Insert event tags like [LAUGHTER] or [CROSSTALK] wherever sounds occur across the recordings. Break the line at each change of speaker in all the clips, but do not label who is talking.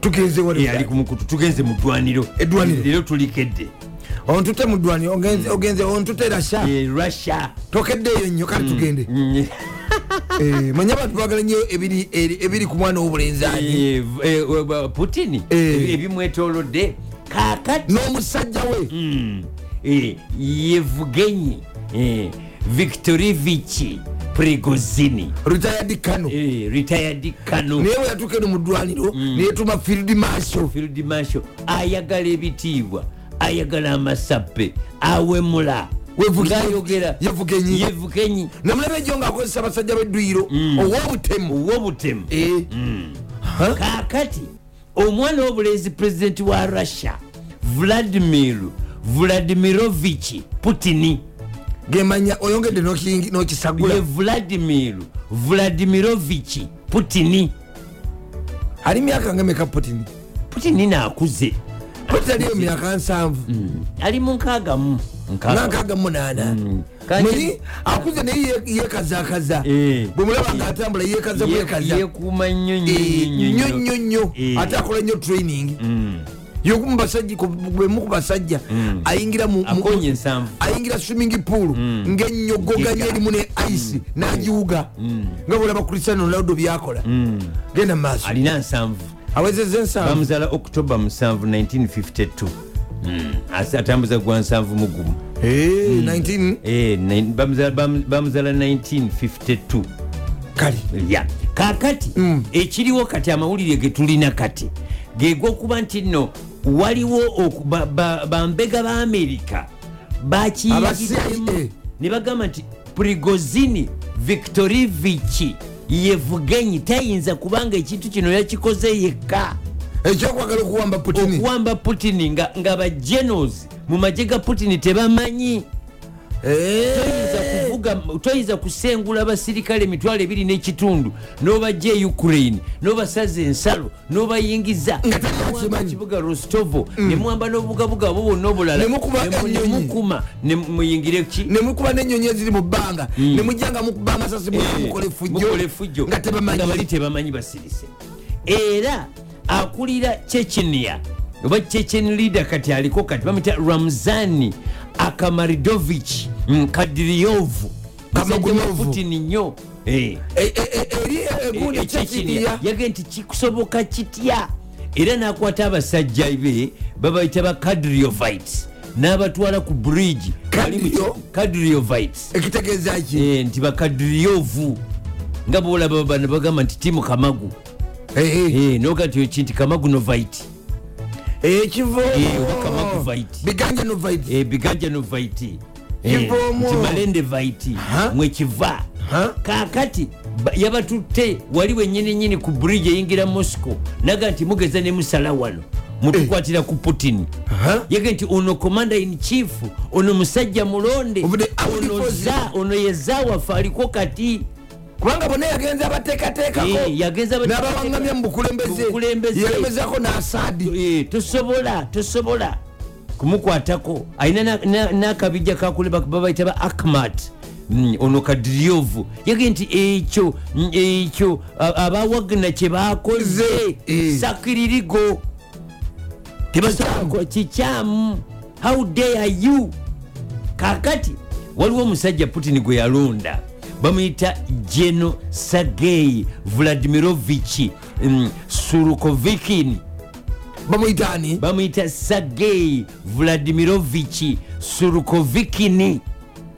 tugenze
yali ku mukutu tugenze mu ddwaniro
Eddwaniro?
leero tulikedde
ontute mudwani
Mm.
ogenze ontute rasha
Eh, russia
tokeddeeyo nnyo kale tugende
[LAUGHS] Mm,
Eh, manye abantu bagala nnyo ebiri- eri- ebiri ku mwana w'obulenzaani
eh, eh, eh, putin
Eh.
ebi- ebimwetolodde kakati
n'omusajja we
Mm, eh, yevgenyi eh, viktorivichi prigozini
retired kano
eh, retired kano
naye bwe yatuuka eno mu ddwaniro
Mm.
neyetuma field masho
field marshal ayagala ebitiibwa ayagala amasappe awemula
Wevugenyi.
ng'ayogera
Yevugenyi.
yevugenyi
namulaba ejjo ng'akozesa abasajja b'edduyiro
Mm.
ow'obutemu
ow'obutemu
Eh,
Mm.
ha?
kaakati omwana w'obulenzi pulezidenti wa russia vladimir vladimirovich putini
gemanya oyongedde n'oki-
ye
n'okisagula
vladimir vladimirovich putini
ali myaka nga meka potini
putini naakuze
potaliyo myaka nsanvu
Mm. ali mu nkagamu
nankaga munaana
Kati-
muli akuze naye ye- yeekazakaza
Eh.
bwemulaba ngaatambula yeekaza bwekaza
yekuuma nnyo
Eh, nnyo
nnyo
nnyo nnyo
Eh.
ate akola nnyo training yokumu basajja bwemu ku basajja ayingira mu- mu-
akonya ensanvu
ayingira swimming pool ng'enyogoganya
Yiga.
erimu ne ice n'agiwuga nga bwolaba cristiano ronaldo byakola genda mu maaso
alina nsanvu
awezezza ensanvu
bamuzala october 7 1952 Mm, as- atambuza gwa nsanvu mugumu
Eh, 19
Eh, ni- bamuzala- bamu- bamuzala 1952
kale
ya kakati ekiriwo kati amawulire getulina kati gegokuba nti nno waliwo oku- ba- ba- bambega baamerika
Aba
bakiyagiremu
CIA.
ne bagamba nti prigozini victorivichi yevugenyi tayinza kubanga ekintu kino yakikoze yekka
ekyokwagala okuwamba putini
okuwamba putini nga, nga bajenos mu magye ga putini tebamanyi
Eh.
toyinza kuvuga toyinza kusengula basirikale emitwalo ebiri n'ekitundu n'obajja e ukraine n'obasaza ensalo n'obayingiza
tebakimanyi.
kibuga rostovo nemwamba n'obugabuga abo bonna obulala
Ne mukuba
ne-
ennyonyi.
nemukuma ne muyingire ki
nemukuba nenyonyi eziri mu bbanga nemujanga mukuba amasasi mukole
Hmm. Eh, mukole
fujjo
fujjo
nga
nga bali
tebamanyi
tebamanyi basirise era akulira chechenia oba chechen leader kati aliko kati bamuyita ramzani akamaridovich kadiriov
Kamagunov.
putini nnyo Eh,
E- e- e- eri egundi
eh, Chechnya.
ekyekiriya
yagee nti kikusoboka kitya era nakwata abasajja be babayita ba kadriovites n'abatwala ku bridge bali mu
Kadrio?
ki- kadriovites
ekitegeeza ki
Eh, nti bakadriovu nga bolaba bano bagamba nti tiimu kamagu
Eh, eh.
Eh, nogati ki nti kamagu novit
ekivo
Eh, oba kamagu vite.
biganja novite
biganja novit
Kivoomu.
nti malende vit
Aha.
mwekiva
Aha.
kakati ba- yabatutte wali wenyini nyini ku bridge eyingira moscow naga nti mugeza ne musala wano mutukwatira ku putin
Aha.
yage nti ono commander in chief ono musajja mulonde
Obudde awuli
ono
pozi.
za- ono yezawafe aliko kati
kubanga bonna yagenza abateekateekako
Eh, yagenza abate-
n'abawangamya mu bukulembeze
Bukulembeze.
yalemezako n'asaadi
Eh, tosobola tosobola kumukwatako alina n'akabijja kakulebabayita ba akmat Mm, ono kadiryovu yage nti ekyo mm, ekyo a- aba wagna kye bakoze
Eh.
sakiririgo tebasobola kikyamu how dare you kakati waliwo omusajja putin gwe yalonda bamuyita jeno sagei vladimirovich mm, surukovikin
bamuyitaani
bamuyita sagei vladimirovichi surukovikini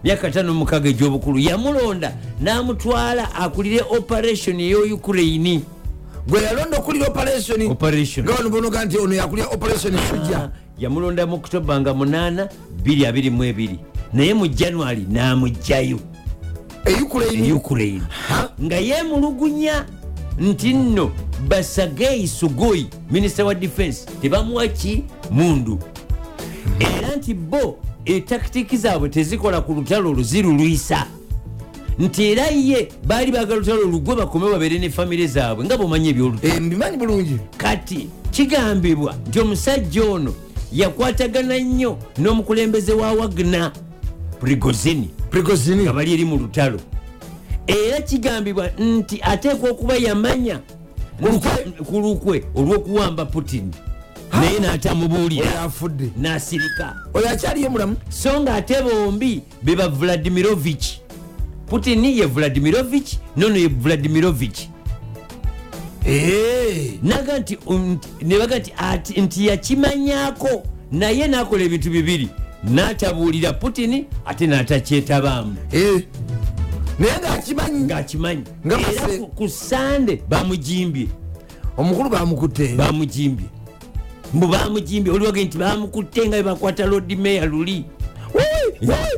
myaka 56 egy'obukulu yamulonda n'amutwala akulire operation eyo ukraine
gwe yalonda okulira operation
operation
nga wano bonoga nti ono yakulira operation e sujja
yamulonda mu oktoba nga 8 222 naye mu january n'amugjayo e
eyukulaini
ukraine nga yeemulugunya nti nno basagei sugoi minisita wa defense tebamuwa ki mundu era nti bo etakitiki zaabwe tezikola ku lutalo olwo zirulwisa nti era ye baali bagala olutalo olugwe bakome babeere ne famire zaabwe nga bomanyi ebyolutalo
Eh, mbimanyi bulungi
kati kigambibwa nti omusajja ono yakwatagana nnyo n'omukulembeze wa wagna prigozini
prigozini
nga bali eri mu lutalo era kigambibwa nti ateekwa okuba yamanya ku lukwe olw'okuwamba putin naye n'atamubuulira
afudde
n'asirika
oyo akyaliyo mulamu
so nga ate bombi beba vladimirovich putin ye vladimirovich nono ye vladimirovich
Eh,
naga nti um, nebaga nti ati- nti yakimanyako naye nakola ebintu bibiri natabuulira putin ate natakyetabaamu
eh. naye ngaakimanyi
ngaakimanyi
Nga
era
muse-
ku- ku sande bamujimbye
omukulu bamukutte
bamujimbye mbu bamujimbye oliwage nti bamukutte nga bebakwata lodi meya luli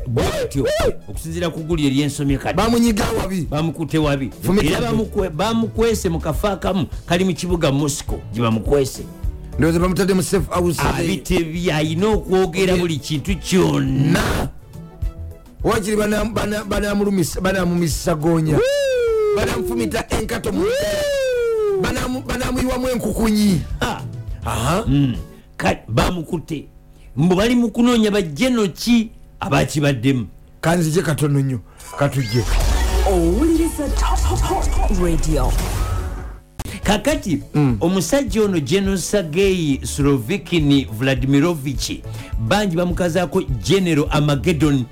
bwatyo okusinziira ku guli eryensomye kati
bamunyiga wabi
bamukutte wabi
Fumita.
era bamukwe- bamukwese mu kafo akamu kali mu kibuga mosco gye bamukwese
ndowooza bamutadde mu safe house
Ah, abitebye alina okwogera buli kintu kyonna
na wakiri banam- bana- banamulumisa- banamumisagonya banamufumita enkato mu banamu- banamuyiwamu enkukunyi Mm.
Ah,
Aha.
ka- bamukutte mbu bali mu kunoonya bajjeno ki abakibaddemu
kanzije katono nnyo katujje
owuliriza Top Hop radio
kakati
Mm.
omusajja ono genosageyi slovikini vladimirovich bangi bamukazaako genero amagedon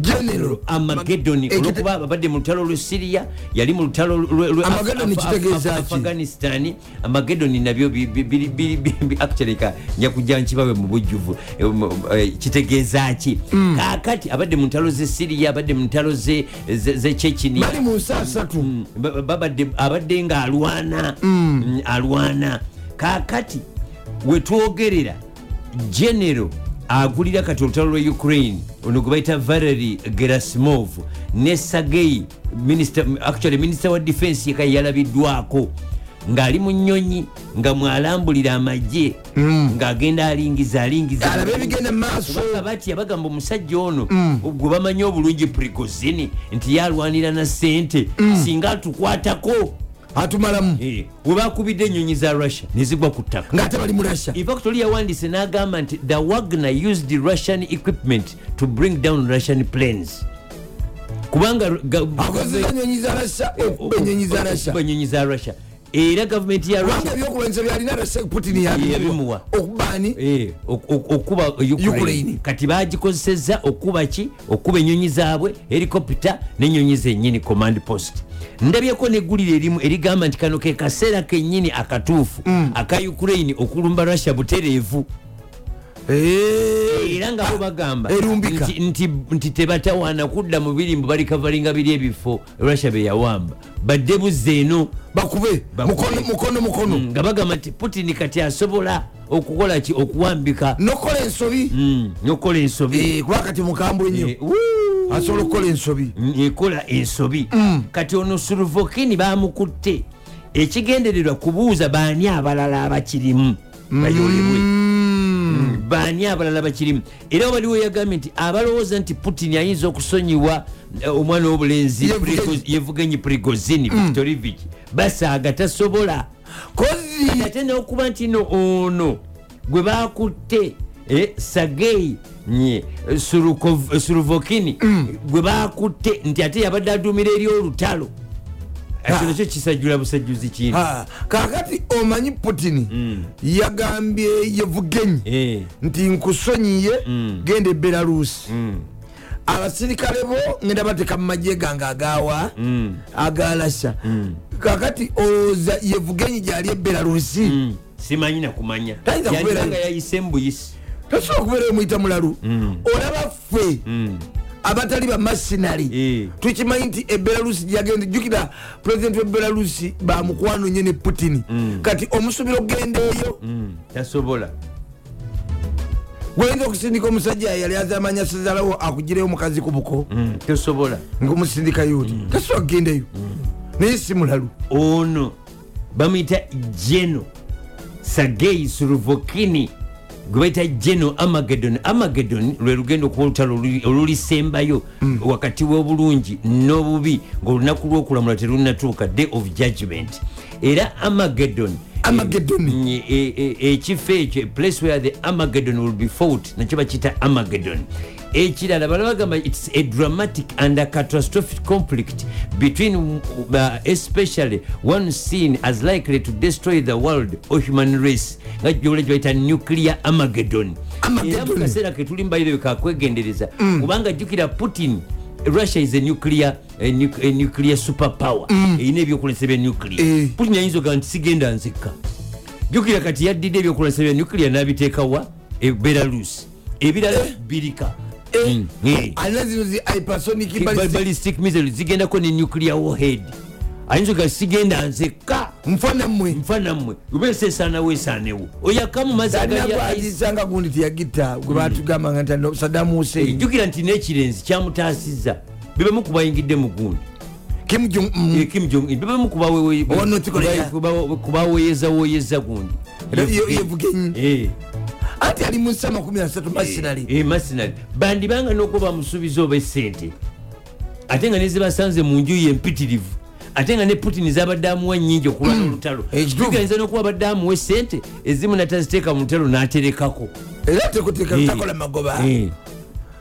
genero
Ah, amagedoni
Ekite-
olwokuba abadde mu lutalo lwe siriya yali mu lutalo lwe- lwe-
Amagedoni
Af- Af-
kitegeeza
Af-
ki?
afghanistan amagedoni nabyo bi- bi- biri- biri- bi- actually ka nja kujja nkibawe mu bujjuvu eh, mu- eh, kitegeeza ki
Mm.
kakati abadde mu ntalo ze siriya abadde mu ntalo ze- ze ze chechenia
bali mu nsi asatu
mm. ba- babadde abadde nga alwana Mm, alwana kakati wetwogerera genero agulira kati olutalo lwe ukraine ono gwe bayita valery gerasimov ne sagei minister, actually minisita wa defense yeka yalabiddwako ng'ali mu nnyonyi nga mwalambulira amagye ng'agenda alingiza alingiza
alabe ebigenda mu maaso
kubanga batya bagamba omusajja ono gwe bamanyi obulungi prigozini nti yalwanira na sente singa atukwatako
atumalamu
Eh, we bakubidde ennyonyi za russia nezigwa ku ttaka
ngaate bali mulasha
infactoli yawandise n'agamba nti the wagner used russian equipment to bring down russian planes kubanga ga-
akozesa nyonyi za rasha
Eh,
okuba
oh,
enyonyi za rasha
okuba ennyonyi za russia era gavumenti ya
kubanga
russia
ebyokulwanyisa byalina rasha putin
Yabimuwa.
yabimuwa okubaani
Eh, ok- ok- okuba ukraine
Ukraine.
kati bagikozesezza okuba ki okuba enyonyi zaabwe helikopita nenyonyi zenyini command post ndabyeko negguliro erimu erigamba nti kano ke kaseera kenyini akatuufu
Mm.
aka ukraine okulumba russia butereevu
Eh,
era nga bo bagamba
erumbika.
nti- nti- nti tebatawaana kudda mu birimbu balikavalinga biri ebifo russia beyawamba badde buze eno
bakube
Bakube. Mm.
mukono mukono mukono
nga bagamba nti putin kati asobola okukola ki okuwambika
nokola ensobi
Mm, nokukola ensobi
Eh, kuba kati mukambwe nnyo
Eh, wuu,
asobola okukola ensobi
ekola ensobi kati ono suruvokini bamukutte ekigendererwa kubuuza baani abalala abakirimu
Mm.
bayolebwe Mm, baani abalala bakirimu era waliwo yagambye nti abalowooza nti putin ayinza okusonyiwa eh, omwana w'obulenzi
Yevgeny.
Prigo- yevugenyi prigozini victorivich basaaga tasobola
kozi
ate nokuba nti no ono gwe bakutte eh, sagei nye eh, Surukov- eh, suruvokini
Mm.
gwe bakutte nti ate yabadde adumira eri olutalo
Ah.
kino kyo kisajjula busajjuzi kindi
Ah, kakati omanyi putin yagambye yevugenyi
Mm. Eh, Mm.
nti nkusonyiye genda e belarusi abasirikale bo ngenda bateka mu magye gange agawa
Mm.
agalasha kakati olowooza yevugenyi gyali e belarusi
mm, simanyi nakumanya
Tayinza kubeera-
Yandibanga yayise mbuyisi
tasobola okubeera omuyita mulalu
Mm.
olaba ffe abatali
Eh.
bamasinali tukimanyi nti ebelarusi gyagenda jjukira pulezidenti we belarusi bamukwano nnyo ne putini kati omusobira okugenda eyo
Mm, tasobola
gwoyinza okusindika omusajja yali azamanya sezalawo akugireyo mukazi ku buko
Mm, tosobola
ngaomusindika yoti tasobola kugendayo
Mm.
naye si mulalu
ono bamuyita jeno sagei suruvokini gwe bayita jeno amagedon amagedon lwe lugenda okuba olutalo oluli- olulisembayo wakati w'obulungi n'obubi ngaolunaku lw'okulamula terunatuuka day of judgment era amagedon
Armageddon.
Mm, e- e- ekifo ekyo a place where the amagedon will be fought nakyo bakiyita amagedon ekirala bana bagamba its a dramatic and a catastrophic conflict between uh, especially one seen as likely to destroy the world or human race nga gyobula gyebayita nuclear amageddon
Armageddon.
era mu kaseera ketuli mubayire kakwegendereza
Mm.
kubanga jjukira putin russia is a nuclear, a nu- a nuclear super power erina ebyokulesa bya nuclear
Mm. Eh.
putin ayinza ogaa nti sigenda nzekka jjukira kati yaddidde ebyokulesa bya nuclear n'abiteekawa e belarus ebirala birika
Eh.
Eh.
alina zino zi hypersonic
Bal-
ballistic
ballistic missile zigendako ne nuclear warhead ayinza ogaa sigenda nzekka
nfana mmwe
nfana mmwe ubesesaanawo esaanewo oyakamu mazagalya
tanagwazizanga gundi teyagitta gwe batugambanga nti sadamu husein
jjukira nti n'ekirenzi kyamutaasizza bebamu kubayingidde mu gundi
kim jong mm, Un.
kim jong in bebamu
Hmm. Oba n'okikolera.
kubaweyezawoyeza gundi
Era yo- Yevgenyi.
Eh,
anti ali mu nsa 13 masinali
eh, mercenary bandibanga n'okuba bamusuubiza oba essente ate nga nezibasanze mu nju ye empitirivu ate nga ne putin zabadde amuwa nyingi okulwana
Hmm.
olutalo
ekituufu.
Jjukira nze n'okuba badde amuwa essente ezimu nataziteeka mu lutalo n'aterekako
era tekuteka
Eh.
takola magoba
Eh,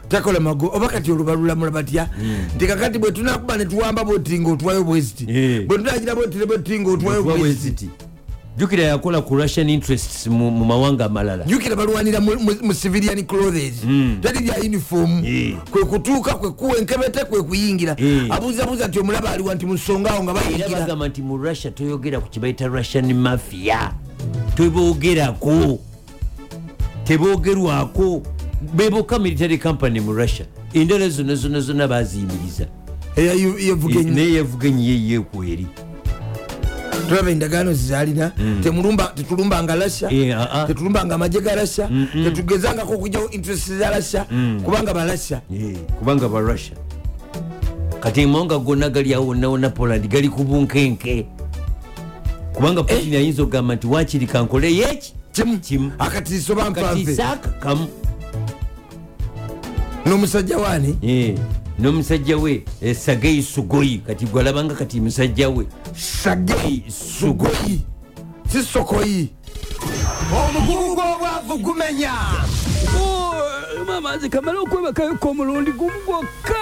takola magoba oba kati olubalulamula batya nti kakati bwe tunakuba netuwamba boti nga otwayo bweziti
Eh.
bwe tunagira botire boti nga otwayo
okuba
bweziti
bweziti jjukira yakola ku russian interests mu mu mawanga amalala
jukira balwanira mu- mu mu civilian clothes tali lya uniform
Eh.
kwe kutuuka kwe kuwa enkebete kwe kuyingira
Eh.
abuuzabuuza nti omulaba aliwa nti musonga awo nga
era
bayingira
bagamba nti mu russia toyogera ku kibayita russian mafia teboogerako teboogerwako beboka military company mu russia endala zonna zonna zonna baziyimiriza
eya yevugenyi
naye yavugenyi yeyeekweri
tulaba endagaano zezalina Temulumba- tetulumbanga rasha
Eh, ah, ah.
tetulumbanga amagye ga rasha tetugezangako okujjawo interest za rasha kubanga barasha
Eh, kubanga ba russia kati emawanga gonna gali awo wonna wonna poland gali ku bunkenke kubanga putin ayinza okugamba nti wakiri kankoleyo eki
kimu
Kimu.
akatiiso bampanfe
katisaaka kamu
n'omusajja waani
Eh, n'omusajja we eh, sagei sugoyi kati gwalabanga kati musajja we
sagei sugoyi si sokoyi omukulu gw'obwavu gumenya
mama nze kamala okwebakayoka omulundi gumu gwokka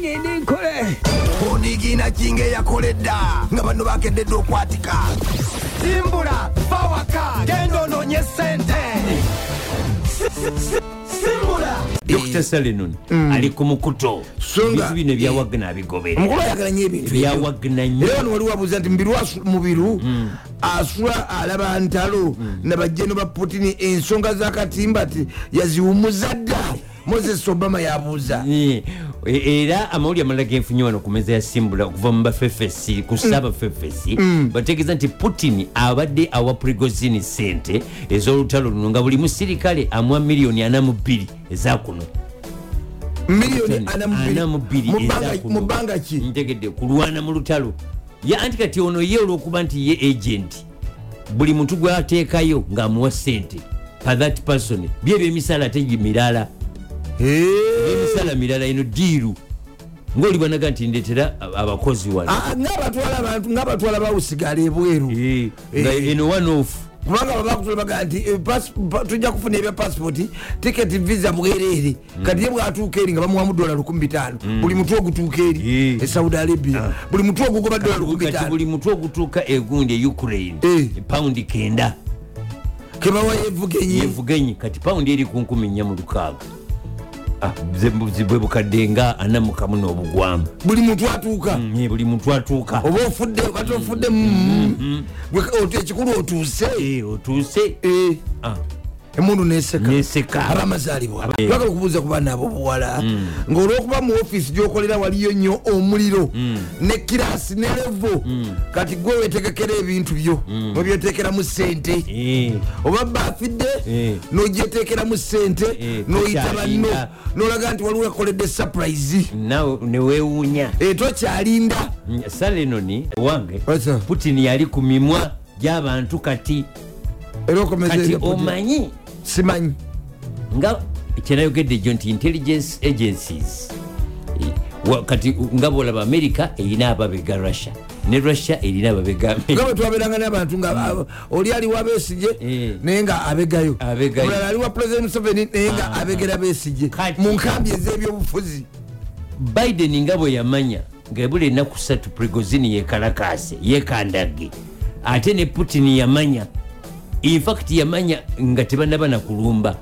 ngende nkole
onigiina kinga eyakoledda nga bano bakeddeddwa okwatika simbula bawaka genda onoonye sente simbula
Eh.
dr salenon ali ku mukuto
So nga-
bisu bino ebya wagna abigobera
omukulu ayagala nyo ebintu
ebya
ebyo.
wagna nyo
era wano waliwo abuuza nti mubiru asu- mubiru
Hmm.
asula alaba ntalo nabajeno ba putini ensonga za katimba ti yaziwumuza dda moses obama yabuuza
Eh, e- era amawulire amalala genfunye wano ku meza ya simbula okuva mu bafefesi ku saabafefesi bategeeza nti putin abadde awa prigozini sente ez'olutalo luno nga buli musirikale amuwa miliyoni 42 ezakuno
miliyoni
Ana mu Hmm. bbiri
anamubiri
ezakuno.
mubanga ki
ntegedde kulwana mu lutalo ye anti kati ono ye olwokuba nti ye agent buli muntu gwateekayo ng'amuwa sente pa that person byebyo emisala ate gi mirala
Eh,
emisala mirala eno diiru ng'olibanaga nti ndeetera ab- abakozi wano
ah, ng'abatwala abantu ng'abatwala bawusigala ebweru
Eh, nga
Eh.
eno oneof
kubanga babakutula bagaa nti eh, pas- pa- tujja kufuna ebya pasipoti tiketi visa bwereere
Hmm.
kati ye bwatuuka eri nga bamuwamu dola 15 buli mutwe ogutuuka eri
Yee.
e saudi arabia buli mutwe ogugoba dola
Eh. Ah. kati
15
buli mutwe ogutuuka egundi e ukraine
Eh.
paundi kenda
kebawa yevugenyi
yevugenyi kati paundi eri ku 46 Ah, bwe bukadde nga anamukamu n'obugwamu
buli muntu atuuka
Mm, buli muntu atuuka
oba ofudde kati ofudde mm, gwe- ot- ekikulu otuuse
Hmm. Eh, otuuse
Eh,
Ah,
emundu neseka
neseka
abamazaalibwa twagala okubuuza ku baana ab'obuwala
Mm.
ng'olwokuba mu ofiisi gy'okolera waliyo nnyo omuliro
Mm.
ne kiraasi ne levo kati gwe weetegekera ebintu byo nobyeteekeramu sente
Mm. Eh,
oba bba afidde
Eh.
n'ogyeteekeramu sente
Eh,
n'oyita banno
tokyalinda.
n'olaga nti waliwo yakoledde surprise
nawe neweewuunya
Eh, tokyalinda
salenoni wange
What's up?
putin yali ku mimwa gy'abantu kati
era okomeza
kati
ebyo-
omanyi
simanyi
nga kyenayogedde jo nti intelligence E, agencies eh, wa- kati nga bolaba america erina ababega russia ne russia erina ababegambe
nga bwe twabeeranga n'abantu nga
Hmm.
abo- oli aliwa beesige
Eh.
naye nga abegayo
Abegayo. Ah.
mulala aliwa president museveni naye nga abegera beesige
Kati.
mu nkambi ez'ebyobufuzi
biden nga bwe yamanya ngaebula ennaku ssatu prigozini yekalakase yekandage ate ne putin yamanya infact yamanya nga tebanaba nakulumba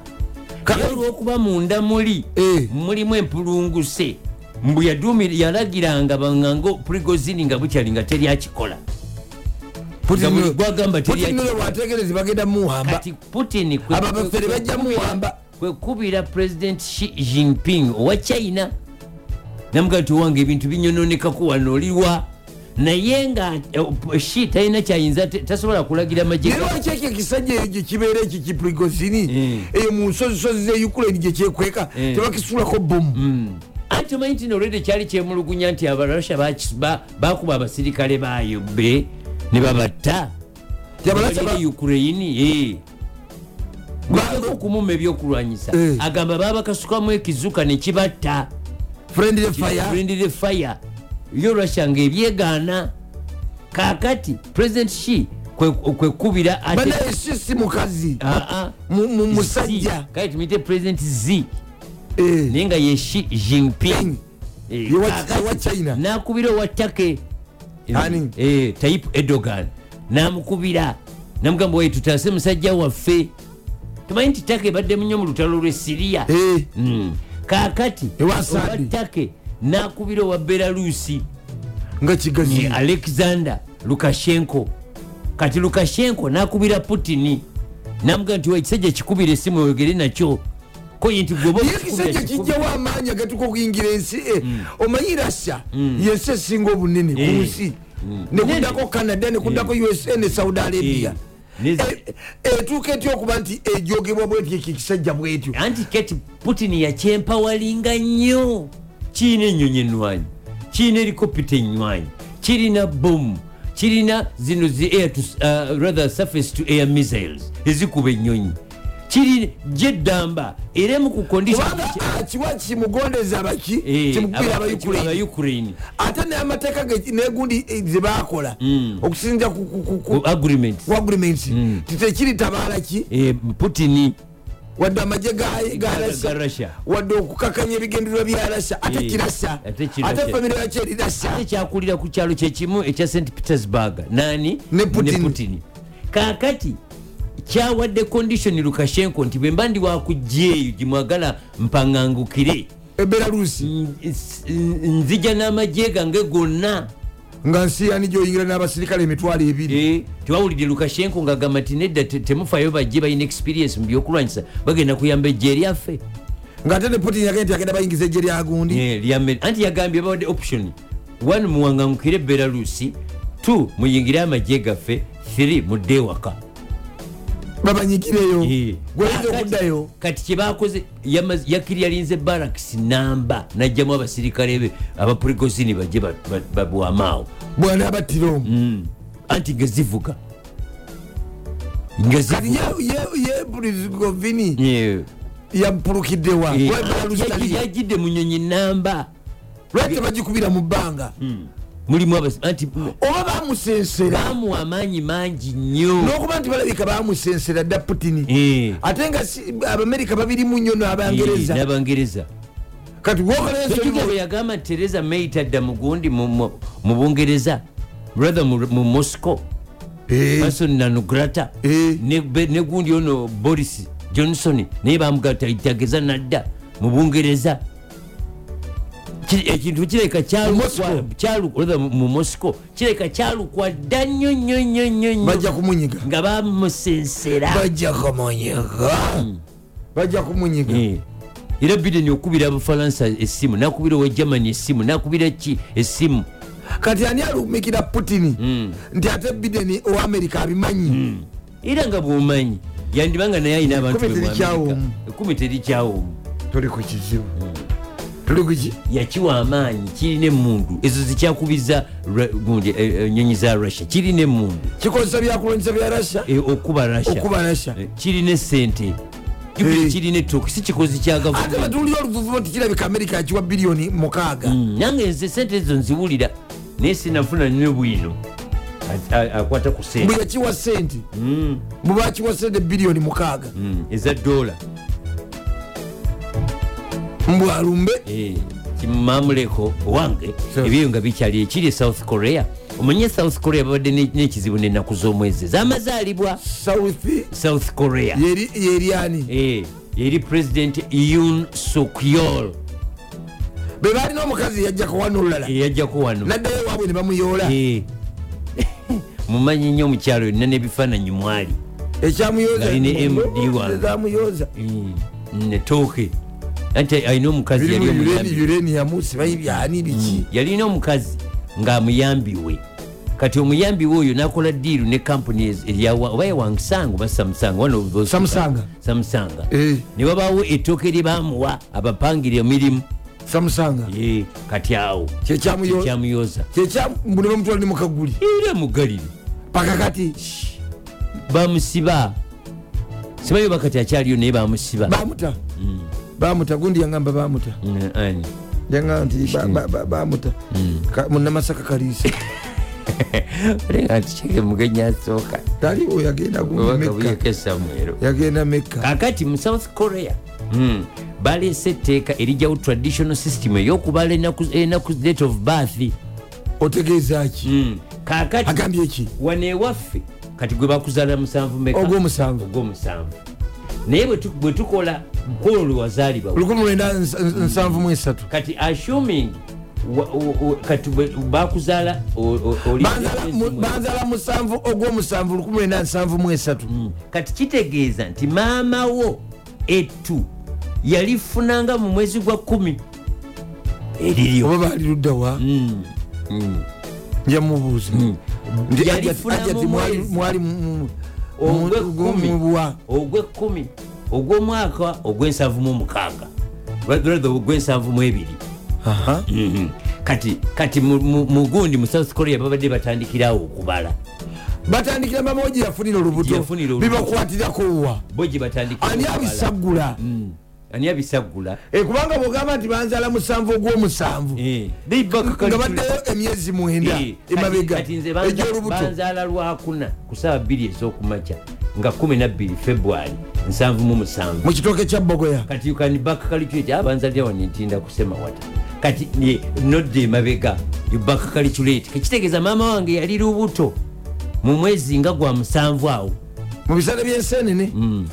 Ka-
naye olwokuba munda muli
Eh.
mulimu empulunguse mbu yadumi yalagiranga bangango prigozini nga bukyali nga teryakikola Nga buli gwagamba teryaki-
putino bwategerezi bagenda muwamba
kati putin kwe-
ababafere bajja muwamba
kwekubira president Xi jinping owa china namuga nti owange ebintu binyononekaku wano oliwa naye nga eh, p- shi talina kyayinza te- tasobola kulagira magye
era lwaki ekyo ekisajja ekyo kibeera ekyo kiprigozini
Mm.
eyo mu nsozisozi ze ukraine gye kyekweka
Mm.
tebakisulako
Hmm.
bomu
anti omanyi nti nolwedde kyali kyemulugunya nti abarusha baki- ba- bakuba abasirikale baayo be ne babatta
Abarusiya ba-
Abaliri ukraine eh. gweko okumuma ebyokulwanyisa
Eh.
agamba babakasukamu ekizuka nekibatta
friendly fire
friendly fire yo russia nga ebyegaana kakati president shi kwekubira
banaye si si mukazi
Ah,
Mu- mu- musajja
kati tumuyite president z
Eh.
naye nga ye shi jinping Eh,
Yewa-
kaakati
yewa China.
n'akubira Eh, owatake
Ani?
tayip edogan n'amukubira namugamba waye tutase musajja waffe tumanyi nti take baddemu nnyo mu lutalo lwe siriya
Eh.
Mm. kakati
Ewa Saadi.
obatake n'akubira owa belarusi
nga kigazi
alexander lukashenko kati lukashenko n'akubira putini namuga nti ekisajja kikubira esimu oyogere nakyo koye nti gwe oba
naye
okikubira
ekisajja
kikubira.
kijjawo amaanyi agatuka okuyingira ensi e omanyi rasha yensi esinga obunene ku
Mm. Eh.
nsi nekuddako canada nekuddako usa ne saudi arabia
Eh. Nezi-
E- etuuka etya okuba nti ejogebwa bwetyo ekyo ekisajja bwetyo
anti kati putini yakyempawalinga nnyo kirina ennyonyi enwanyi kirina erikopita enywanyi kirina bomu kirina zino zi air to, uh, rather surface to air missiles ezikuba ennyonyi kiri gyeddamba era mu
kubanga
kukondisa
akiwa kimugondeza abaki
Eh,
kimukubira abayukraine
abayukraine
ate n'amateeka ge- negundi eh, ze bakola
Mm.
okusinza ku- ku- ku- ku-
agreement
ku agreements titekiritabaala ki
Mm. Eh, putini
wadde amagye ga
Ga- ga
rasha
Russia.
wadde okukakanya ebigendererwa bya rasha ate
Eh,
kirasha
ate kirasha.
ate famire yaki eri rasha
ekyakulira ku kyalo kyekimu ekya st eh, petersburg nani
Ne Putin.
kakati kyawadde condition lukashenko nti bwe mba ndi wakujja eyo gyemwagala mpaŋŋangukire
e ebelarusi
n- s- n- nzija n'amagye gange gonna
nga nsi yani gyoyingira n'abasirikale emitwalo ebiri
Eh, tebawulidde lukashenko ng'agamba nti nedda te- temufayo bajje balina experience mu byokulwanyisa bagenda kuyamba ejje eryaffe
ngaate ne putin yagenda nti agenda bayingiza ejje lyagundi
Eh, lya Ameri- anti yagambye bawadde option one muwangangukire belarusi two muyingire amagye gaffe three mudde ewaka
babanyigireyo
Eh.
gweoyinza
Kati-
okuddayo
kati kyebakoze yamaz- yakiri yalinze baraks namba najjamu abasirikale be abaprigozini bajje ba- ba- babwamaawo
bwanaabatiro
anti ngezivuga ngezivuga.
kati ye- ye- ye prigovini
Eh,
yapulukiddewa
eh, yagi- yagidde mu nyonyi namba
lwaki tebagikubira mu bbanga
mulimu abas- anti
oba bamusensera
bamuwa amaanyi mangi nnyo
nokuba nti balabika bamusensera dda putini
Eh,
ate nga si- abamerika babirimu nnyo
eh,
n'abangereza
n'abangereza
kati
ekiga bwe
wokolensoli
yagamba nti teresa may tadda mugundi mu mu- mu bungereza rather mu mu moscow person nanugrata
Eh.
Mm. negundi ono boris johnson naye bamugataitageza nadda mu bungereza Ki- ekintu kireka
Moscow.
mu moscow kireka kyalukwa dda nnyo nnyo nnyo nnyo
bajja
nnyo
kumunyiga
nga bamusensera
bajja kumunyiga Mm. bajja kumunyiga
Eh. era biden okubira abafalansa essimu nakubira owa germany essimu nakubira ki essimu
kati ani alumikira
Mm.
putini nti ate bideni owa amerika abimanyi
era nga bwomanyi yandibanga naye alina abantu
Ekkumi
be mu
terikyawo
Amerika.
omu.
ekkumi terikyawomu
tuli ku kizibu tuli kuki
yakiwa amaanyi kirina emundu ezo zikyakubiza Ra- gundi eh, eh, nyonyi za russia kirina emundu
kikozesa byakulwanyisa bya rasha
Eh, okuba russia
okuba Russia.
Eh, kirina esente Jupiter
Eh.
kirina etoki si kikozi kya
ate
gavumenti
batulira oluvuvuba tikirabika amerika akiwa biliyoni mukaaga
Mm, nange nze sente ezo nziwulira naye sinafuna nnyo bwino a- a- akwata ku sente
bwe yakiwa sente bwe bakiwa sente biliyoni mukaaga
Mm, eza dola
mbw alumbe
Eh, kimamuleko owange
Sure.
ebyeyo nga bikyali ekiri e south korea omanye south korea babadde ne- n'ekizibu n'ennaku z'omwezi ez'amazaalibwa
south
south korea
yeri- yeryani
Eh, yeri president yun sukyol
be balina omukazi yajjako wano
Eh.
olulala
eyajjako wano
naddayo waabwe ne bamuyoola
Eh. [LAUGHS] mumanyi nnyo omukyalo yonna n'ebifaananyi mwali
ekyamuyooza
Alina MD wange.
zamuyooza
Eh, netooke anti alina omukazi yali omuyambi
uraniyamusibayo byani biki
yalina omukazi ng'amuyambi we kati omuyambi we oyo n'akola diiru ne kampuni oba yawangisango oba samusanga one of those-
Samusanga.
samusanga
Eh.
ne babaawo ettooke lye baamuwa abapangira emirimu
samusanga
Eh, kati awo
Kyekyamuyo-
kyamuyoza
kyekyabunebamutwala ne mukaguli
era mugalire
paka kati
bamusiba sibayo bakati akyaliyo naye bamusiba
bamuta bamuta gundi yagamba bamuta
Mm, ani. [LAUGHS]
yagamba nti ba- ba- ba- bamuta Ka- munamasaka kaliisa
olenga nti kyeke mugenyi asooka
tali oyo yagenda gundi
obubaka
mekka
buyika samwero
yagenda mekka
kakati mu south korea mm, baleese etteeka erijawo traditional system ey'okubala enaku enaku date of birth
otegeezaki
Mm, kakati
agambye eki
wano ewaffe kati gwe bakuzaala musanvu meka
Ogw'omusanvu.
ogwomusanvu naye bwe tu- bwe tukola mukolo lwe wazaalibwa
1973
kati assuming wa- o- o- kati bwe- bakuzaala o- o- oli-
Banzala mu- banzala musanvu ogwomusanvu 1973
Mm. kati kitegeeza nti maama wo ettu yalifunanga mu mwezi gwa kumi eririyo
oba baali luddawa
Mm.
njamubuuza nti
Yalifuna
ajati
Mm. mu
mwali-
mwezi.
mwali mu- mu- mu-
ogwekumi
mubuwa
ogwekumi ogw'omwaka ogw'ensanvu mu mukaaga rather ogw'ensanvu mu ebiri
Aha.
Mhm. kati kati mu- mu mu gundi mu south korea babadde batandikirawo okubala
batandikira mama wo gye yafunira olubuto
Yafunira olubuto.
bibakwatirako wa
bo gye batandikira
ani
okubala.
abisaggula
Mm. ani abisaggula
Eh, kubanga bwogamba nti banzala musanvu ogwomusanvu
They back
Eh. nga
calculate.
baddeyo emyezi mwenda
Eh, kati-
emabega
kati nze banza-
egy'olubuto
banzaala lwakuna ku saawa bbiri ez'okumakya nga 12 february 77
mu kitooke kya bogoya
kati you can back calculate abanzalira wano ntinda kusema wata kati ye- nodde emabega you back calculate kekitegeeza maama wange yali lubuto mu mwezi nga gwa musanvu awo Hmm,
mu bisale by'ensenene
mu-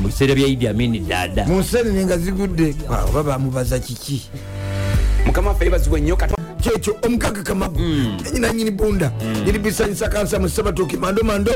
mu biseera bya idi amini daada
mu nsenene nga zigudde Ah, oba bamubaza kiki
mukama waffe yebaziwe nnyo kati
kyekyo omukaga kamagu nyinanyini bunda nyiribisanyisa kansa mu sabatoke mando mando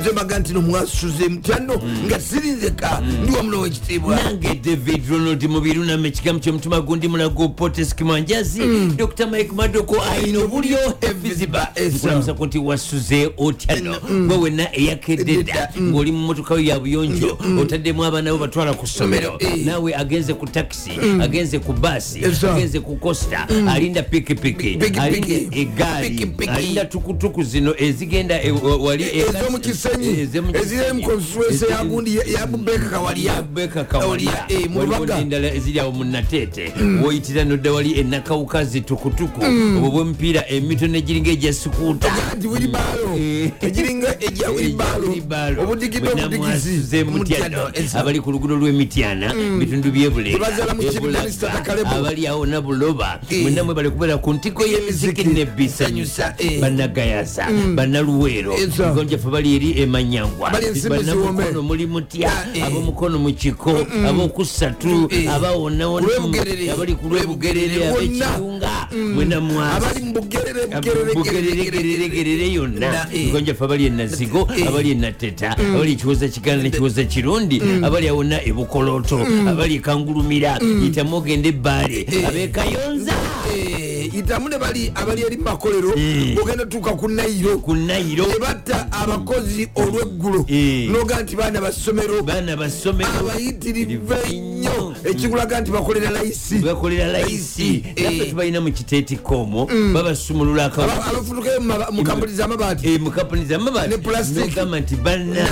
nze maga nti nomwasuze mutyano nga siri nzeka ndi wamulowa ekitiibwa
nange david ronald mubirunama ekigambo kyomutima gundi mulago poteskimwanjazi
Mm.
dr mike madoko ayina obulyo eviziba nkulamusako nti wasuze otyano
Mm.
gwe wenna eyakededa ng'oli mu motoka yo ya buyonjo otaddemu abaana bo batwala ku ssomero
Mm. Eh. Mm.
naawe agenze ku takisi agenze ku baasi
Esa.
agenze ku kosta alinda pikipiki
Mm. Pikipiki.
alinda egaali
Pikipiki.
alinda tukutuku zino ezigenda e- wa- wali e-
ezomukisenyi
ez'omukisenyi.
eziri mukonstituensi
Ezi-
yagundi yabubeeka kawalya
beka
Olya, eh, mu Lubaga.
endala eziryawo munatete woyitira nodda wali enakawuka zitukutuku obwo bwemipiira emito negiringa egya sikuuta
anti wiribaalo egiringa egya wiribaalo obudigidde obudigizi
obuddigidde mutyano abali ku luguudo lw'emityana bitundu
Tebazala Mm. mu kibuga, Mr. Kakalebo.
byebulaabali awo nabuloba
Eh.
mwena mwe bali kubeera ku ntiko y'emiziki
Emiziki.
nebisanyusa
Eh.
bannagayasa bannaluweero
Esa.
gonjaffe bali eri emanyangwa
Bali ensimbi ziwome.
bannamukono muli mutya
Eh. Mm,
ab'omukono mu kiko ab'okusatu
Eh.
abawonawona
Kulwebugerere.
abali ku lwebugerere
Wonna. Mm.
ab'ekirunga mwena mwasa
abali mu bugerere
bugereregerere yonna
Na, eh.
gonjafe abali enazigo
Eh.
abali enateta abali ekiwoza kigana nekiwoza kirundi
Mm.
abali awonna ebukoloto abali ekangulumira
Mm.
yitamu ogende
Eh,
ebbaale abekayonza
itamu ne Eh, bali abali eri makolero
Eh.
ogenda tuuka ku nairo
ku nayiro
ebatta abakozi olweggulo
Eh.
noga nti baana basomero
baana basomero
abayitirivu ennyo ekikulaga nti bakolera layisi
bakolera layisi
Eh. Mm.
naffe tubalina mu kiteetikomo babasumulula akawuka
Aba- abafutukayo mu maba- mu kampuni z'amabaati
Eh, mu kampuni
Ne plastic.
zamabagamba nti bannange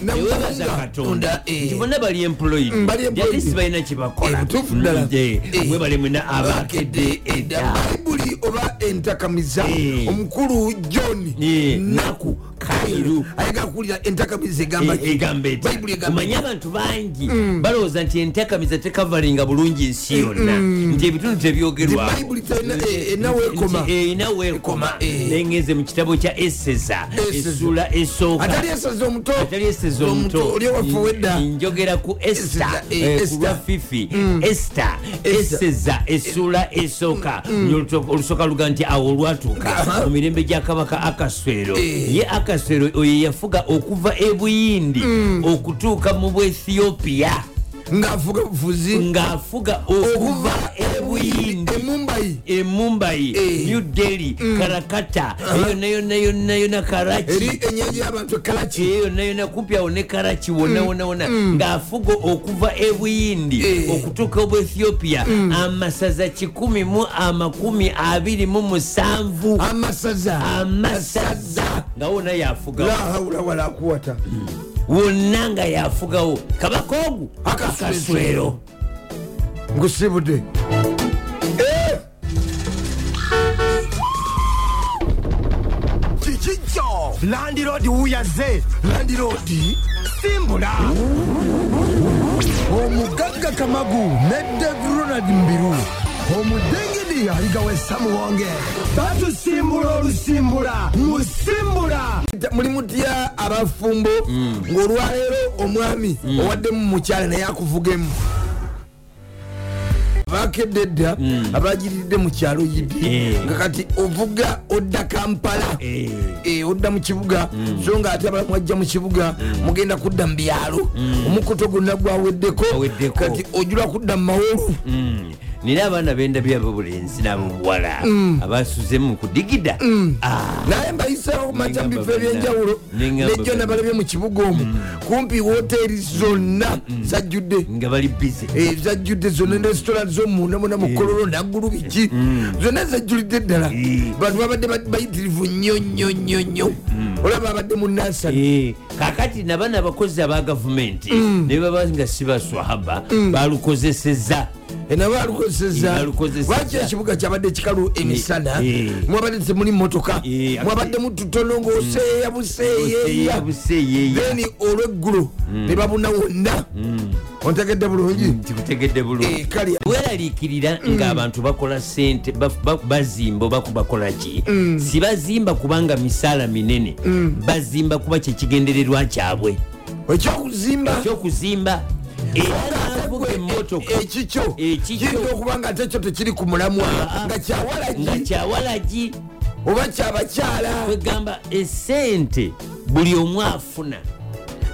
Nange, namuwanga.
ewebaza eh, katonda
Onda, eh.
nti bonna bali employed
Mm, bali employed.
yalisi balina kyebakola
Eh, butuufu ddala. Eh.
mwebale mwena abakedde
Abakedde edda.
edda
bayibuli oba entakamiza
ah." Eh.
omukulu john
Eh,
naku kairu
Kairu. Eh,
ayagala kuwulira entakamiza egamba ki?
egamba eti
bayibuli egamba
omanye abantu bangi
Mm.
balowooza nti entakamiza tekavalinga bulungi ensi yonna
mm.
nti ebitundu
Nti
tebyogerwako
bayibuli tena- eh, enawekoma
einaweekoma
Ekoma, eh.
nengenze mu kitabo kya eseza
Eseza.
esula esooka
atali eseza omuto
atali eseza omuto
olyowaffe wedda
N- njogera ku
Esther,
esta
eh, Esther. Mm.
kulwa fifi esta
Esther. Mm.
eseza esula esooka olusooka luga nti awo olwatuuka
Aha.
mu mirembe gya kabaka akaswero
Eh.
ye akaswero oyo yafuga okuva ebuyindi
Mm.
okutuuka mu bwethiyopiya
ngaafuga
Mm.
bufuzi
ng'afuga okuva
Eh. okuva
ebuyindi
emumbayi
e mumbai
Eh.
new delhi karakata eyona yona yona yona
eri
karachi
enyenje y'abantu ekalaki
eyona yona kumpi awo ne karachi
Mm.
wona wona wona ng'afuga okuva ebuyindi
Eh. Mm.
okutuuka obu ethiopia amasaza kikumi mu amakumi abiri mu musanvu
amasaza
Ah. amasaza nga wona
la
yafugawo
haula wala akuwata
wonna nga yafugawo kabaka ogu
Akaswero.
akaswero
nkusibudde
kikikyo landiroodi wuyaze landiroodi simbula omugagga kamagu ne david ronald mbiru omudengidi aligawe samuwonge batusimbula olusimbula musimbula
mulimu dya abafumbo
Mm.
ng'olwaleero omwami owaddemu mukyala naye akuvugemu bakedde edda abagiridde mu kyalo yidi
Mm. Eh.
nga kati ovuga odda kampala
Eh.
Eh, odda mu kibuga so nga ate abalamu ajja mu kibuga mugenda kudda mu byalo omukuto gwonna gwaweddeko
Gwaweddeko.
kati ojula kudda mu mawolu
Mm. nina abaana bendabye ababulenzi n'ababuwala
Mm.
abasuzemu ku digida Ah,
naye mbayiseewo maca mu bifo
Nengamba
ebyenjawulo
bina. Nengamba
nejjo
bina.
nabalabye mu kibuga omwo kumpi woteeri zonna zajjudde
nga bali bize
Eh, zajjudde zonna resitona zomunda muna mu kololo naggulu biki zonna zajjulidde ddala bantu babadde ba- bayitirivu nnyo nnyo nnyo nnyo olaba abadde munasana
Eh, kakati nabana abakozi aba gavumenti ne baba nga si baswahaba balukozeseza
nabo
Eh,
alukozeseza
balukozesezza.
lwaki ekibuga kyabadde kikalu emisana
Eh.
mwabadde temuli motoka
Eh, Hmm.
mwabadde mututono ngaoseeya buseeyeya
buseyeya
then olweggulo
Hmm.
ne babuna wonna ontegedde bulungi
tikutegedde bulungi
Eh, kale
weraliikirira ng'abantu bakola sente baf- ba- bazimba oba bakola ki si bazimba kubanga misaala minene bazimba kuba kyekigendererwa kyabwe
ekyokuzimba
kyokuzimba era
eh,
n'avuga emmotoka
ekikyo
Ekikyo.
kiyinza okuba nga tekyo tekiri ku mulamwa
Ah,
nga
ah. nga
kyawalagi
kyawalagi
oba kyabakyala
kwegamba esente buli omu afuna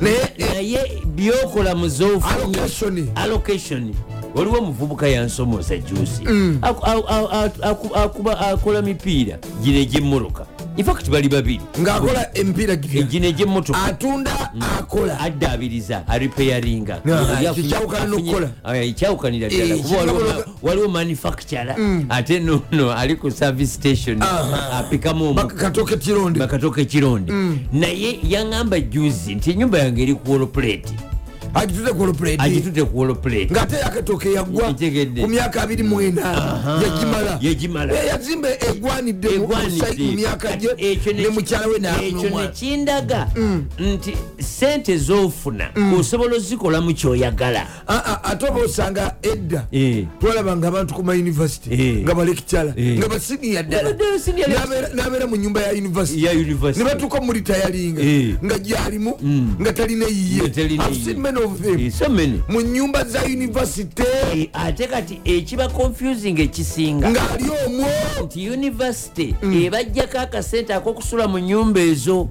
naye eh,
naye byokola muzofunye
Allocation.
allocation waliwo omuvubuka yansomoza jusi
Mm.
Aku- au- au- aku- aku- akuba- akola mipiira gino egyemmotoka infact bali babiri
ng'akola emipiira gira
gino egyemmotoka
atunda
Hmm.
akola
addaabiriza aripeyaringa
Na, ekyawukana n'okukola.
ekyawukanira Ah, ddala
Eh, Mm.
kuba waliwo
kigabula-
ma- waliwo manufactura ate nono ali ku service station apikamu omu-
katoke kironde
bakatoka ekironde
Mm.
naye yaŋamba juzi nti enyumba yange eri ku woloplate
agituze ku olupuleti
agitute ku woloplate
ng'ate yakatoke yaggwa
Ntegedde.
ku myaka 24 yagimala
yegimala
Eh, yazimba egwanidde mu- mu- mu myaka gye
ekyo
ne mukyala we Mm. n'amulomwa
nekindaga nti sente zofuna
Mm.
osobola ozikola mu kyoyagala
ate oba osanga edda
Eh.
twalabanga abantu ku mayunivasity
Eh.
nga balekikyala
Eh.
nga basiniya ddala
Babadde senior lecturer.
N'abeera- n'abeera mu nyumba ya
ya
yunivasity ne
university
batuuka mulitayalinga
Eh. Mm.
nga gyalimu nga talina yiye
Nga talina
I've seen
yiye.
many of
Eh,
them.
esomene
mu nyumba za yunivasity
Eh, ate kati ekiba confusing ekisinga
ng'ali omwo
nti univesity
Mm.
ebajjako akasente akokusula mu nyumba ezo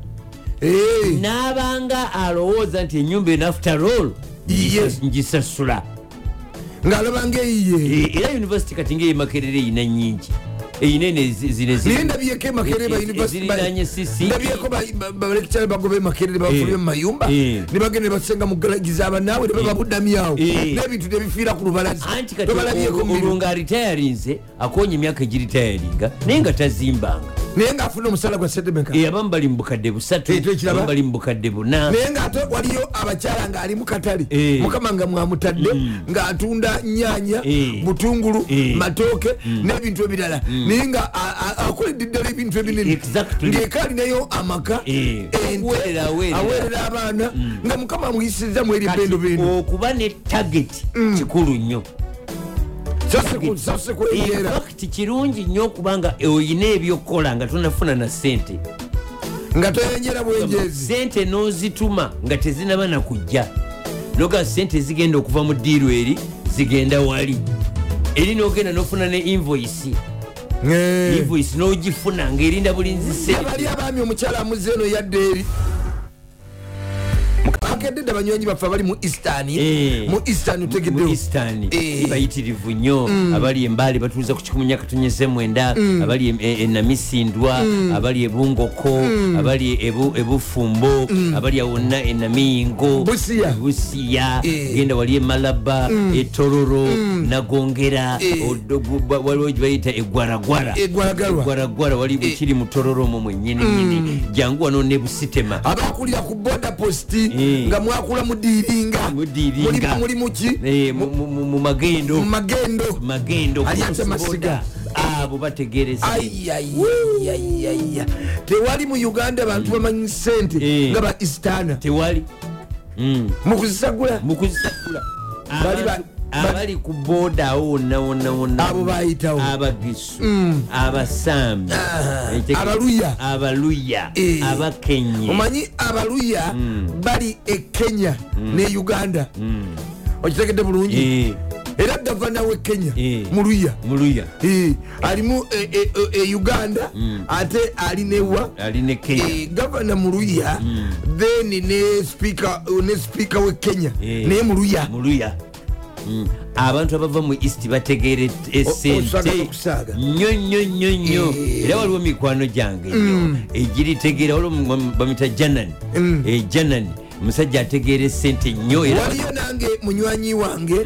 Eh,
n'abanga alowooza nti enyumba eno after all
Yes.
ngisasula
ng'alabanga eyiye
E- era univesity kati ngaeyo makerere eyina nyingi eyina ene ezi- zino ezi-
naye ndabyeko emakerere ba
Eh, eh,
yunivasity ba-
eziriraanye CC.
ndabyeko balekikyala bagoba emakerere bafulire
Eh.
mu mayumba
Eh.
ne bagenda ne basenga mu galagi z'abanaabwe ne bababudamyawo
Eh.
n'ebintu tebifiira ku lubalaza
anti kati
tobalabyeko mu
olwo
mirundi
ngaaritayarinze akoonya emyaka egiritayaringa naye nga tazimbanga
naye ngaafuna omusala gwa sedemeka
eyabamu bali mu bukadde busatu
Eh, tekiraba.
abamu bali mu bukadde buna
naye ngaate waliyo abakyala ngaali mukatale
Eh.
mukama nga mwamutadde ngaatunda nyanya
Eh.
butungulu
Eh.
matooke n'ebintu ebirala naye nga a- a- akoledde ddala ebintu ebinene
Exactly.
ng'eka alinayo amaka
Eh.
ente,
Awerera, awerera.
awerera abaana nga mukama amuyisiriza mu eribendo bendo
okuba ne tageti kikulu nnyo
sasekweyera
infact kirungi nnyo okubanga oyina ebyokukola nga tonafuna na sente
nga toyenjera bwenjezi
sente nozituma nga tezinaba nakujja noga sente zigenda okuva mu diiru eri zigenda wali eri nogenda nofuna ne invoisi
Eh.
invoisi nogifuna ngaerinda bulinzi
yabali
sente
abaami omukyala amuze eno yadde eri akedde dda banywanyi baffe abali mu eastern
Eh.
mu eastern otegeddewo
eastani
Eh. Mm.
bayitirivu nnyo abali embaale batuuza ku kikumunya katonyeze mwenda abali em- e- enamisindwa
Mm.
abali ebungoko abali e ebu- ebufumbo abali awonna enamiyingo
Mm. Busia.
busiya
Eh. Mm.
genda wali e emalaba etororo nagongera
Eh. E
Odogo- ba- waliwo gye bayita e egwaragwara
Egwaragarwa.
egwaragwara wali
Eh.
kiri mutororo omwo mwennyini
Mm.
nyini jangu wano ne busitema
Ah. abakulira ku boda post
Eh.
nga mwakula mudiiringa
Mudiiringa.
Muli- muli muki
Eh, mu- mu mu- mu magendo
mu magendo
magendo
Ali
ku
ate masiga.
boda. abo bategereza
ayayayayaya tewali mu uganda bantu bamanyi sente
Eh.
nga ba eastana
tewali Hmm.
mukuzisagula
mukuzisakula
Bali ba- ba-
abali ku booda awo wonna wonna wonna
Abo bayitawo. Hmm. Ah,
abagisu abasambi Ekyo-
Abaluya.
abaluya
Eh.
abakenye
omanyi abaluya bali e kenya ne uganda okitegedde bulungi
Eh,
era gavana we kenya
Eh.
muluya
muluya
Eh, alimu e- e- e- e uganda ate alinewa E,
aline kenya
gavana muluya then ne speaker- ne speaker we kenya
Eh.
naye muluya
muluya Mm. abantu abava mu east bategeere
osaaga
esente
nokusaaga.
nnyo nnyo nnyo nnyo
Eh.
era waliwo mikwano gyange
Mm.
nyo egiritegeera waliwo mu- bamita janan Eh, janan omusajja ategeera esente nnyo era
waliyo nange munywanyi wange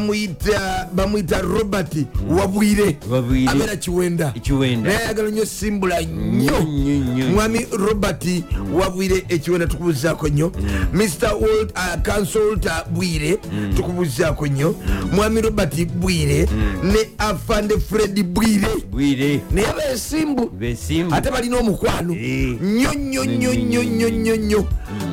bamuyita bamuyita robert wabwire
Wabwire.
abeera kiwenda
Kiwenda.
naye ayagala nnyo simbula nnyo
Nnyo, nnyo, nnyo.
mwami robert wabwire ekiwenda tukubuzaako nnyo
Mm.
mr world uh, consulta bwire tukubuzaako nnyo mwami robert bwire
Mm.
ne afande fred bwire
bwire
naye besimbu
besimbu
ate balina omukwano
Eh.
nnyo nnyo nnyo nnyo nnyo nnyo nnyo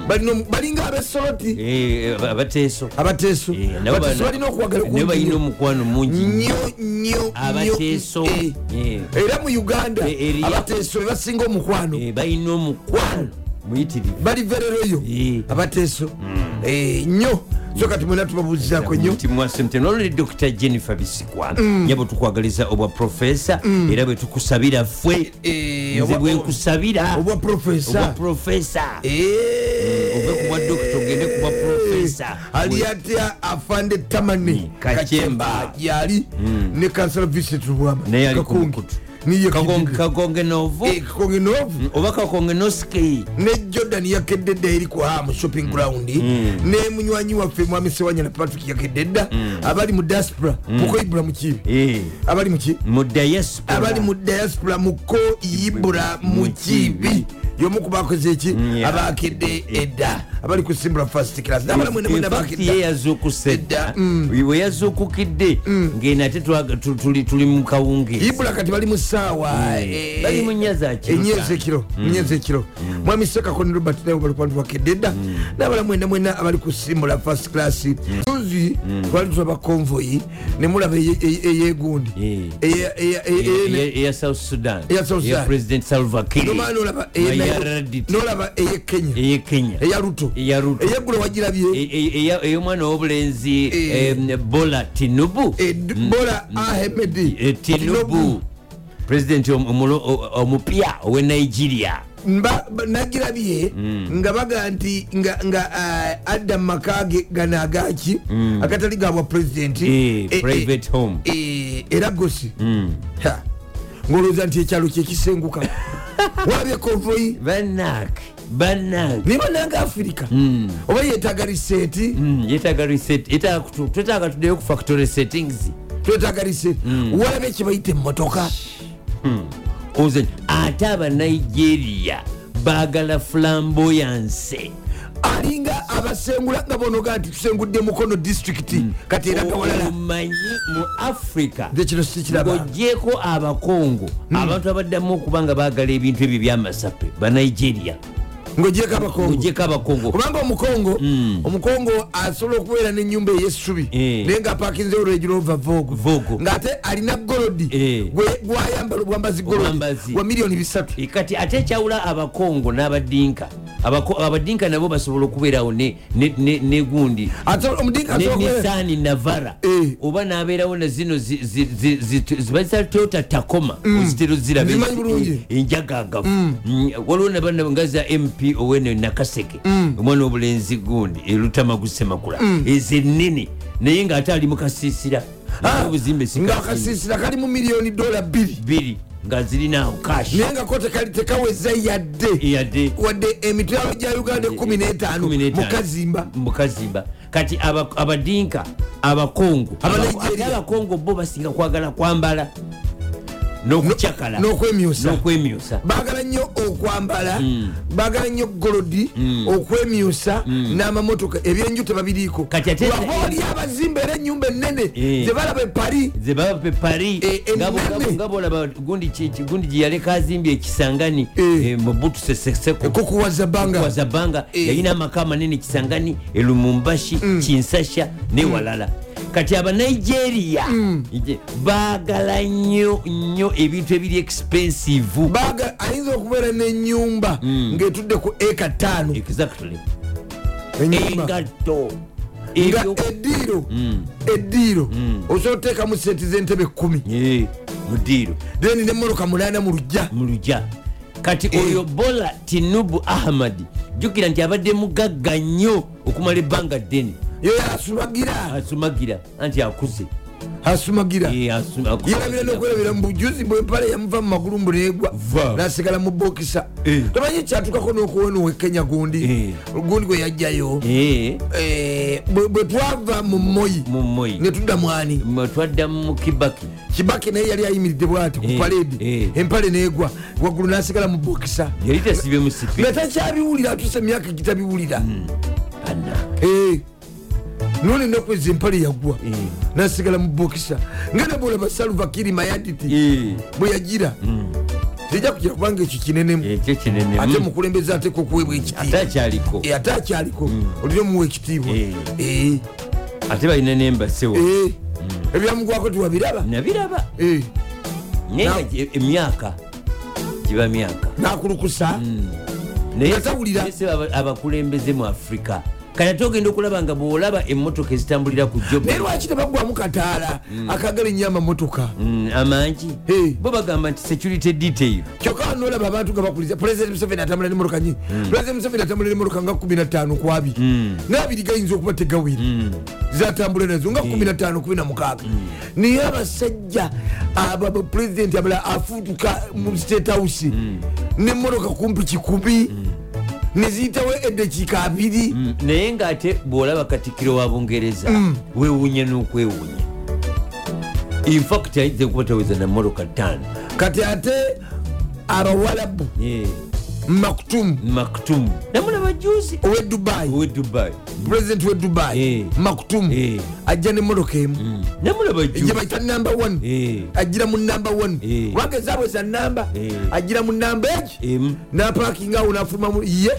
Balina omu- balinga abesoloti
Mm. Eh, aba- abateeso
abateeso
Eh, nabo
abateeso
bana-
balina okuwagala
nabo balina
kungi
omukwano mungi
nnyo nnyo
Abateeso.
nnyo, eh.
Eh.
era mu uganda
Eh, eri-
abateeso bebasinga omukwano
Eh, balina omukwano muyitirivu
balivereroyo
Eh.
abateeso
Mm.
Eh, nnyo so kati mwena tubabuuzizaako nnyo
timuwasemtenolole dr jennifer bisikwa
Mm.
ye bwe tukwagaliza obwa profesa era bwe tukusabira ffe
Eh,
nze
obwa-
bwe nkusabira
obwa
obwa
profesa
profesa
Eh.
ove ku bwa dokita ogende ku bwa profesa
ali atya afande tamane
Mm, Kachemba.
yali ne kansala vincent rwama
Mm. Naye ali ku mukutu.
niye
Kakonge-
kakonge
kakonge novo
Eh, kakonge novu
oba kakonge noski
ne jordan yakedde dda eri ku hamu shopping ground ne munywanyi waffe mwami sewanyana patrick yakedde dda abali mu diaspora mukoibula muki abali muki
Eh, mu diaspora
abali mu diaspora mukoibula mukibi yomu ku bakoze eki
yeah.
abakedde edda abali ku simbula first class nabalamwenemwena
ye
bakedda
yazuukusa edda
Edda, mm.
we yazuukukidde ngeno ate twaga- tu- tuli tuli mu kawungeezi
ibula kati bali mu Eh, saawa
Mm. bali mu Mm. nnya za kiro
enyezi
sana.
ekiro enyezi ekiro mwami sekakoni robert naye bali kwantu bakedde dda
Mm.
n'abala mwena mwena abali ku simula first class suzi
Mm.
twali tulaba konvoyi ne mulaba eye- eye- eyegundi
Eh.
Eya- eya- eya- eya-
eya south sudan
Eya eh, South Sudan.
president salva Kiir.
nomala n'olaba
Ma Eh.
eya-
yaradit.
n'olaba eye eh, kenya eh,
eya kenya
eya luto
eya ruto
eyeggulo wagirabye
E- e- eya- ey'omwana w'obulenzi
Eh.
em, bola tinubu
Ed- bola
Eh,
ahemedi
tinubu president om- omulo- o- omupya owe nigeria
Mba- ba- nagirabye
Mm.
nga baga nti nga- nga ah, adda mu maka ge gano agaki akatali gabwa pulezidenti
Mm. Eh,
Eh, eh,
private Mm. home.
eh, era gosi Ha. ngolowooza nti ekyalo
[LAUGHS]
kyekisenguka wabye konvoyi
banaki banaki
naye bananga afirika
Mm.
oba yetaaga riseti
Hmm, yetaaga reset yetaaga kutu- twetaaga tuddeyo ku factory settings Mm.
twetaaga riseti walabye kye bayita emmotoka
Ozen- ate abanigeria baagala flamboyanse
alinga abasengula nga bonoga nti tusengudde mukono disitulikiti
Mm.
kati
Oh,
era gawalala
omanyi mu africa
nze kino sikiraba
ogyeko abakongo abantu abaddamu okuba nga baagala ebintu ebyo byamasape banigeria
ngaogyeko abakongo
ogyeko abakongo
kubanga omukongo omukongo asobola okubeera n'ennyumba ey'essubi
Hmm. Eh.
naye ngaapakinzewo regirova vogo
Vogo.
ng'ate alina golodi
Eh.
gwe- gwayambala obwambazi golodi
Obwambazi.
wa miliyoni bisatu
E, kati ate ekyawula abakongo n'abadinka Abako- abadinka nabo basobola okubeerawo ne- ne- ne- negundi
Asobola- omudinka asobola okubeera-
nenisani navara
Eh.
oba nabeerawo nazino bazita toyota takoma
Mm.
ozitera oziraba
Nzimanyi bulungi.
enjagagavu eh,
Mm.
Mm, waliwo nabana nga za mp owene nakaseke
Mm.
omwana obulenzi gundi eh, erutama gusemakula ezo enene naye ngaate ali mukasiisira
Ah,
obuzimbe
ng'akasiisira kali mu miliyoni dola bbiri
biri nga zirinaawo kash
naye nga ko tekali tekaweza yadde
yadde
wadde emitwalo gya uganda
Eh,
15 mukazimba
mukazimba kati aba- abadinka abakongo
Abanigeria.
Ate abakongo bo basinga kwagala kwambala nokucakala
n'okwemyosa
nokwemyosa
baagala nnyo okwambala
Mm.
baagala nnyo golodi okwemyusa n'amamotoka ebyenju tebabiriiko
Mm. Kati ate-
wali abazimba era enyumba enene
Eh.
tebalaba epari
zebape pari
E- enene.
ngabolaba gundi ki- ki- gundi gyeyaleka azimbye ekisangani
Eh.
eh, mobutu Sese Seko.
kokuwaza banga
wazabanga
Eh.
yalina amaka amanene kisangani elumumbashi kinsasha newalala kati abanigeria ije- baagala nnyo nnyo ebintu ebiri expensive
Baaga- ayinza okubeera n'ennyumba
Mm.
ng'etudde ku eka taano
exactly
ennyumba
engatto
nga
ebyo
eddiiro
Mm.
eddiiro osobola oteekamu sente z'entebe kumi
Eh, mudiiro
then nemmotoka munaana mu lujja
muluja kati
Eh.
oyo bola tinubu ahmadi jjukira nti abadde mugagga nnyo okumala ebbanga ddene
yoyo asumagira
asumagira anti akuze
asumagira
Eh, asu- aku-
yerabira nokwerabira mubujuzi bwempale yamuva mumagulu mbunegwa
Va.
nasigala mubokisa
Eh.
tomanyi kyatuukako nokuwona owekenya gundi
Eh.
gundi gwe yajjayo
Eh,
Eh, bwe bwe twava mu moyi
mu moyi
netudda mwani
Mwe twaddamu mu kibaki
kibaki naye yali ayimiridde bwati ku
Eh,
paledi
eh. Mm.
empale negwa waggulu nasigala mubokisa
yali tesibye musipi
netakyabiwulira atuse Eh. emyaka gitabiwulira
Mm. Anna.
none nakweza empale yagwa
Eh.
nasigala mubokisa nga nebulaba saluvakiri mayaditi
Eh,
bwe yagira tejja kujira kubanga ekyo kinenemu
ekyo kinene
ate mukulembeze ateka okuwebwa ekitiibwa
atacyaliko
Eh, ate akyaliko olire muwa ekitiibwa
Eh. Oh.
Eh,
ate balina nembasewo
eh. ebyamugwako
Mm.
tiwabiraba
nabiraba
Eh,
naye
Na-
nga gye- emyaka giba myaka
n'akulukusa
Naye-
Natawulira.
naye si aba- abakulembeze mu afurika kati ate ogenda okulaba nga bwolaba emmotoka ezitambulira ku job
naye lwaki tebagwamu kataala akagala ennyo amamotoka
Mm, amangi
Eh.
bo bagamba nti security detail
kyokka wano nolaba abantu nga bakuliza pulezidenti museveni atambula nemotoka nyi
Hmm.
pulezidenti museveni atambula nemotoka nga 15 ku abiri n'abiri gayinza okuba
Hmm.
tegawiri zatambula nazo nga 1516 naye abasajja aba bapulezidenti abala afutuka mu state house
Hmm.
nemotoka kumpi kikumi neziyitawo eddakiika abiri
Mm, naye ngaate bwolaba katikiro wa bungereza
Hmm.
wewunya n'okwewunya infact ayinza okuba taweza namoroka ttaano
kati ate abawalabu
Yeah.
maktum
maktum namulaba juzi
owedubai
owe dubai
pulezidenti wedubai
Hmm. Eh.
maktum
Eh. Hmm.
ajja nemotoka emu
namulaba
gye
juzi
bayita namba one
Eh.
ajira mu namba one
Eh.
kubanga ezaabwe za namba
Eh.
ajira mu namba egi
Emu.
napakinga awo nafumamu ye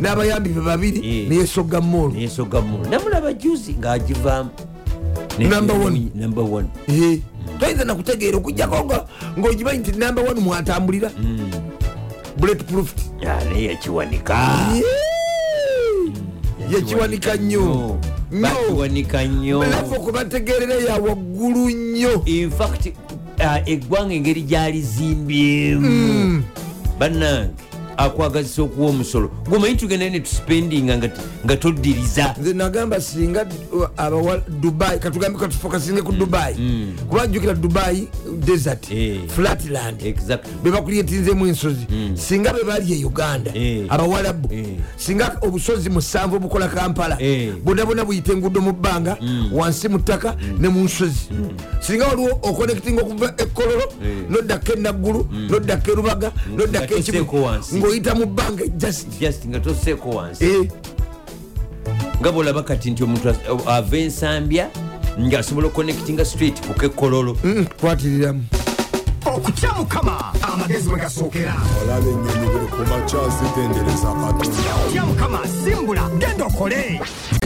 n'abayambi be babiri
Hmm. Eh.
neyesoga moolo
nesogamu namulaba juzi ng'agivaamu Ne-
Number
ne-
one.
number one
Eh. toyinza nakutegeera okujjako nga- ng'ogimanyi nti namba one mwatambulira
Hmm.
bulet proof
Ah, naye yakiwanika
yakiwanika nnyo nnyo
bakiwanika nnyo
naffe okubategeerera yawaggulu nnyo
uh,
Mm.
infact ah, eggwanga engeri gyalizimbye banange akwagazisa okuwa omusolo gomanyi tugenda ne tuspendinga nga t- nga toddiriza
nze nagamba singa uh, abawa dubai katugambe katufokasinge
Hmm.
ku dubai kuba jjukira dubai desert
Eh.
flatland
Exactly.
bebakulyetinzemu ensozi singa bebali e uganda
Hmm. Eh.
abawalabu
Eh.
singa obusozi musanvu obukola kampala
Eh. Hmm.
bonabona buyita enguudo mu bbanga wansi mu ttaka ne mu nsozi singa waliwo okonectinga okuva e ekololo
Eh. Hmm.
noddako enaggulu noddako erubaga noddako
Nga
ekibu
toseeko wansi.
ng'oyita mu bbanga just
just nga toseeko wansi
Eh.
nga bwolaba kati nti omuntu as- ava ensambya ngaasobola okonectinga straight kukekololo
Mm, twatiriramu
okutya mukama amagezi we gasookera
olabe ennyonyi buli kumakya zitendereza katonda
otya mukama simbula genda okole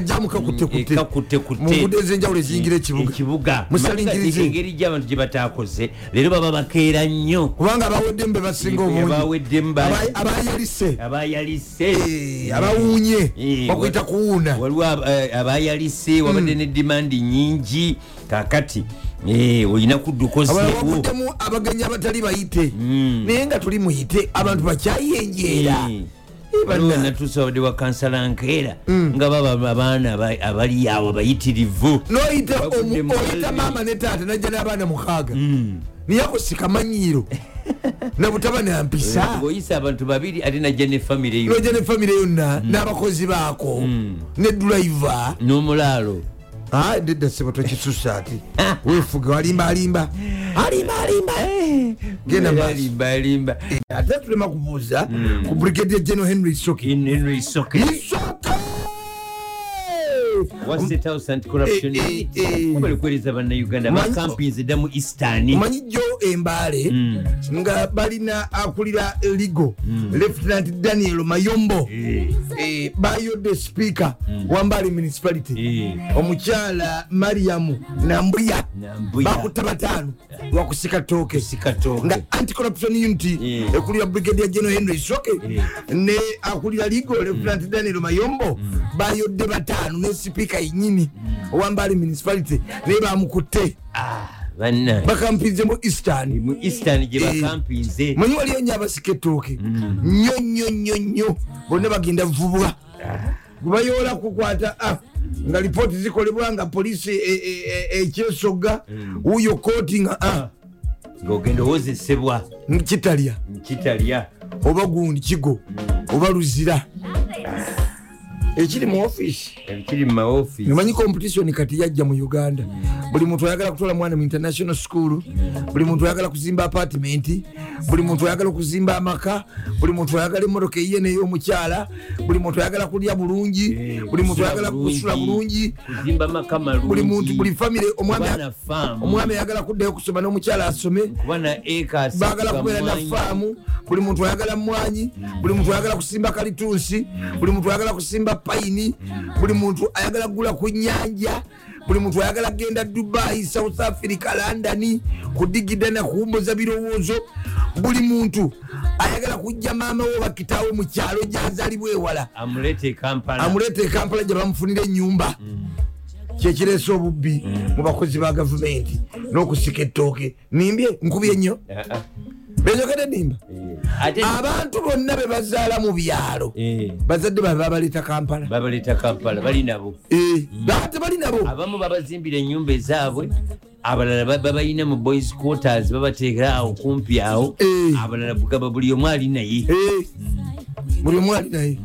jamuka
Hmm, eh, ekakutekute
mungudo ezenjawulo eziyingira ekibuga
ekibuga
Musalingirize.
Manga engeri gy'abantu gye bataakoze leero baba bakeera nnyo
kubanga abaweddemu
Eh,
bebasinga obungi
abaweddemu
Aba- abayalise
abayalise
eh, abawuunye
Eh,
bakuyita
wa-
kuwuuna
waliwo ab- eh, abayalise
Hmm.
wabadde ne dimandi nyingi kakati eh, olina kudduka
abalala
ozeewo
bavuddemu abagenyi abatali bayite naye nga tuli muyite abantu bakyayenjeera
Hmm. Eh,
banna.
natuusa abadde wakansala nkeera
Hmm.
nga baba abaana aba- abali awo abayitirivu
noyita
Bagudde
omu-
mu
oyita
kalbi.
maama ne taata najja n'abaana mukaaga niyakusika manyiiro nabutaba nampisa
ngaoyisa abantu babiri ate najja ne famire yo
nojja ne famire yonna n'abakozi baako ne dulaiva
n'omulaalo
nedda sebo tokisusa ati wefuge alimbalimba alimbalimba Genda maaso.
balimba
ate tulema kubuuza ku brigadier general henry soki
henry
Eh.
soke
isoka
waseta house anti corruption
Eh, eh, eh.
kubalikweleza bannauganda
Manyi-
bakampins eddamu eastern
omanyi jjo embaale nga balina akulira ligo lieutenant daniel mayombo Eh, bayodde speaker wambale municipality
Eh,
omukyala mariamu nambuya
Nambuya.
bakutta bataano lwakusika tooke
sikatoke
nga anticorruption unity Eh,
Yeah.
ekulira brigadier general henry soke ne akulira ligo lieutenant daniel mayombo bayodde bataano ne sipiika yenyini owambale municipality naye bamukutte
banna
bakampinzemu eastern
mu eastern gye
Eh.
bakampinze
mwenyi waliyo nyo abasika ettooke nnyo nnyo nnyo nnyo bonna bagenda vubwa gwebayoola kukwata ah, nga lipooti zikolebwa nga poliisi e- e- e- ekyesoga wuyo kooti nga ah,
ng'ogenda owozesebwa
kitalya
kitalya
oba gundi kigo oba luzira ekiri mu ofiisi
eh, kiri mu maofiisi
emanyi competition kati yajja mu uganda buli muntu ayagala kutwala mwana mu international school buli muntu ayagala kuzimba apartment buli muntu ayagala okuzimba amaka buli muntu ayagala emmotoka eyiye neyomukyala buli muntu ayagala kulya bulungi buli muntu ayagala Eh, kusula bulungi
Eh, kuzimba makamalungi
buli muntu buli famire
Kubana farm.
omwami ayagala kuddayo okusoma n'omukyala asome
kuba na acres
bagala kubeera na
mwanyi.
faamu buli muntu ayagala mwanyi buli muntu ayagala kusimba kalitunsi buli muntu ayagala kusimba payini buli muntu ayagala kugula ku nyanja buli muntu ayagala kgenda dubai south africa london kudigidana kuwumbuza birowoozo buli muntu ayagala kujja maama we oba kitaawe mu kyalo gyazalibwa ewala
amulete e kampala
amuleeta ekampala gye bamufunira ennyumba
Mm.
kyekireesa obubbi mu bakozi ba gavumenti n'okusika ettooke nimbye nkubye nnyo
Ah, ah,
benjogedde nimba
eh. ate
abantu bonna be bazaala mu byalo
Eh,
bazadde babe babaleeta kampala
babaleta kampala bali nabo
Eh,
Mm.
baba tebali nabo
abamu babazimbira ennyumba ezaabwe abalala ba- babalina mu boys quarters babateekera awo kumpi awo
Eh.
abalala bugaba buli omu ali naye
Eh, buli omu ali naye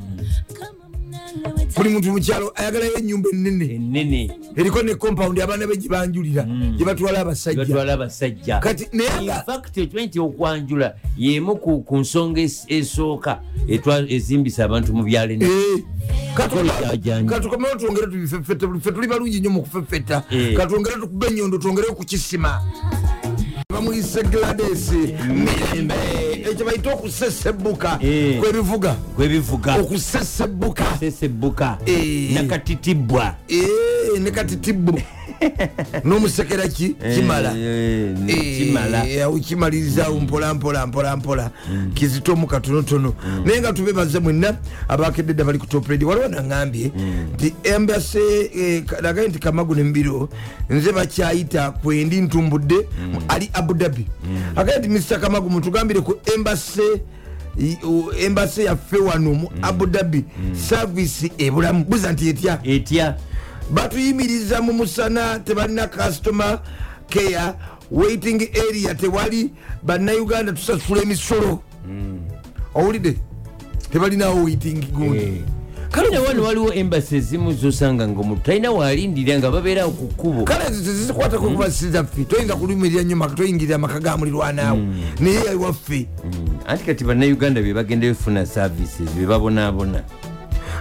buli muntu mukyalo ayagalayo ennyumba
Mm.
ennene
enene
eriko ne compawundi abaana be gye banjulira gye batwala abasajja
Mm. batwala abasajja
kati naye nga
infact okimanyi nti okwanjula yemu ku ku nsonga es- esooka etwa- ezimbisa abantu mu byalo eno.
Eh,
Kikolo kyajanyi.
katukomeo twongere tubifefeta ffe tuli balungi nnyo mu kufefeta
Eh.
katwongere tukube enyondo twongere kukisima bamuyise glades mirembe ekyo bayita okusesebuka
Eh. Ah.
kwebivuga
gwebivuga
okusesebuka
sesebuka
Eh.
nakatitibwa
Eh, ne kati
[LAUGHS]
tibbu n'omusekera ki kimala
Eh, ne kimala
eh, ukimalirizawo mpolampola mpolampola kizitomu katonotono naye nga tubebaza mwenna abakedde dda bali ku topredi waliwo naŋambye nti embase eh, nagaye nti kamagu nemubiro nze bakyayita kwendi ntumbudde mu ali abudabi agaye nti mr kamagu mutugambire ku embase i- o- embasi yaffe wano mu abu dhabi saavisi ebulamu buza nti etya
etya
batuyimiriza mu musana tebalina customer care waiting area tewali bannayuganda tusasula emisolo owulidde tebalinawo waiting gundi
kale nawano waliwo embasi ezimu zosanga nga omuntu talina waalindira nga babeerawo ku kkubo
kale ezo tezikwatako kubasizaffe toyinza kulumirira nnyo maka toyingirira amaka ga mulirwanaawo naye yawaffe
Hmm. anti kati bannayuganda be bagendayo funa services be babonaabona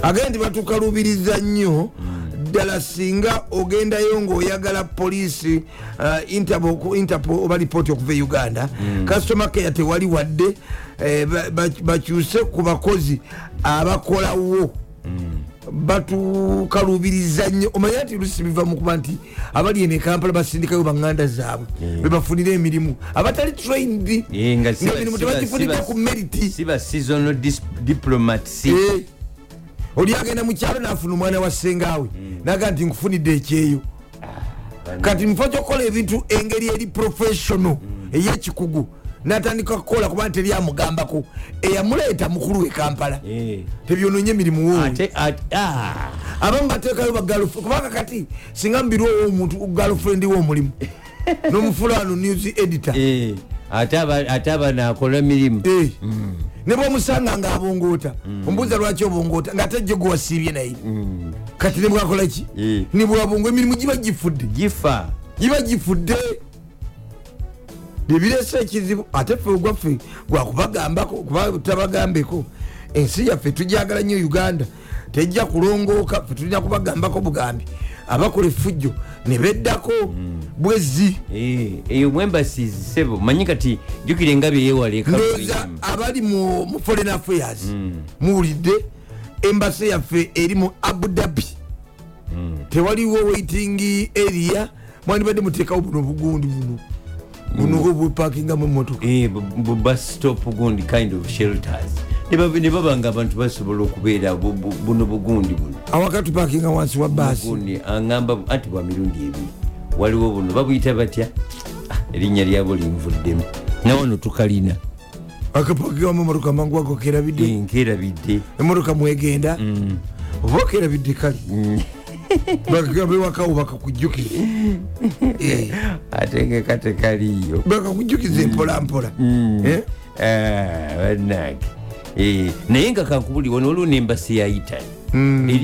agenda nti batukaluubiriza nnyo ddala singa ogendayo ng'oyagala poliisi uh, Interpol- ku interpol oba lipooti okuva e uganda
Hmm.
kasitoma keya tewali wadde eh, ba- ba- bakyuse ku bakozi abakolawo
Hmm.
batukaluubiriza nnyo omanye nti lusi biva mu kuba nti abali eno ekampala basindikayo banganda zaabwe bebafunira emirimu abatali trained
Eh, nga Hmm. si ba-
ngaemirimu
si ba- si
tebagifunika
ba-
ku meriti
si ba seasonal dis- diplomat si
Eh. oli agenda mukyalo nafuna omwana wa sengaawe
Hmm.
naga nti nkufunidde ekyeyo kati mufo kyokukola ebintu engeri eri professional
Hmm.
eyekikugu natandika kukola kuba nti eryamugambako eyamuleeta mukulu we kampala
Eh.
tebyononye emirimu wowe
ate ate- ah.
abamu bateekayo bagalf kubanga kati singa mubirwowo omuntu galfriend
[LAUGHS]
womulimu nomufulaano news editor
Eh, ate aba- ate abanaakola mirimu
Eh. ne bwomusanga nga abongoota ombuuza lwaki obongoota nga ate jjo gwewasiibye naye kati nebwakola ki
Eh.
nebwabongo emirimu giba gifudde
gifa
giba gifudde ebiresa ekizibu ate ffe ogwaffe gwakubagambako kuba tabagambeko ensi yaffe tujagala nnyo uganda tejja kulongooka ffe tulina kubagambako bugambi abakola efujjo ne beddako bwezzi
Eh, eyo mwembasi sebo manyi kati jukira engabi e eyewaleeka
ndowooza abali mu mu foreign affairs muwulidde embasi yaffe eri mu abu dhabi tewaliwo waiting area mwandibadde muteekawo buno obugundi buno buno obwepakingamu emotoka
Eh, bubastop gundi kind of shelters Ne baba- ne baba nga abantu basobola okubeera bu- bu- buno bugundi buno
awakati pakinga wansi wa baasi
gundi aŋamba anti bwa mirundi ebiri waliwo buno babuyita batya Ah, erinnya lyabo linvuddemu nawano tukalina
akapakingamu emotoka amangu ago
Hmm.
kerabidde
nkerabidde
emotoka mwegenda oba kerabidde kale [LAUGHS] bakagambewakawo bakakujjukiza Eh,
ategeka tekaliyo
bakakujjukiza empolampola Eh?
Ah, bannange Eh, naye nga kankubulirwa noolwo nembasi ya italy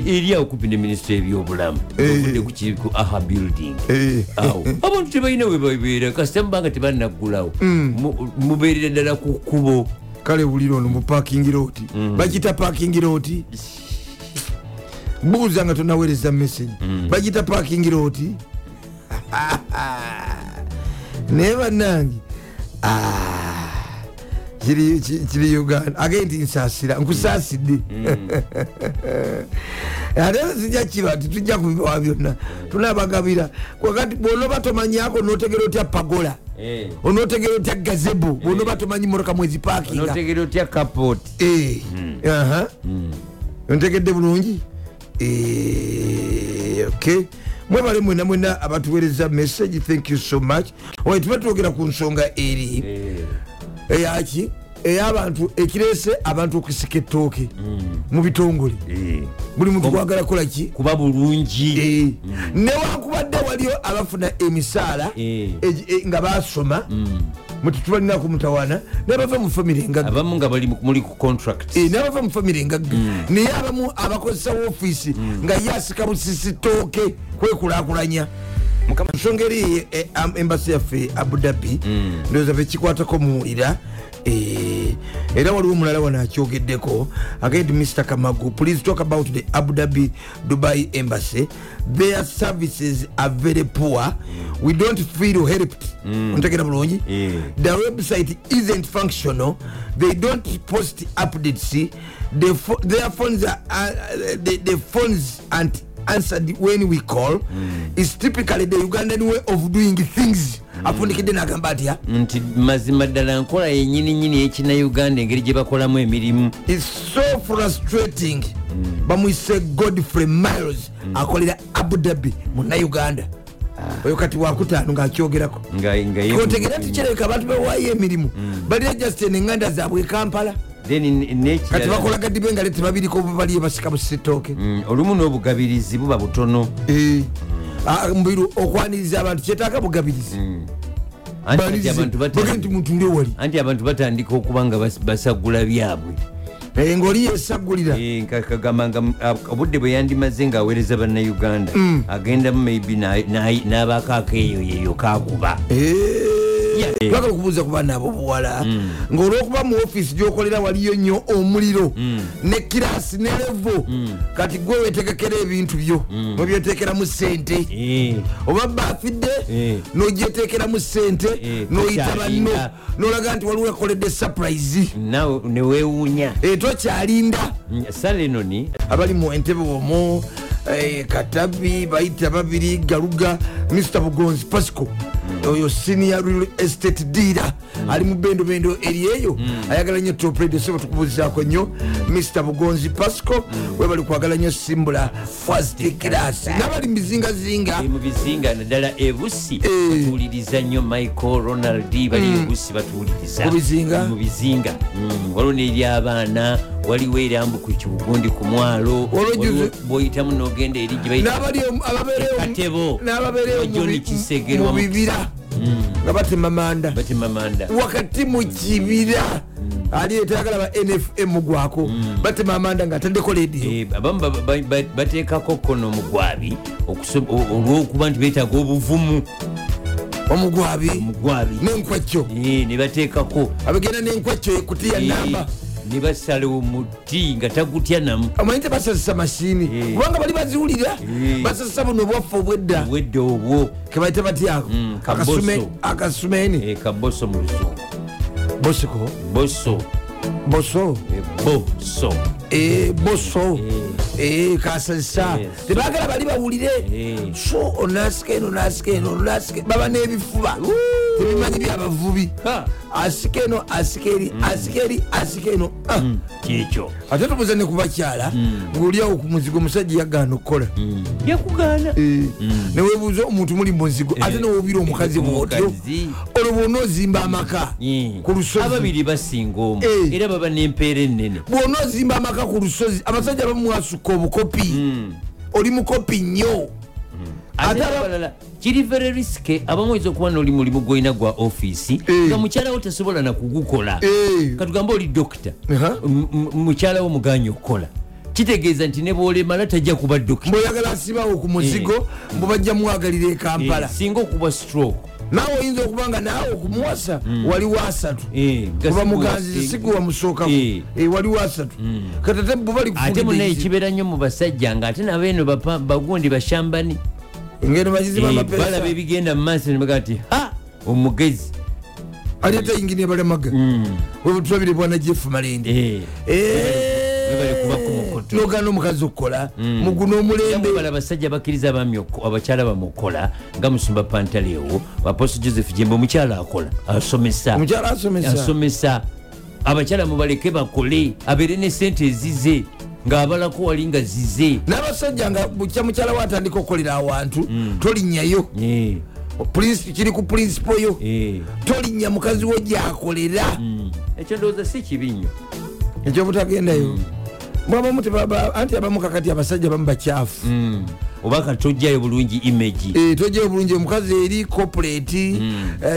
eri awo kupi ne minisitule ebyobulamu ovudde ku kiri- ku aha building
Eh.
[LAUGHS] awo abantu tebalina we babeera kasita mubanga tebanaggulawo Mu- mubeerera ddala ku kkubo
kale wulira ono mu parking lot bagita parking lot buuza nga tonaweereza message bagita parking lot [LAUGHS] naye bannange ah, kiri- ki- kiri uganda agee nti nsaasira nkusaasidde [LAUGHS] ate sijja kiba nti tujja kubibawa byonna tunabagabira kwakati bwonoba tomanyako notegera otya pagola
Eh.
onotegera otya gazebo bwonoba tomanyi motoka mwezipakinga
notegera otya kapooti
Eh, aha. ontegedde bulungi Eh, okay mwebale mwena mwena abatuweereza message thank you so much Oyo tuba twogera ku nsonga eri
Eh.
eyaki ey'abantu ekireese abantu okusika ettooke mu bitongole
Eh.
buli muntu gwagala kukola ki
kuba bulungi
Eh, newankubadde waliyo abafuna emisaala
Eh.
egi- eh, nga basoma mutitubalinaku mutawaana nabava mu famire nga
abamu nga bali mu- muli ku contract
Eh, n'abava mu famire nga ggwe naye abamu abakozesa woofiisi nga ye asika busisi tooke kwekulaakulanya nsonga eri eh, am- embasi yaffe abu dhabi ndowooza bekikwatako muwulira eh, era waliwo omulala wano akyogeddeko agaid mr kamagu please talk about the abu dhabi dubai embassy their services are very poor we don't feel helped ontegera bulungi
Eh.
their website isn't functional they don't post updates the pho- their phones are uh, the, the phones aren't answered when we call is typically the ugandan way of doing things afundikidde nagamba atya
nti mazima ddala nkola yenyininyini ekinauganda engeri gye bakolamu emirimu
is so frustrating bamwise godfrey miles akolera abu dhabi munnauganda oyo kati wakutaano ngaakyogerako
Hmm. nga- nga ye- Hmm.
otegera tikireka abantu bewaayo emirimu balina just enenganda zaabwe kampala
then
kati
nekirala
bakolaga dibe nga tebabiriko baliye basika busitooke
Hmm, olumu n'obugabirizi buba butono
mubiri Ah, okwaniriza abantu kyetaaga bugabirizi
Anti kati
Banirize.
Mm. abantu batandika-
Bagende mutunde wali
anti abantu batandika okuba nga bas- basagula byabwe
Eh, ng'oli yeesagulira
Eh, nka- kagamba nga mu- ab- uh, obudde bwe yandimaze ng'aweereza bannauganda
Mm.
agendamu maybe na- na- n'abaako akeeyo yeyo kakuba
Eh. twagala okubuuza ku baana abobuwala
Mm.
ngaolwokuba mu ofiisi gyokolera waliyo nnyo omuliro
Mm.
ne kirasi ne levo kati gwe wetegekera ebintu byo
Mm.
mubyetekeramu sente oba bba
Eh.
afidde nogyetekeramu sente
Eh,
noyita banno
tokyalinda.
nolaga nti waliwo yakoledde surprise
nawe neweewuunya
Eh, tokyalinda
salenoni
abali mu entebe omwo eh, katabi bayita babiri galuga mr bugonzi pasco
Mm.
oyo senior real estate dealer ali mu bendobendo eri eyo
Mm.
ayagala nnyo topredo soba tukubuuzizaako nnyo mr bugonzi pasco
Mm.
webali kwagala nnyo simbula first class nabali mu bizingazinga
Bali eh, mu bizinga naddala ebusi
Eh. Mm.
batuwuliriza nnyo michael ronald bali ebusi batuwuliriza
Mu bizinga?
mu bizinga Mm, waliwo n'eryabaana waliwo erambu ku kibugundi ku mwalo
Waliwo juzi-
waliwo bw'oyitamu n'ogenda eri gye bayita-
N'abali omu- ababeera omu-
Katebo.
n'ababeera omu-
John Kisegerwa Mm.
mu bibira nga batema manda
batema manda
wakati mu kibira ali etagala ba nfm gwako batema amanda nga ataddeko lediyo
Mm. Eh, abamu ba- ba- ba- bateekako kono omugwabi okuso- o- olw'okuba nti beetaaga obuvumu
omugwabi
omugwabi
nenkwacyo
Eh, ne bateekako
abagenda nenkwacyo ekutiya
Eh,
namba
ne basalawo muti nga tagutya namu
amanyi tebasasisa masiini
Eh.
kubanga bali baziwulira
Eh.
basasisa buno obwaffe obwedda
obwedde obwo
kebaite batyako
Mm, kaboso.
Akasume- akasumeeni
Eh, kaboso mu luzungu
bosiko
boso
boso
eh, boso
Eh, boso Eh, kasasa
Yes.
tebagala bali bawulire
Eh.
so onasika eno nasika eno onasika baba n'ebifuba tebimanyi byabavubi
Ha. Mm.
asika eno asika eri asika eri asika eno Ah.
kyekyo
ate tubuze ne ku bakyala
Mm.
ngaoliawo ku muzigo omusajja yagaana okukola
yakugaana
Eh,
Mm.
newebuuza omuntu muli muzigo ate newobira omukazi bwotyo
Eh. Omukazi.
olwo bwonaozimba amaka
Eh,
ku lusozi
ababiri basinga omu
Eh.
era baba n'empeera ennene
bwonaozimba amaka ku lusozi abasajja bamwasuka obukopi
Hmm.
oli mukopi nnyo
ate
Ate aba-
abalala kiri very risky abamu oyinza okuba noli mulimu gwolina gwa ofiisi
Eh.
nga mukyalawo tasobola nakugukola
Eh.
katugambe oli dokita
Aha.
M- m- mukyalawo muganye okukola kitegeeza nti ne bwolemala tajja kuba dokita
mbeoyagala asibawo ku muzigo
Hmm.
mbu bajja mwagalira
Eh,
ekampala
singa okuba stroke
naawe oyinza okuba nga naawe okumuwasa
Hmm.
waliwo asatu
Eh,
kuba
gasigu-
muganzi siguwa musookako
Eh. Hmm.
Eh, waliwo asatu katate bo bali
ate
kufugira
munaye ekibeera nnyo mu basajja nga ate nabeeno bapa- bagundi bashambani
ngeno bagiziba
Eh, balaba
amapeesa
ebigenda mu maaso nebaga ti ha omugezi Mm.
ali atayingini abalamaga webutulabire bwana jeff malende
Hmm.
Eh.
Eh, webale kuba ku mukoto. Hmm.
nogaana omukazi okukola muguno omulembe
bala abasajja bakkiriza abaami okko- abakyala bamukola nga musumba pantaleewo apostle joseph jembe omukyala akola asomesa
omukyala asomesa
asomesa abakyala mubaleke bakole abeere ne sente ezize ng'abalako wali nga zize
n'abasajja nga bukya mukyala we atandika okukolera awantu tolinyayo
Eh,
Princi- kiri ku principle yo
eh.
tolinnya mukazi wo gyakolera
ekyo ndowooza si kibi nnyo
ekyobutagendayo mwabamu tebaba- anti abamu kakati abasajja bamu bakyafu
obaka Hmm. tojjayo bulungi imagi
Eh, tojja bulungi omukazi eri corporate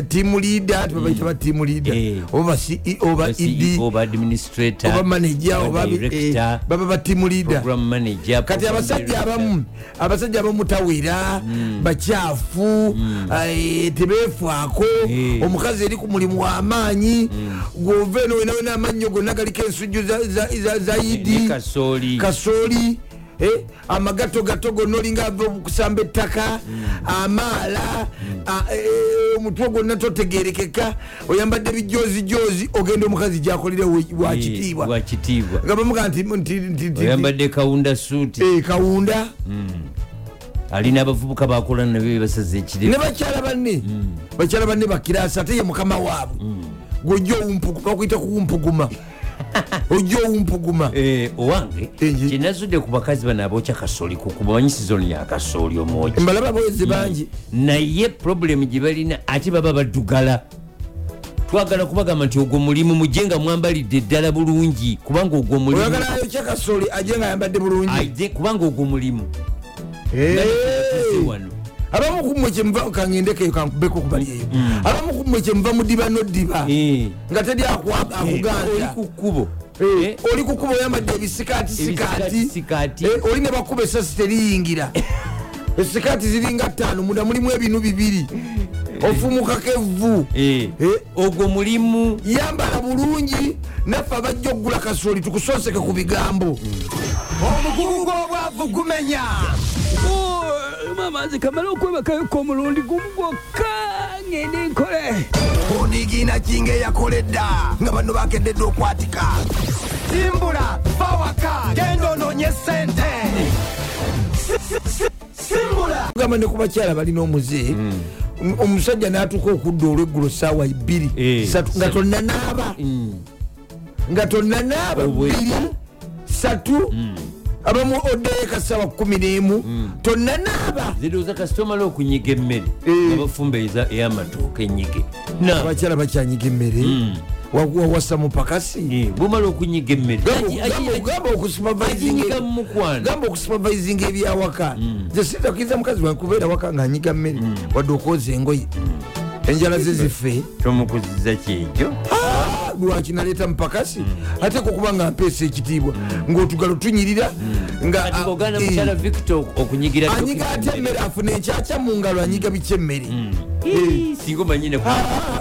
tiamu leader tibabaita ba tiamu leader
Hmm. Eh.
oba ba ceo ba ed
oba administrator
oba manager
oba
oba
director,
eh, baba ba tiamu leader
program manager
kati
program
abasajja
director.
abamu abasajja abamu tawera
Hmm.
bakyafu eh, tebeefaako
Eh.
omukazi eri ku mulimu w'amaanyi
Hmm.
gwova eno wenawena amannyo gonna galiko ensujju za- za- za- za
ne
idi
Eh, kasooli
kasooli eh, amagato gato gonna olinga ava okusamba ettaka
Hmm.
amaala a- eh, omutwe gwonna totegerekeka oyambadde bijoozijozi ogenda omukazi gyakolere
Eh,
wakitiibwa
wakitiibwa
nga bamuga nti- nti- nti- nti-
oyambadde kawunda suuti
eh, kawunda
alina abavubuka bakola nabyo bebasaza
ne
ekire
bakyala banne
Mm.
bakyala banne bakirasa ate ye mukama waabwe gweojja bakuyita
[LAUGHS]
kuwumpuguma ojja owumpuguma
Eh, owange
Enji.
kyenazudde ku bakazi bano abookya kasooli kukumanyi sizoni ya kasooli omwoki Mm.
mbalaba boezi bangi
naye problemu gye balina ate baba baddugala twagala kubagamba nti ogwo mulimu mujje nga mwambalidde eddala bulungi kubanga ogwo mulimu
oyagalayo kyakasoli ajje nga ayambadde bulungi
ajje kubanga ogwo mulimu
Eh.
Tutuuse wano
abamu kumwe kyemuva kangendekeyo kankubeko kubali eyo
Mm.
abamu kumwe kyemuva mudiba noddiba
Eh.
nga teri
oli
akuganda
ku kkubo Eh,
oli kukuba oyambadde ebisikaati sikaati
Ebisikaati- sikaati.
Eh, oli ne bakuba esasi
[LAUGHS]
teriyingira esikaati ziringa ttaano munda mulimu ebinu bibiri ofumukako evvu
eh,
Eh.
ogwo mulimu
yambala bulungi naffe abajja okugula kasooli tukusonseke ku bigambo
omugugu gw'obwavu gumenya
mama nze kamala okwebakayoka omulundi gumu gwokka ngende nkole
odigiina kinga eyakoledda nga bano bakededde okwatika simbula bawaka genda onoonye sente simbula Mm.
gamba ne ku bakyala balina omuze om- omusajja n'atuuka okudda olweggulo saawa bbiri
Eh,
satu nga
satu. Mm.
tonnanaaba nga tonnanaaba
Obwe. Mm.
bbiri satu abamu oddayo kasaawa kumi n'emu tonnanaaba
zirowooza kasitomala okunyiga emmere
Eh.
abafumba eza- ey'amatooka enyige na
abakyala bakyanyiga emmere wawasa mu pakasi
Mm. eh, bwomala okunyiga emmere
Gamba-
Aji- aji-
gamba-
aji- Mm.
gamba okusupervising-
aginyiga mu mukwano
gamba okusupervisinga ebyawaka nze sitakiriza mukazi wange kubeera waka ng'anyiga mmere
Mm.
wadde okwoza engoye enjala ze zife Ah,
tomukuziza kyekyo
lwaki naleeta mupakasi
Mm.
ate kokuba nga mpeesa ekitiibwa ngaotugalo tunyirira nga
kati ogana
eh,
mukyala victor okunyigira
anyiga ate emmere afuna enkyaca mu ngalo anyiga biki emmere
Eh, singa omanyine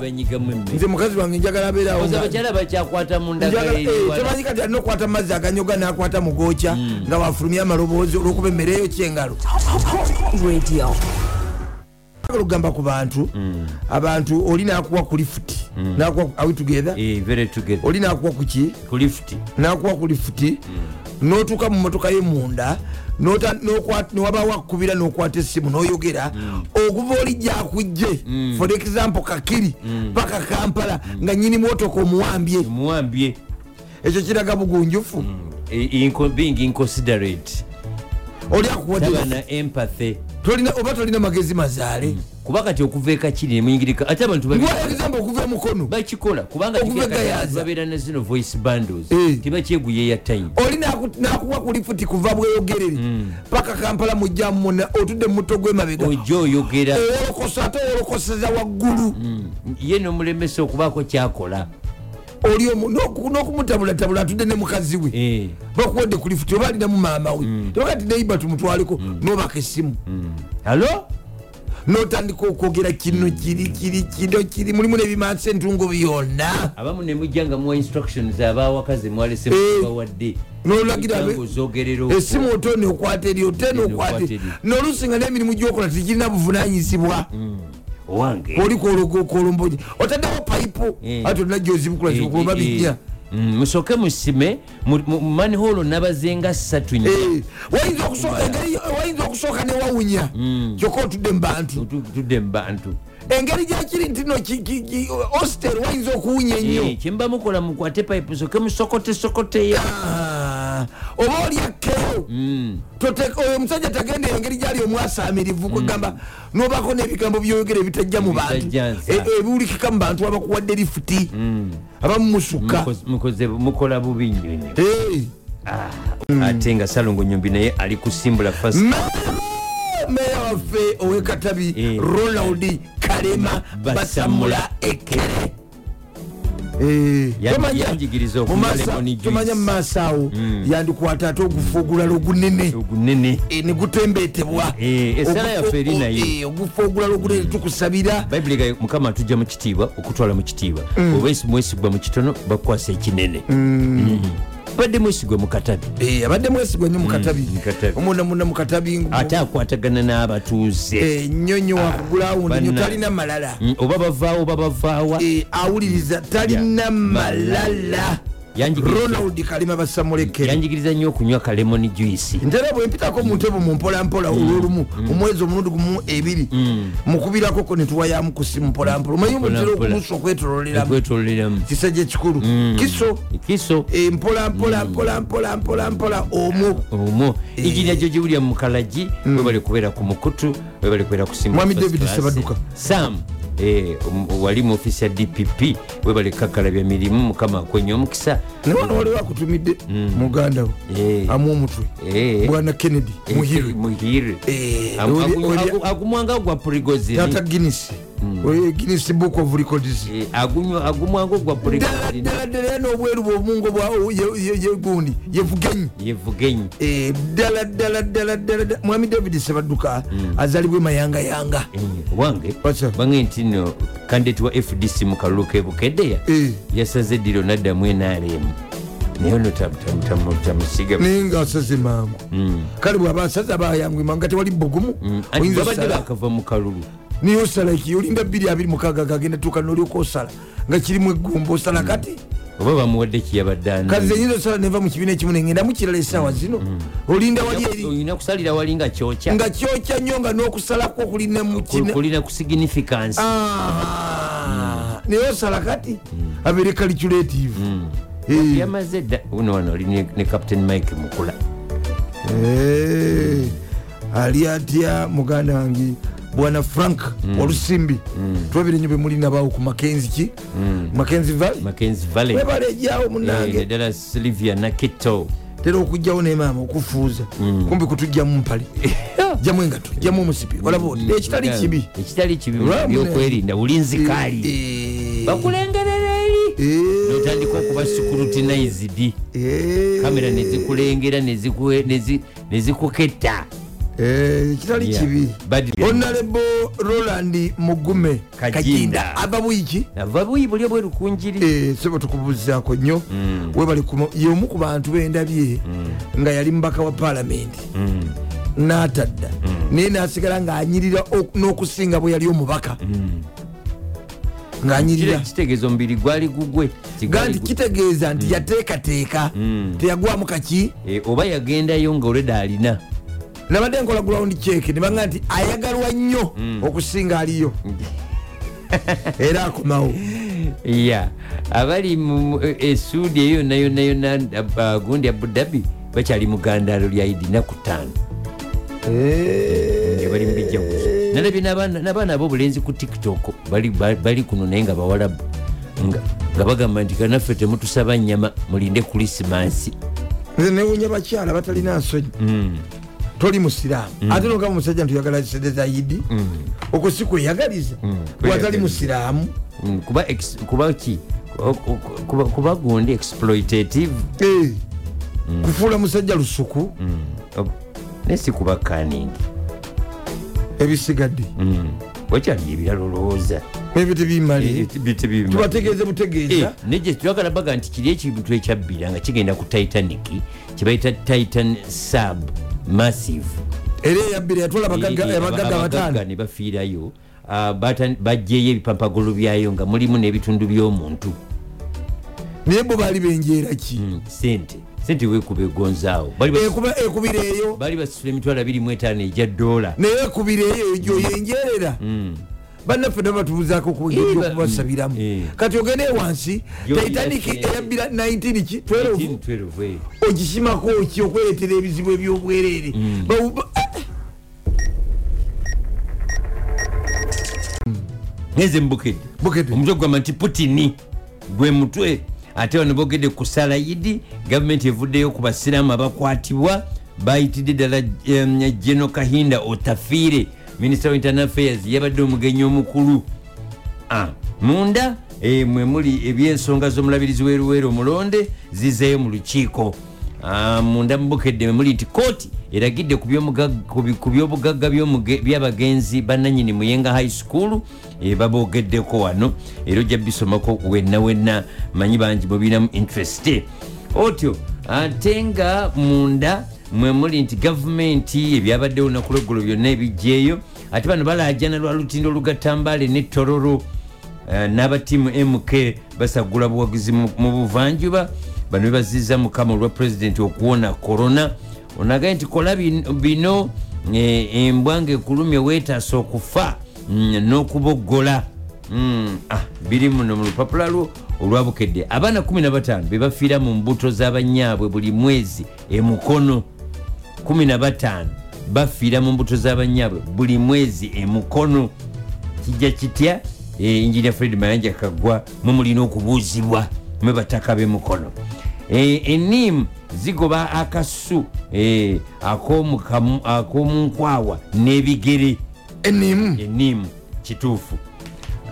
banyigamu emmere
nze mukazi wange njagala abeerawo nga-
oza abakyala bakyakwata mu
njagala-
ndagala
eh,
eriwala
temanyi kati alina okwata mazzi aganyoga n'akwata mugooca
Mm.
nga wafulumya amaloboozi olwokuba emmere eyo kyengalo
Radio.
Njagala okugamba ku bantu abantu oli nakuwa ku lifuti nakuwa awitugetha
Eh, very together
oli nakuwa ku ki
ku lifuti
nakuwa ku lifuti notuuka mu motoka ye munda nota- n'okwa- newabawo akukubira n'okwata essimu n'oyogera okuva olijja akujje for example kakiri paka kampala nga nyini motoka
Mm.
omuwambye
muwambye
ekyo kiraga bugunjufu
Eh, inco- being inconsiderate
oli akuwadde
tabana empathy
Tolina- oba tolina magezi mazaale
kuba kati okuva ekakiri nemuyingirika ate abantu babi-
for example okuva emukono
bakikola kubanga
Okuva
kiri akati
gayaza.
babeera ne zino voice bundles
Eh.
tebakyeguya ya time
oli naku- nakuwa ku lifuti kuva bweyogerere
Mm.
paka kampala mujjamu muna otudde mu muto gw'emabega
ojja oyogera
Eh. owolokosa ate owolokoseza waggulu
Mm. ye nomulemesa okubaako kyakola
oli omu- n'oku- n'okumutabulatabula atudde ne mukazi we
Eh, Mm.
bakuwadde ku lifuti oba alina mu maama we tebakati neiba tumutwaleko n'obaka essimu
halo
n'otandika okwogera kino
Mm.
kiri kiri kino kiri mulimu n'ebimansa entungo byonna
abamu nemujja nga muwa instructions abawaka
Eh.
zemwalesemubawadde
N'olagira be-
ozogerera okwo.
essimu otone okwata eri otene
Otone okwata
okwate
eri. Mm.
n'olusinga n'emirimu gyokola tekirina buvunanyizibwa
owange
oli kwologokolombonye otaddewo payipu
Eh.
ate olina gyozibukula zibukuluba bijja
musoke musime maniholo nabazenga ssatu
Eh,
nya
wayinza okuso- engeri- wayinza okusooka newawunya
Hmm.
kyokka otudde mu bantu
tudde mu bantu
engeri gyakiri nti no ostel wayinza okuwunya ennyo
kyemba mukola mukwate pipe soke musokotesokoteyo
Ah, oba olyakkeyo
Hmm.
oyo omusajja tagenda engeri gyali omwasamirivu
Hmm.
kwegamba nobako n'ebigambo by'oyogera ebitajja mu bantu
Ebitajja nsa. Hmm.
e- ebiwulikika mu bantu abakuwadde lifuti abamu musukka
Mukoze- mukoze- mukola bubi nnyonyo
Eh,
ate nga salongo nyombi naye ali kusimbula fas
meeya- meeya waffe owekatabi
Eh.
ronald kalema basamula
Basamula
ekere Eh,
Yandi-
Tomanya-
yanjigiriza okunywa
mumaaso-
lemon juice. Hmm.
tomanya mumaaso awo yandikwata ate ogufu ogulala ogunene
ogunene
e, negutembetebwa
Eh, essala
Ogu-
yaffe eri
o- o-
naye.
eh, ogufu ogulala
Hmm.
ogunene tukusabira
bayibuli gayo mukama atujja mu kitiibwa okutwala mu kitiibwa oba mwesigwa mu kitono bakukwasa ekinene Mhm. badde mwesigwe mu katabi
Eh, abadde mwesigwa nnyo mukatabi
Hmm, mu katabi. Ah.
omunamuna mukatabi
ate akwatagana
Eh.
n'abatuuze
nyonyo wakugulawundi nyo
Ah, Banna-
talina malala
Mm, oba bavaawo oba bavaawa
Eh, awuliriza talina
Ya.
malala
Yanjigiriza.
ronald kalima basamulekere
yanjigiriza nnyo okunywa kalemoni juice
ntera bwempitako muntebo mumpolampola
Mm.
olwolumu omwezi omulundi gumu ebiri mukubirako netuwayamu kusi mpolampola omanyi mutera
Mpolampola.
okumusa okwetololeramu
ekwetololeramu
kisa gyekikulu
Mm.
kiso
ekiso
eh,
Mm.
mpolampola mpolampola mpolampola omwo
omwo
Eh.
ejiriya gyo giwulya mu mukalagi webali kubeera ku mukutu webali kubeera ku simu
Mm. Mwami
first
David
class.
Sebadduka.
sam eh, um- wali muofisa dpp webale kakalabya mirimu mukama akwenya omukisa
naye wano waliwo akutumidde muganda wo
Mm. Eh.
amu omutwe
Eh.
bwana kennedy
Eh,
muhiri
muhiri
Eh,
Agu-
oli-
agu-
oli-
agu- agumwanga gwa
tata
prigozini
guinness
Mm.
Oyo guinness book of records
Eh, agunywa- agumwanga gwa
ddala
prigozini
ddala ddala era n'obweru bwomungo bwayegundi yevugenyi
yevugenyi
Eh, ddala ddala ddala ddala ddala. mwami david sebadduka azalibwe mayangayanga
Eh, wange
What's up?
bange nti no kandidate wa fdc mu kalulu kebukeddeya
Eh.
yasaze diro naddamu enalemu naye ono tam- tam- tam- tamusiga
naye nga asaze mangu kale bwaba asaze aba ayangwima nga tewali bogumu
Mm, anti
oyinza
babadde
osala
bakava mu kalulu
naye osala ekiyo olinda 226 kagenda tuuka nolyoka osala nga kirimu eggumba osala kati
oba bamuwadde kiyabadde
kati zenyinza osala neva mu kibiina ekimu nengendamu kirala essaawa zino olinda wali eri
olina kusalira wali nga kyokya
nga kyokya nnyo nga n'okusalako
Kul-
kulinamu
kulina ku significance
Ah, naye osala kati abeere calculative Eh,
yamaze dda uno wano oli ne ne captain mike mukula
eh, ali atya muganda wange bwana frank olusimbi twebere nyo bemulinabaawo ku makenzi ki makenzi valley
makenzi valley
webala ejaawo
Eh,
munange
naddala silivia nakito
tera okugjawo nemaama okufuuza kumbi kutugjamu mpale Ah, jamu engato jamu omusipi olaba
Mm.
ekitali kibi
ekitali kibi
Lwamu ne-
byokwerinda bulinzikaali
Eh,
bakulengerera eri
eh,
notandika okuba scrutinized
eh,
kamera nezikulengera neziku- nezi- nezikuketta
eh, ekitali
Yeah.
kibi
Bad-
onalebo roland mugume
Kaginda.
ava buyiki
nava buyi buli obwerukunjiri
Eh, sebo tukubuzaako nnyo webali kuma- y'omu ku bantu bendabye nga yali mubaka wa paalamenti n'atadda naye n'asigala ng'anyirira ok- n'okusinga bwe yali omubaka ng'anyirira
kitegeeza omubiri gwali gugwe
ga
Tigwali
nti
gu-
kitegeeza nti yateekateeka teyagwamu kaki
Eh, oba yagendayo ngaolweda alina
nabadde nkola ground check ne baga nti ayagalwa nnyo okusinga aliyo era akomawo
ya abali mu mu- e- esuudi eyo yonna yonna yonna ab- ah, gundi abudabi bakyali mu gandaalo lya idi naku ttaano
Eh.
nga bali mubijaguzo nalabye n'abaana n'abaana ab'obulenzi ku tiktok bali, ba- bali kuno naye nga bawalabu nga nga bagamba nti kanaffe temutusaba nnyama mulinde krisimansi
nze newunya bakyala batalina nsonyi toli musiraamu ate nogamba omusajja nti oyagala sente za yidi okwo si kweyagaliza watali
kweyagaliza.
musiraamu
Mm, kuba ex- kuba ki O- o- kuba- kuba gundi exploitative
Eh, kufuula musajja lusuku
Ob- naye si kuba kaningi
ebisigadde
Hmm. wakyali ebirala olowooza
ebyo tebimali Hmm. tubategeeze
Eh,
butegeeza
neje twagala baga nti kiri ekintu ekyabbira nga kigenda ku titanic kibayita titan sub massive
era eyabbira yatwala
Eh, eh,
abagagga bataano
ne bafiirayo Ah, bata- baggyeyo ebipampagolo byayo nga mulimu n'ebitundu by'omuntu Hmm.
naye bo baali benjeera ki
sente sente wekuba egonzaawo Bali bas-
Ekuba- ekubira eyo
baali basitula emitwalo 25 ejja dola
naye ekubira eyo
Mm.
gyoyenjeerera bannaffe nabo batubuzaako
Eh, ba-
okubasabiramu
eh.
kati ogende wansi
Yo,
titanic
yes, yes.
eyabbira 19 ki 12
12 eh.
ogisimako ki okweretera ebizibu ebyobwereere
Mm.
Bawu- ba-
ngenze mubukedde
Bukedde.
omutwe gugamba nti putini gwe mutwe ate wano bogedde ku salayidi gavumenti evuddeyo ku basiraamu abakwatibwa bayitidde ddala em, geno kahinda otafiire minisita wa internal affairs yabadde omugenyi omukulu Ah, munda eh, mwe muli ebyensonga z'omulabirizi weruweru omulonde zizeeyo mu lukiiko Ah, munda mubukedde mwe muli nti kooti eragidde ku by'omugagga- ku bi- ku by'obugagga by'omuge- by'abagenzi bannanyini muyenga high school eh, baboogeddeko wano era ojja bisomako wenna wenna manyi bangi mubinamu interest otyo ate nga munda mwe muli nti gavumenti ebyabaddewo olunaku lweggulo byonna ebijjaeyo ate bano balajana lwa lutindo olugatta mbaale ne tororo eh, n'abatiimu mk basagula buwagizi mu mu buvanjuba bano bebazizza mukama olwa pulezidenti okuwona korona onagaye nti kola bin- bino eh, embwa ngaekulumye weetaasa okufa mm, n'okuboggola Mm, ah, biri muno mu lupapula lwo olwabukedde abaana 15 be bafiira mu mbuto z'abanyaabwe buli mwezi e emukono 15 bafiira mu mbuto z'abanyaabwe buli mwezi emukono e kijja kitya enjina fred mayanja kaggwa mumulina okubuuzibwa mwe bataka b'emikono Eh, enimu zigoba akasu eh, ak'omukamu- ak'omunkwawa n'ebigere
enimu
enimu kituufu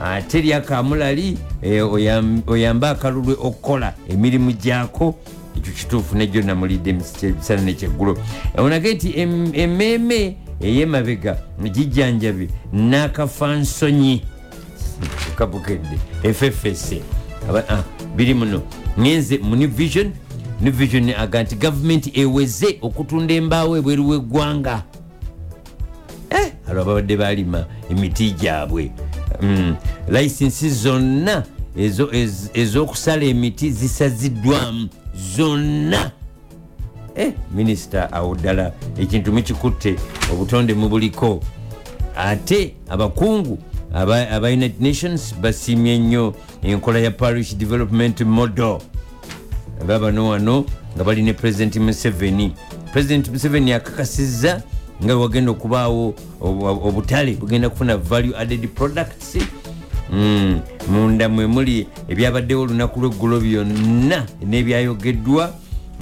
Ah, ate lyakamulali eh, oyambe akalulwe okukola emirimu gyako ekyo kituufu nejjo namulidde emisana nekyeggulu Eh, onage nti em- emmeeme ey'emabega gijjanjabi n'akafansonyi kabukedde ffc Aba- ah, biri muno ngenze muni vision ne vision aga nti gavumenti eweze okutunda embaawo ebweru weggwanga alo ababadde balima emiti gyabwe Mm. licensi zonna ezo- ez- ez'okusala emiti zisaziddwamu zonna Eh, minisita awo ddala ekintu mukikutte obutonde mubuliko ate abakungu aba aba united nations basiimye nnyo enkola ya parish development model babano wano nga bali ne president museveni president museveni akakasizza nga wagenda okubaawo obu- obutale bugenda kufuna value added products Mm, munda mwe muli ebyabaddewo olunaku lweggulo byonna n'ebyayogeddwa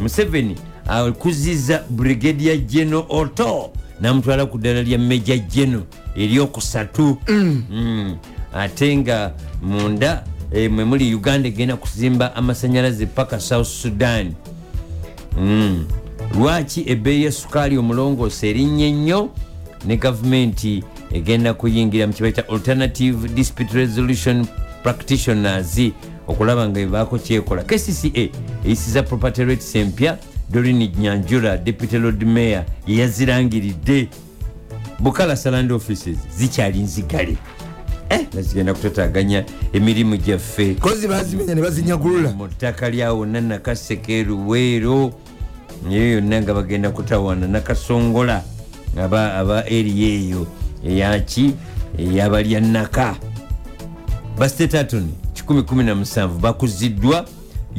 museveni akuziza brigadia geno oto namutwala ku ddala lya meja geno eryokusatu Mm. ate nga munda eh, mwe muli uganda egenda kuzimba amasanyalaze paka south sudan Mm. lwaki ebbeeyi ya sukaali omulongoose erinnya ennyo ne gavumenti egenda kuyingira mu kibaita alternative dispute resolution practitioners okulaba nga ebaako kyekola kcca eyisiza property rates empya dorini nyanjula deputy lord mayor yeyazirangiridde bukala saland offices zikyali nzigale Eh, nga zigenda kutataganya emirimu gyaffe
kozi bazimenya ne bazinyagulula
mu ttaka lyawonna nakaseke luweero eyo yonna nga bagenda kutawaana nakasongola aba aba eriya eyo eyaki eyabalya naka ba state attorney 117 bakuziddwa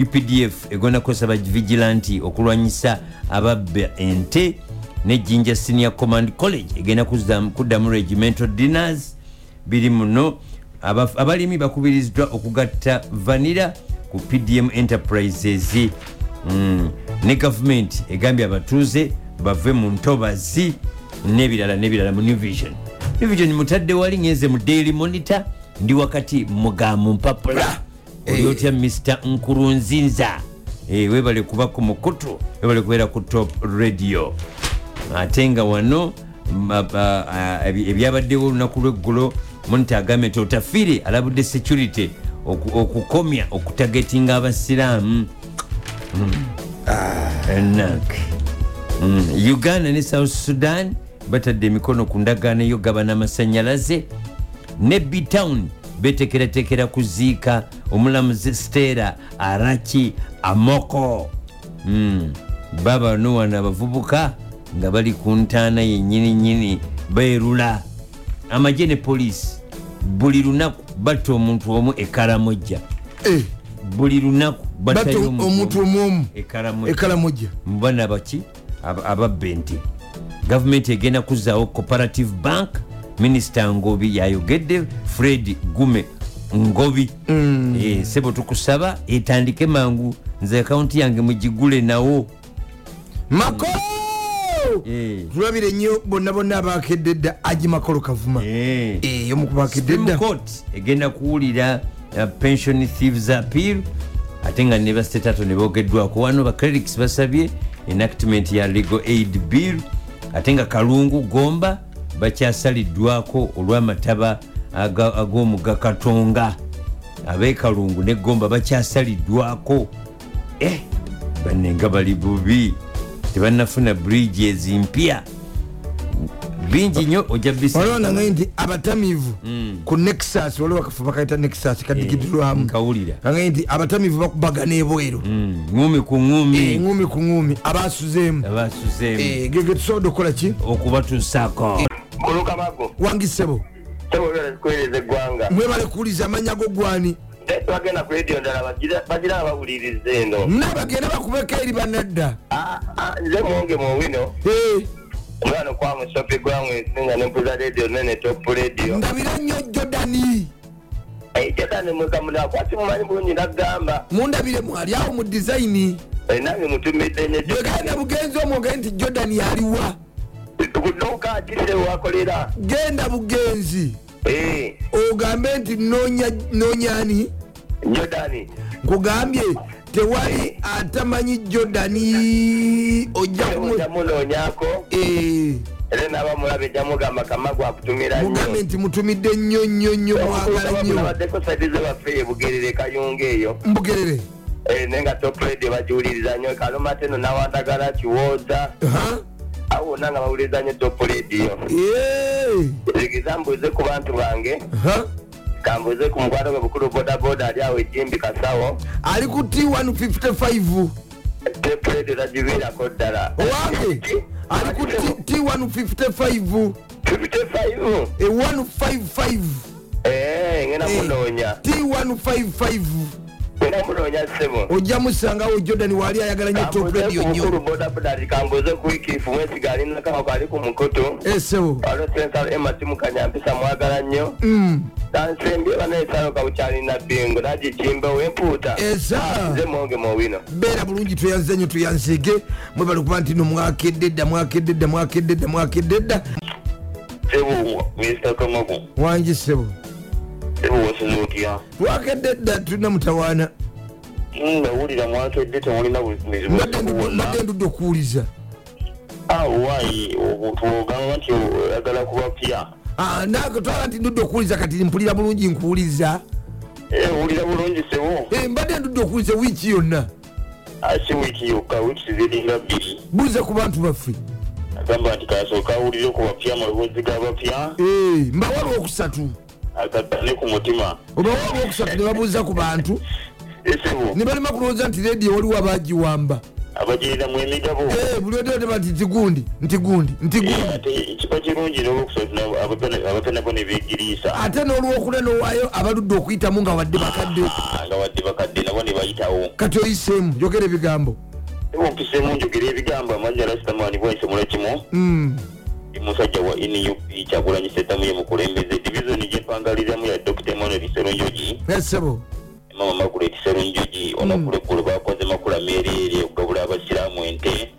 updf egenda kukozesa ba vigilanti okulwanyisa ababba ente ne jinja senior command college egenda kuzzam- kuddamu regimental dinners biri muno Aba- abalimi bakubiriziddwa okugatta vanira ku pdm enterprises Mm, ne gavumenti egambye abatuuze bave mu ntobazi n'ebirala n'ebirala mu new vision new vision mutadde wali ngenze mu daily monitor ndi wakati muga mu mpapula oliotya mr nkurunzinza Eh, webale kubako mukutu webale kubeera ku top radio ate nga wano mm, m- a- a- a- eh, ebi- ebyabaddewo olunaku lweggulo munti agambye nti otafiire alabudde security oku- okukomya okutagetinga abasiraamu Mm. enak Hmm. uganda ne south sudan batadde emikono ku ndagaano eyogaba n'amasanyalaze ne btown betekeratekera kuziika omulamuzi stera araki amoko Mm, baba nowana abavubuka nga bali ku ntaana yennyininyini beerula amagye ne poliisi buli lunaku batta omuntu omu ekaramojja
Eh,
buli lunaku e
batta
battayo
omuntu omuomu
ekaramojja
ekalamuja
mu baana baki ab- ababba ente gavumenti egenda kuzzaawo cooperative bank minisita ngobi yayogedde fred gume ngobi Eh, sebo tukusaba etandike mangu nze akawunti yange mugigule nawo
mako
Mm. Eh.
tulabire nnyo bonna bonna abakedde dda aji makolo kavuma
Eh.
yomukubakedde
Supreme
dda
court egenda kuwulira uh, pension thieves appeal ate nga ne bastate ato ne boogeddwako wano baclerics basabye enactment ya legal aid bill ate nga kalungu gomba bakyasaliddwako olw'amataba aga- ag'omugga katonga abekalungu ne gomba bakyasaliddwako eh, banenga bali bubi tebanafuna bridges mpya bingi nnyo ojja bisi
waliwo nangaye nti abatamivu ku nexus waliwo akafu bakayita nexus kadigidulwamu
nkawulira
kangaye nti abatamivu bakubagana ebweru
Mm.
Eh,
Hmm. ngumi ku ngumi
ngumi ku ngumi Eh, abasuzeemu
abasuzeemu
gege tusobodde okukola ki
okubatuusaako
kulukabago
wangisebo
tebobera tukuweereza eggwanga
mwebale kuwuliza amanya go gwani
naye bagenda ku rediyo ndala bagira- bagira abawuliriza eno
nabagenda bakubeko eri banadda
Ah, ah, nze mwonge muwino
Eh,
omwana kwa
Mm.
musopi gwa mwesi nga nempuza rediyo nene top rediyo
ndabira nnyo jodani
era nemwekamulakwati mumanyi bulungi nagamba
mundabire mwali awo mu design
enange mutumidde nyo
bwegenda bugenzi omwogere nti jordan yaliwa
nokaatire wakolera Eh,
genda bugenzi ogambe nti noonya- noonyani
jodani
nkugambye tewali atamanyi jordan ojja kumu-
ojamunoonyako
Eh,
era naaba mulabe jamugamba kama gwakutumira
mugambe nti mutumidde nnyo nnyo nnyo mwagala nnyo
nabaddeko saidi zebaffe ebugerere kayunga eyo
mbugerere
Eh, naye nga topredi bagiwuliriza nnyo kaluma teno nawandagala kiwooza
Aha.
awo wonna nga bawuliriza nnyo toprediyo
Eh,
tegeeza mbuuze ku bantu bange
aha.
kambuuze ku mukwano gwe bukulu bodaboda ali awo ejimbi kasawo
ali ku t155
tepredi tagiviirako ddala
owange ali ku T- t155
55
e 155
Eh, ngenda
Eh.
munoonya
t155
ngenda munoonya ssebo
ojja musangawo jordan waali ayagala nnyo top
kambuuze
radio
ku bukulu
nnyo
bodaboda ti kambuuze ku wikiifu mwesiga alinakawo kali ku mukutu
esebo
waliwo sensalo emati mukanyampisa mwagala nnyo tansembye banaesalo kabukyalina bingo nagijimba owempuuta
Eh, esa
nze mwonge muwino
beera bulungi tweyanze nnyo tweyanzeege mwebale okuba nti no mwakedde dda mwakedde dda mwakedde dda mwakedde dda
sebuwa wesitakamaku
wangi sebo
sebuwa osuzuukya
twakedde dda tulina mutawaana
nawulira mwakedde temulina buzibu
Mbadde ndu- mbadde ndudde okuwuliza
awo waayi twogamba nti oyagala kubapya
Ah, naawe twala nti ndudde okuwuliza kati mpulira bulungi nkuwuliza
owulira Eh, bulungi sebu
Eh, mbadde ndudde okuwuliza wiiki yonna
asi Ah, wiiki yokka wiiki ziringa bbiri
buuza ku bantu baffe
agamba nti kasooka awulire ku bapya amalobozi g'abapya
Eh, mbawa lwokusatu
agattane ku mutima Eh,
obawa olwokusatu ne babuuza ku bantu
esebu
ne balema kulowooza nti rediyo waliwo abaagiwamba
abagiriramu emigabo
Eh, buli odeoteba nti ntigundi ntigundi ntigundi
ate kiba kirungi n'olwokusazina abatanako ne beegiriisa
ate n'olwokuna nowaayo abaludde okuyitamu nga wadde bakadde
Ah, nga wadde bakadde nabo ne bayitawo
kati oyiseemu yogera ebigambo
ebompisemu njogera ebigambo amanya lasitamaani bwansemula kimu
Mm.
ndi musajja wa nup kyagulanyisetamu ye mukulembeze divizoni gyempangaliramu ya dr emanuel serunjogi
esebo
mama makulet serunjogi olwakula eggulu bakoze makula meereere okugabula abasiraamu ente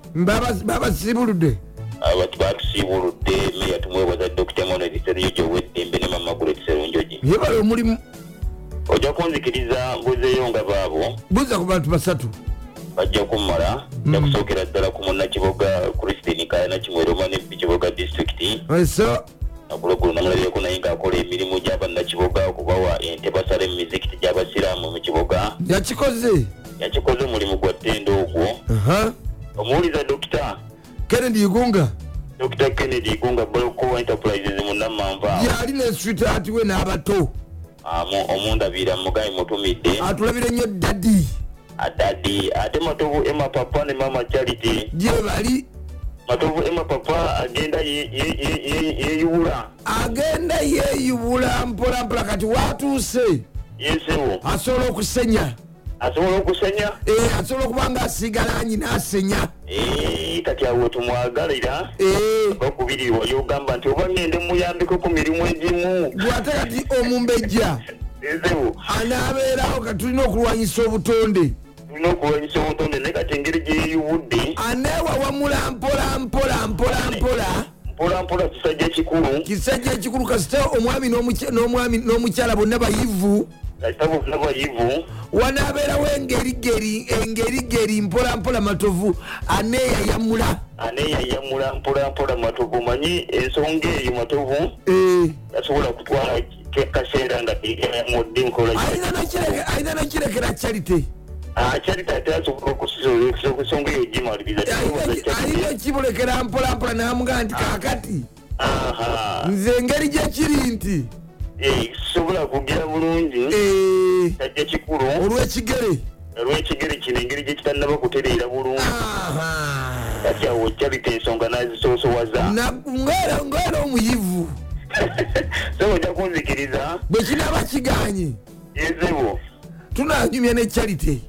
babasibuludde
abati batusiibuludde meya tumwebaza dr emanuel serunjogi ow'eddembe ne mama makulet serunjogi
yebala omulimu
ojja kunzikiriza mbuzeeyo nga baabo
buuza ku bantu basatu
bajja kummala nakusookera ddala ku munnakiboga christine kayana kimweroma nekiboga disitulikiti
eso
akulogulu namulabyeko naye ng'akola emirimu gy'abannakiboga okubawa ente basala emimizikiti gy'abasiraamu mu kiboga
yakikoze
yakikoze omulimu gwa ttenda ogwo
Aha.
omuwuliza dokita
kennedy igunga
dokita kennedy gunga boloko enterprises munammanva
yali ne switaati we n'abato
omundabira mugaye mutumidde
atulabire nnyo dadi
adadi ate matovu ema papa ne mama charity
gye bali
matovu ema papa agenda ye- ye- ye- ye- yeeyuula
agenda yeeyubula mpola mpola kati waatuuse
yesewo
asobola okusenya
asobola okusenya
Eh, asobola okuba nga asigalanyi n'asenya
Eh, kati awo tumwagalira
Eh,
bakubirirwa yogamba nti oba ngende muyambeko ku mirimu egimu
gwate kati omumbejja
ezebu
anaabeerawo kati tulina okulwanyisa obutonde
tulina okulwanyisa obutonde naye kati engeri gyeyeyubudde
aneewawamula mpola mpola mpola mpola
mpola mpola kisajja kikulu
kisajja ekikulu kasita omwami n'omuky- n'omwami n'omukyala bonna bayivu
kasitabo bonna bayivu
wanaabeerawo engerigeri engerigeri mpola mpola matovu aneeyayamula
aneeyayamula mpola mpola matovu omanyi ensonga eyo matovu
Eh,
yasobola kutwala kaseera nga eyayamudde nkola
alina n'ekireke- alina n'ekirekera charity
akyalita ate asobola okusisolekesa okusonga eyo gimaliriza
alina ekimulekera mpola mpola n'amugaa nti kaakati
aha
nze engeri gye kiri nti
Eh, sobola kugira bulungi
eh,
tajja kikulu
olw'ekigere
olw'ekigere kino engeri gye kitannaba kutereera bulungi
Aha.
kati awo ojabita ensonga n'azisoosowaza
Na- ng'era ng'era omuyivu
[LAUGHS] so ojja kunzikiriza
bwe kinaaba kiganye
ezebo
tunanyumya ne charity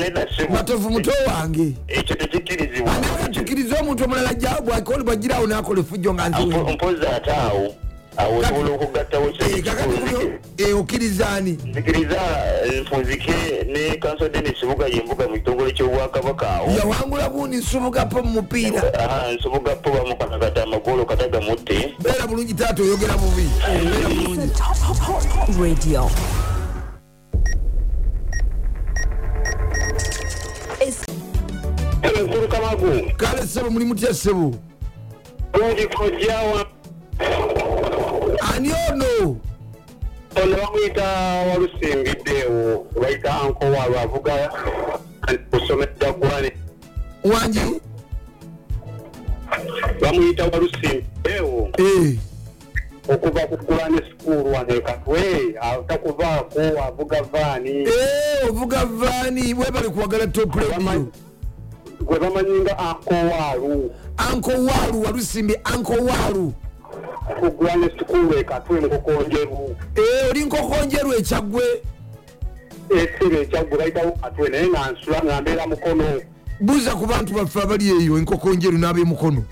nedasibu
matovu muto Ah, wange
ah, ekyo tekikkirizibwa
anakatukiriza omuntu omulala gya- bw'akola- bwagirawo n'akola efujjo nga
Mpo-
nziwe
mpozi ate awo awo osobola okugattawo kino
Eh, kakati
ekikulu.
kuno okkiriza ani
nzikiriza eh, nfunzike ne kanso denis buga yembuga mu kitongole ky'obwakabaka awo
yawangula gundi nsumugapo mu mupiira
Aha, nsubuga po bamukanakata amagolo kataga mutte
beera bulungi taata oyogera bubi beera bulungi
Top, top, top radio. It's
ebe nkulu kamagu
kale ssebo muli mutya ssebo
bungi kojjawa
ani ono
ono bamuyita walusimbiddeewo bayita ankowa lwavuga kusomedda gwane
wangi
bamuyita walusimbiddeewo
Eh,
okuva ku kulane sikuulu wano ekatwe takuvaako avuga vaani
eh, ovuga vaani webale kuwagala top radio
gwe bamanyi nga ankowaalu
anko waalu walusimbye anko waalu
ku kulane sikuulu ekatwe mukukonjeru
Eh, oli nkokonjeru ekyaggwe
ekitebe ekyaggwe bayitawo katwe naye e, nga nsula nga mbeera mukono
buuza ku bantu baffe abali eyo enkokonjeru n'ab'emukono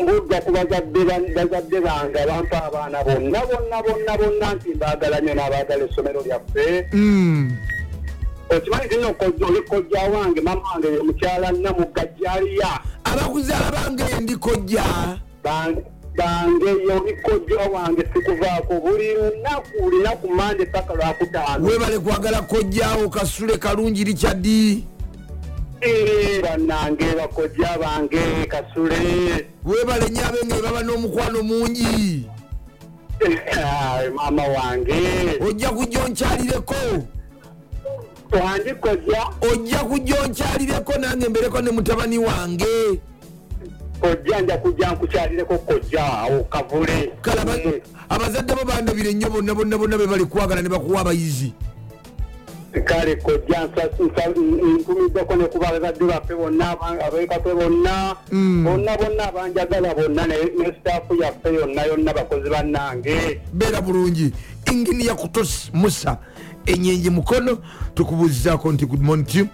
ngudda ku bazadde ban- bazadde bange abampa abaana bonna bonna bonna bonna nti mbaagala nnyo n'abaagala essomero lyaffe
Mm.
okimanyi nti nno kojja- oli kojja wange mama wange ye mukyala namugajjaliya
abakuzaala bange ndi kojja
bange yoli kojja wange sikuvaako buli lunaku lunaku mande paka lwakutaano
webale kwagala kojjaawo kasule kalungi likyaddi
Eh, bannange bakojja bange kasule [LAUGHS]
webale nnyo abenge baba n'omukwano mungi
Ah, maama wange
ojja kujja onkyalireko
wange kojja
ojja kujja onkyalireko nange mbereko ne mutabani wange
kojja nja kujja nkukyalireko kojja awo kavule Mm,
kale
Eh.
aba- abazadde bo bandabire nnyo bonna bonna bonna be bali kwagala ne bakuwa abayizi
kale kojja nsa- nsa- ntumiddeko ne ku bazadde baffe bonna aba- ab'ekatwe bonna bonna bonna abanjagala bonna ne- ne sitaafu yaffe yonna yonna bakozi bannange
beera bulungi inginiya kutos musa enyenje mukono tukubuuzizaako nti good morning team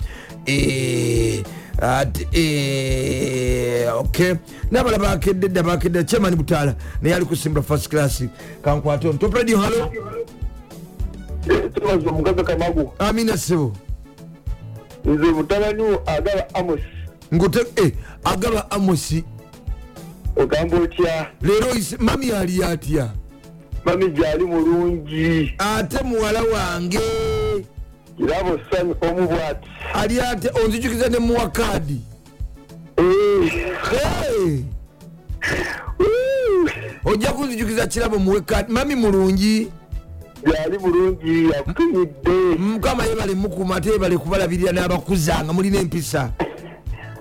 Eh, at- eh, okay nabala bakedde dda bakedde chairman butaala naye ali kusimbula first class kankwate on top radio halo
tumaze omugaga kamagu
amina sebo
nze mutabani agaba amos
ngute eh, agaba amosi
ogamba otya
leero oyise- mami yali atya
mami gyali mulungi
ate muwala wange
kirabo sami omu bwati
ali ate onzijukiza ne muwa kaadi
Eh,
Hey! ojja kunzijukiza kirabo muwe kaadi mami mulungi
gyali mulungi yakutumidde
mukama yebale mukuma ate yebale kubalabirira n'abakuzanga mulina empisa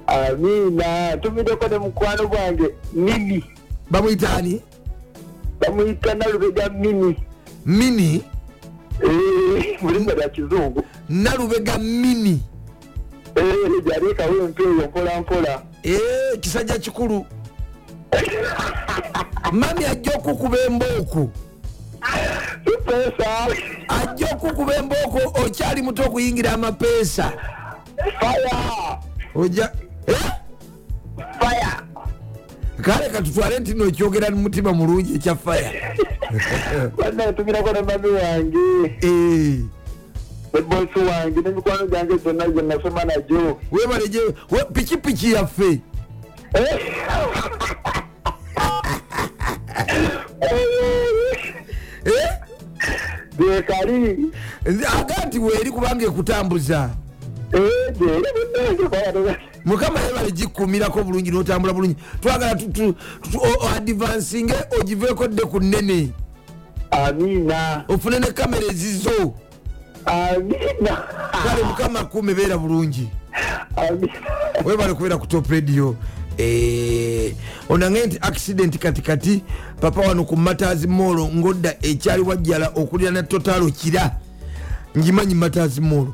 amiina tumiddeko ne mukwano gwange mini
bamuyitaani
bamuyita nalubega mini
mini
Eh, mulinga lya kizungu
nalubega mini
Eh, gyali ekawempe eyo mpola mpola
Eh, kisajja kikulu mami ajja okukuba embooko
tupeesa
ajja okukuba embooko okyali muto okuyingira amapeesa
faya
ojja Eh?
faya
kale katutwale nti nokyogera mumutima mulungi ekya faya
banna ntumirako ne mami wange
Eh,
ne bosi wange n'emikwano gyange gyonna gye nasoma nagyo
webale gye we- pikipiki yaffe
[LAUGHS]
Eh?
gyekali
Nze aga nti weeri kubanga ekutambuza
gyera munnange faya
mukama yebale gikumirako bulungi notambula bulungi twagala tu- tu- tu- o- o- adivansinge ogiveeko dde ku nnene
amiina
ofune ne kamera ezizo
amiina
kale mukama akume beera bulungi
amiina
webale kubeera ku top radio Eh, onange nti accident katikati papa wano ku matazi molo ng'odda ekyali wajjala okulirana totalo kira ngimanyi matazi molo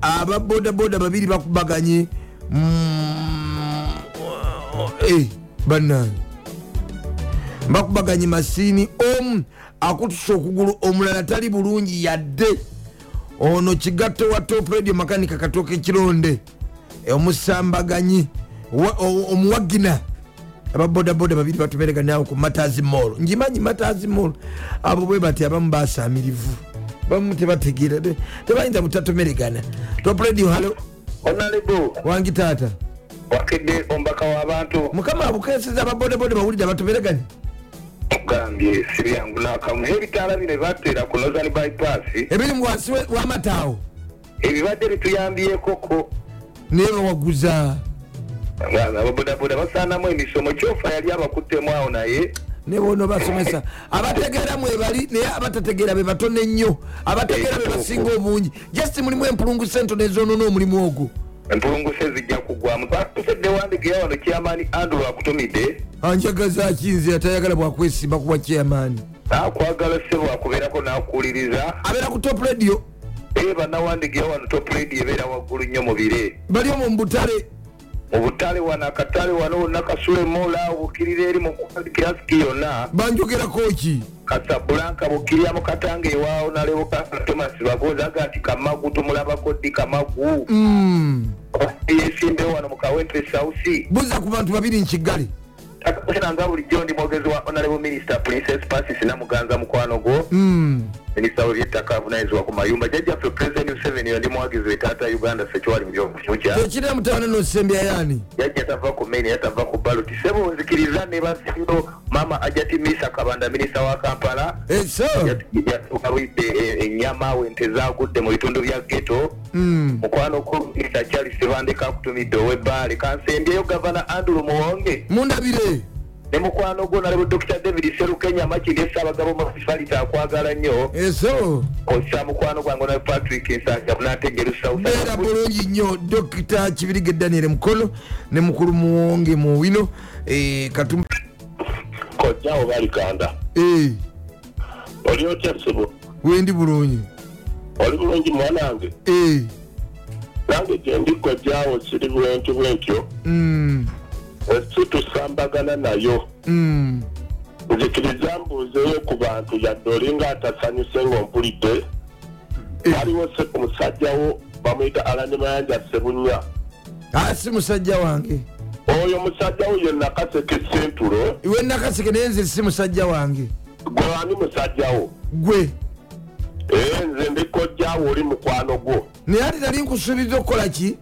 ababodaboda babiri bakubaganye mm, eh, bannange bakubaganye masiini omu akutusa okugulu omulala tali bulungi yadde ono kigatto wa top radio makanika katooka ekironde omusambaganyi wa- o- omuwagina ababodaboda babiri batumereganaawo ku matazi molo ngimanyi matazi molo abo bwe bati abamu basamirivu bamu tebategeera de- tebayinza butatomeregana topredi halo
onalebu
wangi taata
wakidde omubaka w'abantu
mukama abukeseza ababodaboda bawulidde abatomeregane
ogambye sibyangu akamu ebitaala bino ebateera ku northern bypass
ebiri mu wansi we- w'amataawo
ebibadde bituyambyekoko
naye bawaguza
ababodaboda basaanamu emisomo kyofa yali abakuttemu awo naye
ne bono basomesa abategeera mwe bali naye abatategeera be batone nnyo abategeera be basinga obungi just mulimu empulungusa entono ezonoona omulimu ogwo
empulungusa ezijja kugwamu atusedde wandigeya wano kyamaani andrew akutumidde
anjagaza kinzi atayagala bwakwesimba kuwa kyamaani
naakwagala ssebo akubeerako n'akuwuliriza
abeera ku top radio
ee bannawandigeya wano topuledi ebeera waggulu nnyo mu bire
bali omwo mu butale
mu butale wano akatale wano wonna kasule mola obukirira eri mu kirasiki yonna
banjogerako ki
kasabulanka bukiryamu katanga ewaawo naleboka thomas bagoza aga nti kamagu tumulabako ddi kamagu yesimbewo wano mu kawentre south
buza ku bantu babiri nkigali
akakusinanga bulijjo ndi mwogezi wa honorable minister princess pasis namuganza mukwano gwo minisita webyettaka avunanyizibwa ku mayumba jjajjaffe president museveni yo ndi mwagizi we taata uganda sekiwali mu byobufukya
tekirira mutawana nosembya yaani
jajja tava ku maini yatava ku baloti sebo nzikiriza ne basiro mama ajati misa kabanda minisita wa kampala
eso
yatuuka lwidde e- ennyama we nte zaagudde mu bitundu bya geto mukwano ku minisita charles sebandeka akutumidde ow'ebbaale kansembyeyo gavana andrew muwonge
mundabire
ne mukwano gwo nalebo dr david serukenya makinde saabagabo municipality akwagala nnyo
Eh, eso
kozesa mukwano gwange na patrick nsanja munategerusa
beera bulungi nnyo dokita kibirige daniel mukono ne mukulu muwonge muwino eh, katum
kojjawo balikanda
eh,
oli otya ssebo
wendi bulungi
oli bulungi mwanange
Eh,
nange gyendi kojjaawo kiri bwentyo bwentyo
mm,
si tusambagana nayo
mm.
nzikiriza mbuuzeyo ku bantu yadde olinga atasanyuse ng'ompulidde waliwo se ku musajjawo bamuyita alanimayanja sebunya
Ah, si musajja wange
oyo musajjawo ye nakaseke sentulo
we nakaseke naye nze si musajja wange
gwe ani musajjawo
gwe
ee Eh, nze ndi kojjaawo oli mukwano gwo
naye ati nali nkusuubiza okukola ki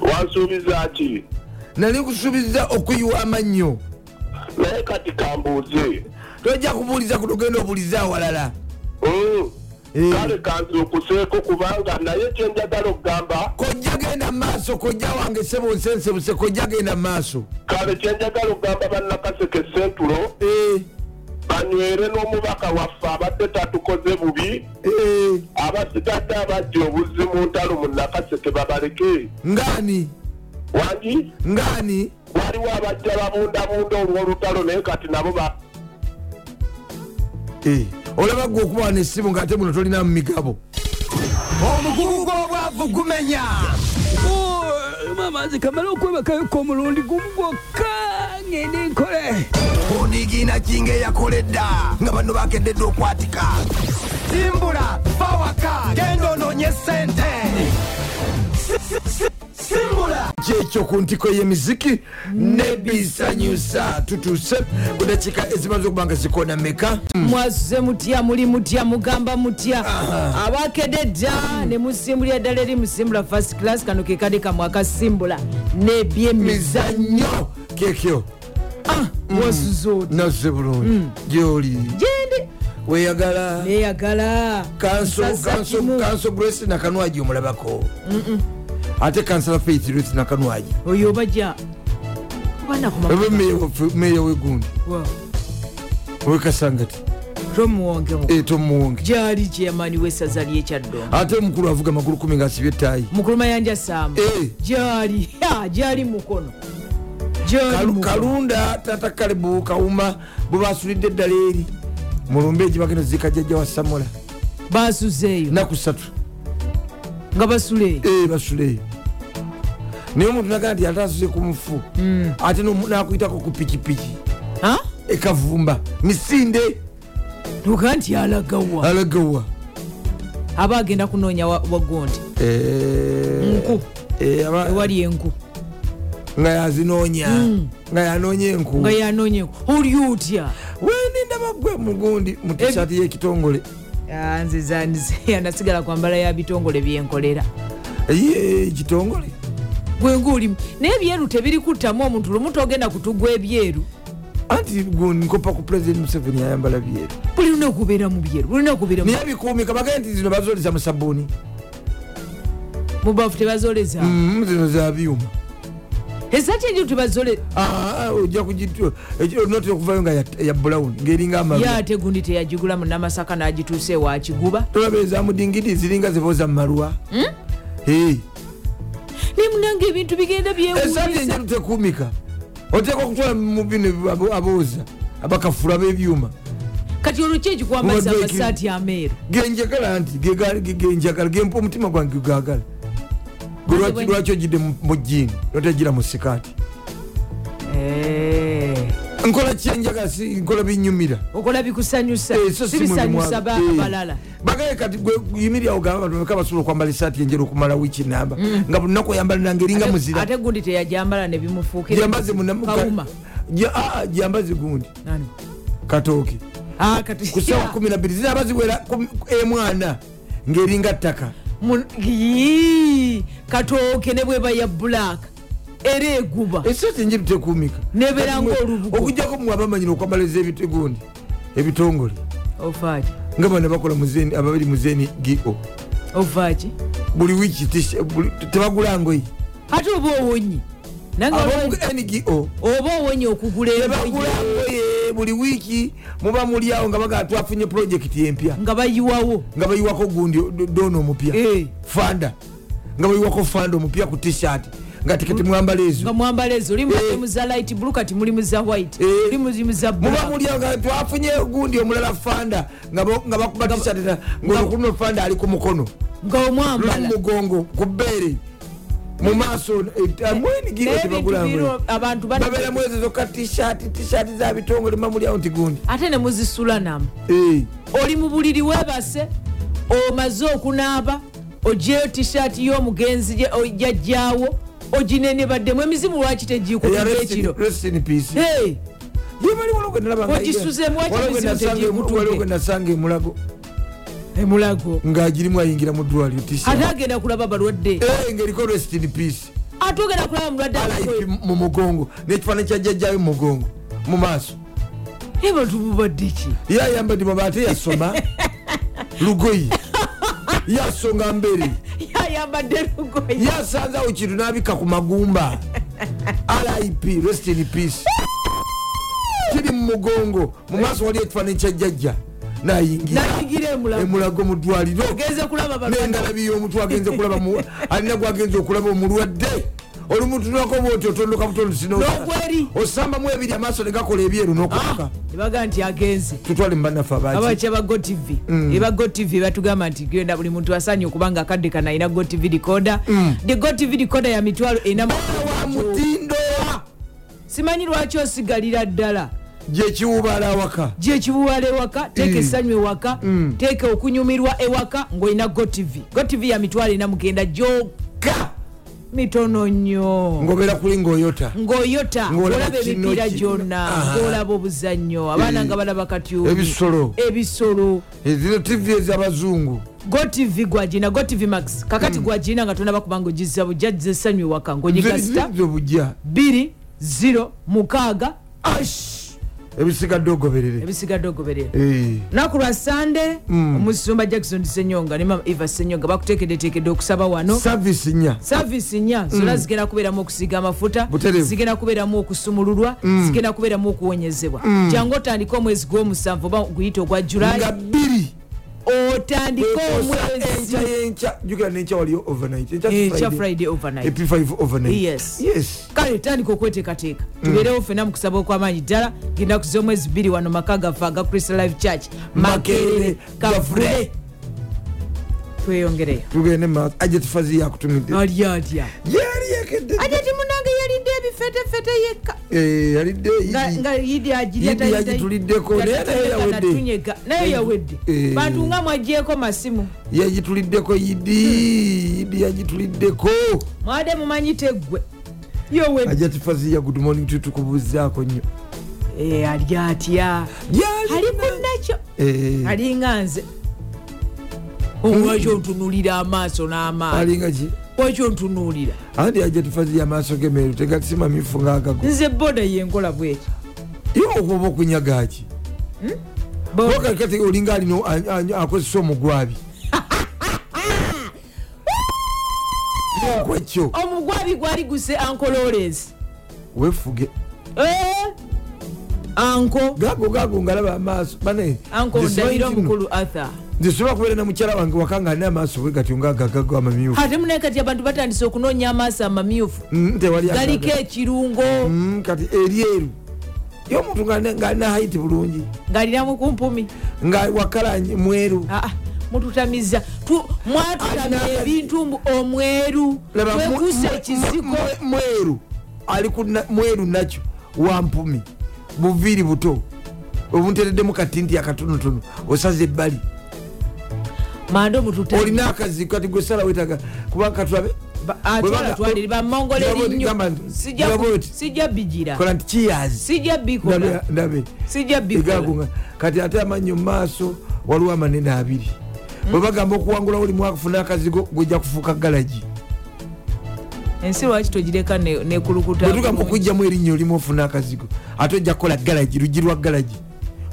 wansuubiza ki
nali nkusuubiza okuyiwa amannyo
naye kati kambuuze
tojja kubuuliza kuno genda obuuliza awalala
Mm.
Eh.
kale kanzukuseeko kubanga naye kyenjagala okugamba
kojja genda mumaaso kojja wange sebonsensebuse kojja genda mumaaso
kale kyenjagala okugamba bannakaseke sentulo
Eh,
banywere n'omubaka waffe abadde tatukoze bubi
eh,
abasigadde abajja obuzzi mu ntalo mu nakaseke babaleke
ngaani
wangi
ngaani
waliwo abajja babundabunda olw'olutalo naye kati nabo ba-
Eh, olaba gwe okubawa nesimu ngaate muno tolinamu migabo
omugugu gw'obwavu gumenya
oluma amazzi kamale okwebakayoka omulundi gumu gwokka ngende nkole
oniigina kinga eyakoledda nga bano bakeddedde okwatika simbula fawaka genda onoonye sente simbula
kyekyo ku ntiko y'emiziki nebisanyusa tutuuse ku dakiika ezimaze okuba nga zikoona meka
mwasuze mutya muli mutya mugamba mutya abakedde dda ne musimbulira eddala eri musimbula first class kano ke kade kamwe akasimbula n'ebyemizanyo
mizanyo kekyo Mm.
wosuze oti
naze bulungi gyoli
gyendi
weyagala
neyagala
Kanso-
Nsazza
Kanso-
kimu.
kanso grace nakanwaji omulabako ate kansala faith ruth nakanwaji
oyo obajja
oba meeya waffe- meeya wegundi owekasangati
romuwongemu
etomuwonge
gyali kyemani w'essaza lyekyaddongo
ate omukulu avuga amagulu kumi ngaasibye ettaayi
mukuluma yanja saama
Eh.
gyali ha, gyali mukono gyali
Kalu-
mukono
kalunda tata kalebu kawuma bwe basulidde eddala eri mulumbe egibagenda ziika jjajja wa samula
basuzeeyo
naku satu
nga basuleeyo
Eh, basula eyo naye omuntu nagaa nti ate asuze ku mufu
Hmm.
ate n'omu- n'akuyitako ku pikipiki ekavumba misinde
tuga nti alagawa
alagawa
aba agenda kunoonya wa- wagondi nku ewali Hmm. enku
Eh, nga yazinoonya nga yanoonya enku
nga yanoonya enku oli otya
weninda bagwe mugundi mu tisati y'ekitongole
Ah, nziza [LAUGHS] nziya nasigala kwambala ya bitongole byenkolera
Ye, ekitongole
gwengulimu naye ebyeru tebirikutamu omuntu lumu togenda kutugwa ebyeru
anti gwe nkopa ku pulezidenti museveni ayambala byeru
buli lunaku obeera mu byeru buli lunaku obeera mu-
naye bikuumika bagee nti zino bazoleza mu sabuuni
mubafu tebazoleza
Mm, zino za byuma
esaati enjeru tebazole
Ah, ojja kuginotera okuvayo nga ya- ya bulawuni ngeringa
ye
amabi
ate gundi teyagigula munnamasaka n'agituuse wakiguba
tolaba ezamudingidi ziringa zibooza mu malwa
Hmm?
Eh.
naye munange ebintu bigenda
esaati
byewuunyisa
enjeru tekuumika oteeka okutwala mu bino abo- abooza abakafula b'ebyuma
kati olwo ki ekikwambaza
Mubadde ekiri-
amasaati ameeru
genjagala nti gegali- ge- genjagala gempa omutima gwange gwagala Gwe
Maze
lwaki
bwe-
lwaki ogidde mu- mu jiini notegira mu sikaati
Eh,
nkola kyenjagala si- nkola binyumira
okola bikusanyusa
Eh, so si mwe
sibisanyusa
bimwa-
ba-
eh.
balala
bagaye kati gwe yimirira ogamba abantu bameka basobola okwambala esaati enjeru okumala wiiki namba nga bunaku oyambala nange eringa
Hmm. Ate-
muzira
ate gundi teyajambala nebimufuukira
gyambaze
kawuma
gyambaze ah, gundi
Nani?
katooke
Ah, kati-
ku sawa 12 zinaba ziwera e emwana ng'eringa ttaka
Mun- Yii, katooke ne bweba ya bulaka era eguba
esaati enjeru tekuumika
Nebeera ng'olubugo.
okugjako mwe abamanyira okwambalaza ebite gundi ebitongole
ofaaki
nga bana bakola muzeni- ababiri muzeni go
ofaaki
buli wiiki tish- buli- tebagula ngoyi
ate oba owonye nange
ab'omu
olwa-
ngo
oba owonye okugula engoye
tebagulangoye buli wiiki muba muli awo nga bagaa twafunye pulojekiti empya
nga bayiwawo
nga bayiwako gundi doona omupya
Eh.
fanda nga bayiwako fanda omupya ku tishat nga teketi mwambala
nga
ezo
mwambala ezo limu
Eh.
limu za light blue kati mulimu za white
Eh.
limu limu za
muba
black
muli awo nga twafunye gundi omulala fanda nga ba- nga bakuba tishat era ngaonokuno fanda ali ku mukono
nga
luli
omwambala
mu mugongo ku bbeere mu maaso mwenigiro
Naye ebintu biro,
tebagulangoye
abantu bana-
babeeramu ezo zokka tishat tishat za bitongole muba muli awo nti gundi
ate ne muzisula namu
Eh.
oli mu buliri webase omaze okunaaba ogyeyo tishaati y'omugenzi jajjaawo oginenebaddemu emizimu lwaki
Eya,
tegikutuka
rest in-
ekiro
rest in peace
Hey,
yebali waliwo gwe nalaba nga-
Ogisuzeemu ati
waliwo gwe
emizimu
nasanga-
tegikutuuke.
waliwo gwe nasanga emulago
emulago
ng'agirimu ayingira mu ddwaliro tisa
ate agenda kulaba balwadde
Eh, ng'eriko rest in peace
ate ogenda kulaba mulwadde
Alive mu mugongo n'ekifaananyi kya jjajjawe mu mugongo mu maaso
ebantu mubadde ki [LAUGHS]
ye ayambadde mabaate yasoma lugoyi yasonga mbere
yayambadde lugoye
yasanzawo kintu n'abikka ku magumba lip rest in peace kiri mu mugongo mu maaso wali ekifaananyi kya jjajja n'ayingira
nayigira emulago
emulago mu ddwaliro
ogenze kulaba balwadde
nengalabi y'omuntu agenze kulaba [LAUGHS] mu- alina gwagenze okulaba omulwadde olumutunako bwoti otondoka butondusino
N'ogweri.
osambamu ebiri amaaso negakola ebyeru n'okutuka
ebaga nti agenze
tutwale mu bannaffe Ah. abaki
abakya ba gotv
Mm.
eba gotv batugamba nti genda buli muntu asanye okuba nga akadde kana alina gotv decoda
Mm.
the gotv decoda ya mitwalo ena mu-
wa mutindo
simanyi lwaki osigalira ddala
gyekiwubaala awaka
gyekibuwala ewaka
Mm.
teeka essanyu ewaka teeka okunyumirwa ewaka ng'olina gotv gotv ya mitwalo ena mugenda gyokka mitono nnyo
ng'obeera kuli ng'oyota
ng'oyota
Ng'olaba
ng'olaba
kino
emipiira
ki-
gyonna
Aha.
ng'olaba obuzannyo abaana
Eh.
nga balaba katyuni
Ebisolo.
ebisolo
ezino tivi ez'abazungu
gotv gwagina gotv max kakati mm. gwagina nga tonaba kubanga ogizza bujja zza essanyu ewaka ngaogigasita
zo bujja
206 ash
ebisigadde ogoberere
ebisigadde ogoberera
Eh,
lunaku lwa sande
Mm.
omusumba jackson senyonga ne mama eva senyonga bakuteekeddeteekedde okusaba wano
saavisi nnya
saavisi nnya zonna zigenda kubeeramu okusiiga amafuta
Mm. Butereevu. Mm.
zigenda kubeeramu okusumululwa zigenda kubeeramu okuwonyezebwa jangu otandika omwezi gw'omusanvu oba guyite ogwa julayi
nga bbiri
otandike
Okosa
omwezi
enkya yenca jukira n'enkya waliyo overnight enkya
ekya
Friday.
friday overnight
ep5 overnight
Yes.
yes
kale tandika okweteekateeka
Mm.
tubeerewo fena mu kusaba okw'amaanyi ddala ngenaku z'omwezi bbiri wano maka gaffe aga christ live church makerere kavule tweyongereyo
tugende mumaaso ajeti fazi yakutumidde
ali atya
yali yakedde
ate ti munange yalidde ebifetefete yekka
Eh, yalidde
Nga-
yidi.
nga yidi agirya
Yidi
tayidde-
yagituliddeko, naye
yagituliddeko
naye yawedde.
natunyega. naye yawedde
Eh.
bantu nga mwagyeko masimu
yagituliddeko
Hmm.
yidi yidi yagituliddeko
mwade mumanyi teggwe yowedde
ajeti fazi ya good morning tutukubuzaako nnyo
ali Eh, atya
Gyali-
ali munakyo
Eh, Hmm.
alinga nze lwaki ontunulira amaaso n'amaani
alinga ki
lwaki ontunuulira
anti ajja tufaziya amaaso gemeru tegasima mifu ngaagago
nze boda yenkola bweki
ye okuba okunyagaki kalikati olinga alino a- a- akozesa omugwabi kwekyo
omugwabi gwali guse ankololensi
wefuge
Eh? anko
gago gago ngalaba amaaso bane
anko ndabira
nzisobola
omukulu arthur
kubeera na mukyala wange waka nga alina amaaso bwe gatyo ngaagagago amamyufu
ate munaye kati abantu batandise okunoonya amaaso amamyufu
Mm, tewali
galiko
agaga.
ekirungo
Mm, kati eryeru ye omuntu ng'alina- ng'alina haiti bulungi
ng'aliramu kumpumi
nga wakala mweru
Aa, mututamiza Tu- mwatutamya
Alina-
ebintu mbu omweru
Laba, mu-
twekuusa
mu-
ekiziko
mu- mweru ali ku na- mweru nakyo wampumi buviiri buto obuntereddemu katinti akatonotono osaze ebbali
manda mututami
olina akaziko kati gwesala wetaga kuba katulabe Bwe baga-
atwalatwalire bamongolera
Gamba-
nnyo
gamba nti-
Sijja ku-
gamba nti-
sijja bigira
kola nti kiyazi
sijja bikola
ndabe
sijja bikola
egakunga kati ate amannyo mu maaso waliwo amanene abiri bwe bagamba okuwangulawo oli mwakufuna akazigo gwejja kufuuka galagi
ensi lwaki togireka ne- nekulukuta
bwetugamba
bulungi?
okugjamu erinnya olimu ofuna akazigo ate ojja kukola galagi luggi lwa galagi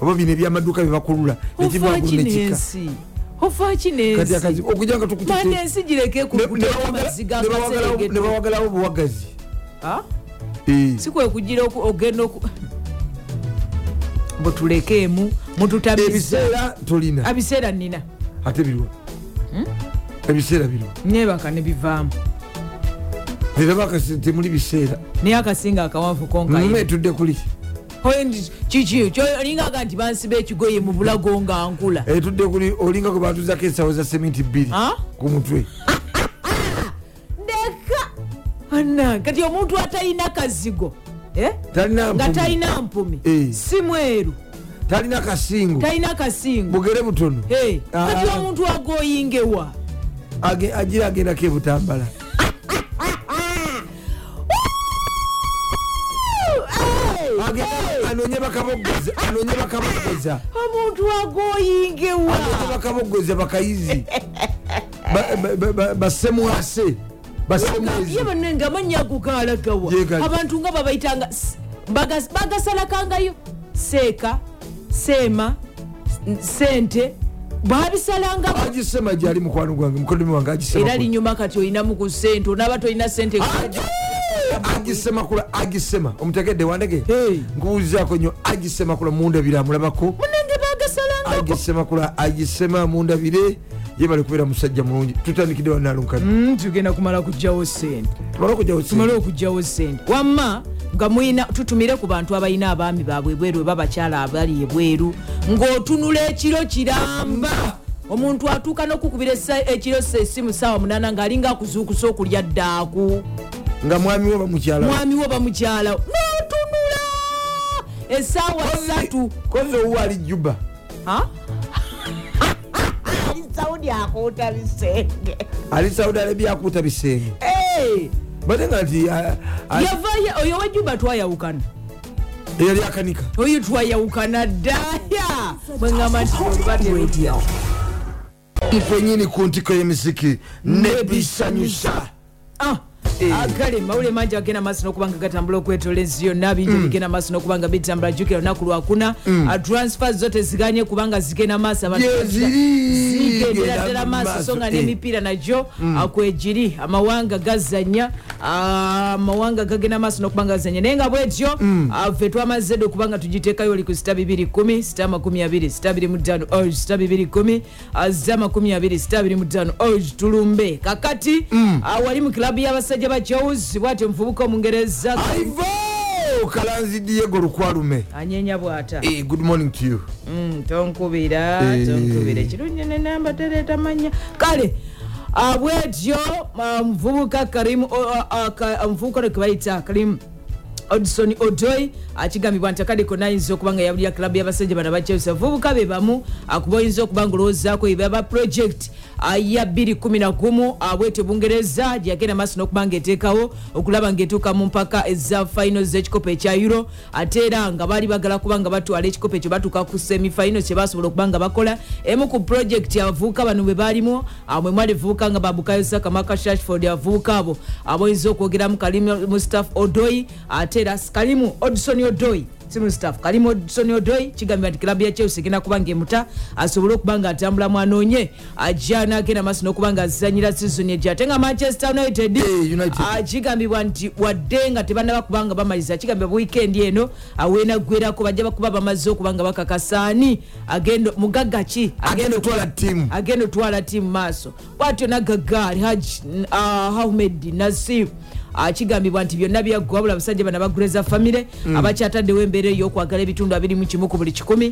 oba bino ebyamaduuka byebakulula
ofa
nekivagulu nekika
kinensi ofa
kati
kinensi
akazigo okujja nga tukutute-
manda ensi gireke
ne-
kulukuta
ne-
maziga
ne bawagalawo- ne
akaseregeto
bawagalawo obuwagazi
Ah?
Eh.
si kwe kugira oku- ogenda oku bwetulekeemu mututamiza
ebiseera tolina
abiseera nina
ate birwa
Hmm?
ebiseera birwa
nebaka nebivaamu
eraba temuli biseera
naye akasinga akawanvu konka
mmetudde kuli
kiki olingaga nti bansiba ekigoye mu bulago nga nkula
etudde eh, kuli olinga gwe batuzako ensawo za seminti bbiri
Ah?
ku mutwe
deka ana kati omuntu atalina kazigo eh?
talina
nga
mpumi,
talina mpumi
Eh.
si mweru
talina kasingo
talina kasingo
bugere butono
Eh,
Ah.
kati omuntu agoyingewa
Age- agira agendako ebutambala Agenda- anonye bakabogoza anonye bakabogoza
omuntu agoyingewa
anonye bakabogoza bakayizi Ba- ba- ba- ba- basemwase basemwezi
ye banenge amanya ago galagawa
Yeegali.
abantu nga babayitanga s- bagas- bagasalakangyo seeka seema n- sente babisalangako
agisema gyali mukwano gwange mukoddomi wange agisema
era
kula.
linyuma kati olinamu ku sente onaaba tolina sente
agisema kula agisema omutegedde wandege
Hey.
nkubuuzizaako nnyo agisema kula mundabire amulabako
munenge bagasalangako
agisema kula agisema mundabire ye bali kubeera musajja mulungi tutandikidde wanalunkan
Mm, tugenda kumala kujjawo sente
tumale okujawo
tumale okugjawo sente wamma nga muyina tutumire ku bantu abalina abaami baabwe ebweru oba abakyala abali ebweru ng'otunula ekiro kiramba omuntu atuuka n'okukubira essa- ekiro sesimu saawa munana ng'alinga akuzuukusa okulya ddaaku
nga mwami oba mukyala
mwami we oba mukyalawo n'otunula essaawa ssatu
kozi owuwe ali juba
Ha?
ali saudi arabia akuuta bisenge
Eh,
bate nga nti a- a-
yavayo oyo wejjuba twayawukana
eyali akanika
oyo twayawukana ddaya bweŋama nti olubatera
Radio.
mukwenyini ku ntiko y'emisiki nebisanyusa
Ah, agale mawulire mangi agenda maaso nokubanga gatambula okwetola ensi yonna bingi bigenda maaso nokubanga bitambula jjukira olunaku lwakuna Ah, transfer zo teziganye kubanga zigenda maaso abantu
Ye,
bazira-
ziri-
zigendera
genda
ddala maaso so nga
maaso, eh.
n'emipiira nagyo ah, kwegiri amawanga gazanya ah, amawanga gagenda maaso nokubanga gazanya naye nga bwetyo ah, ffe twamaze dda okubanga tugiteekayo oli ku sita 210 sita 20 sita 25 sita 210 ah, za 20 sita 25 orange tulumbe kakati ah, wali mu kilabu y'abasajja bakyowuzi bwatyo muvubuka omungereza
ivo kalanzi diego lukwalume
anyenya bwata
Eh, good morning to you
Mm, tonkubira
Eh.
tonkubira ekirungi nenamba tereeta manya kale ah, bwetyo ah, muvubuka karimu oh, ah, ah, ka- ah, omuvubuka ono kebayita karimu odison odoi akigambibwa nti akadde konna ayinza okuba nga yawulira klabu y'abasajja bano abachelse abavubuka be bamu akuba oyinza okuba nga olowoozaako ebaba project ah, ya 211 abwete bungereza gyeyagenda maaso n'okuba nga eteekawo okulaba ng'etuuka mu mpaka eza finals z'ekikopo ekya euro ate era nga baali bagala kuba nga batwala ekikopo ekyo batuuka ku semifinals kye basobola okuba nga bakola emu ku project abavubuka bano bwe baalimu ah, mwe mwali evubuka nga babukayo saka maka shashford avubuka abo abaoyinza okwogeramu kalimu mustaf odoi ate era kalimu odison odoi simustaf kalimu odison odoi kigambibwa nti kilabu ya chelsea egenda kuba ngaemuta asobole okuba nga atambulamu anoonye ajja n'agenda maaso n'okuba nga azizanyira sizoni ejja ate nga manchester united
Eh, United.
ah, kigambibwa nti wadde nga tebanaba kubanga bamaliriza kigambibwa wiikendi eno aweenaggwerako bajja bakuba bamaze okuba nga bakakasaani agenda mugagga ki
agenda otwala tiimu
agenda otwala tiimu maaso bwatyo nagagaali ah, haji hamed nasir akigambibwa nti byonna byaggwa bula abasajja bano abaguleza famire abakyataddewo embeera ey'okwagala ebitundu 21 ku buli 1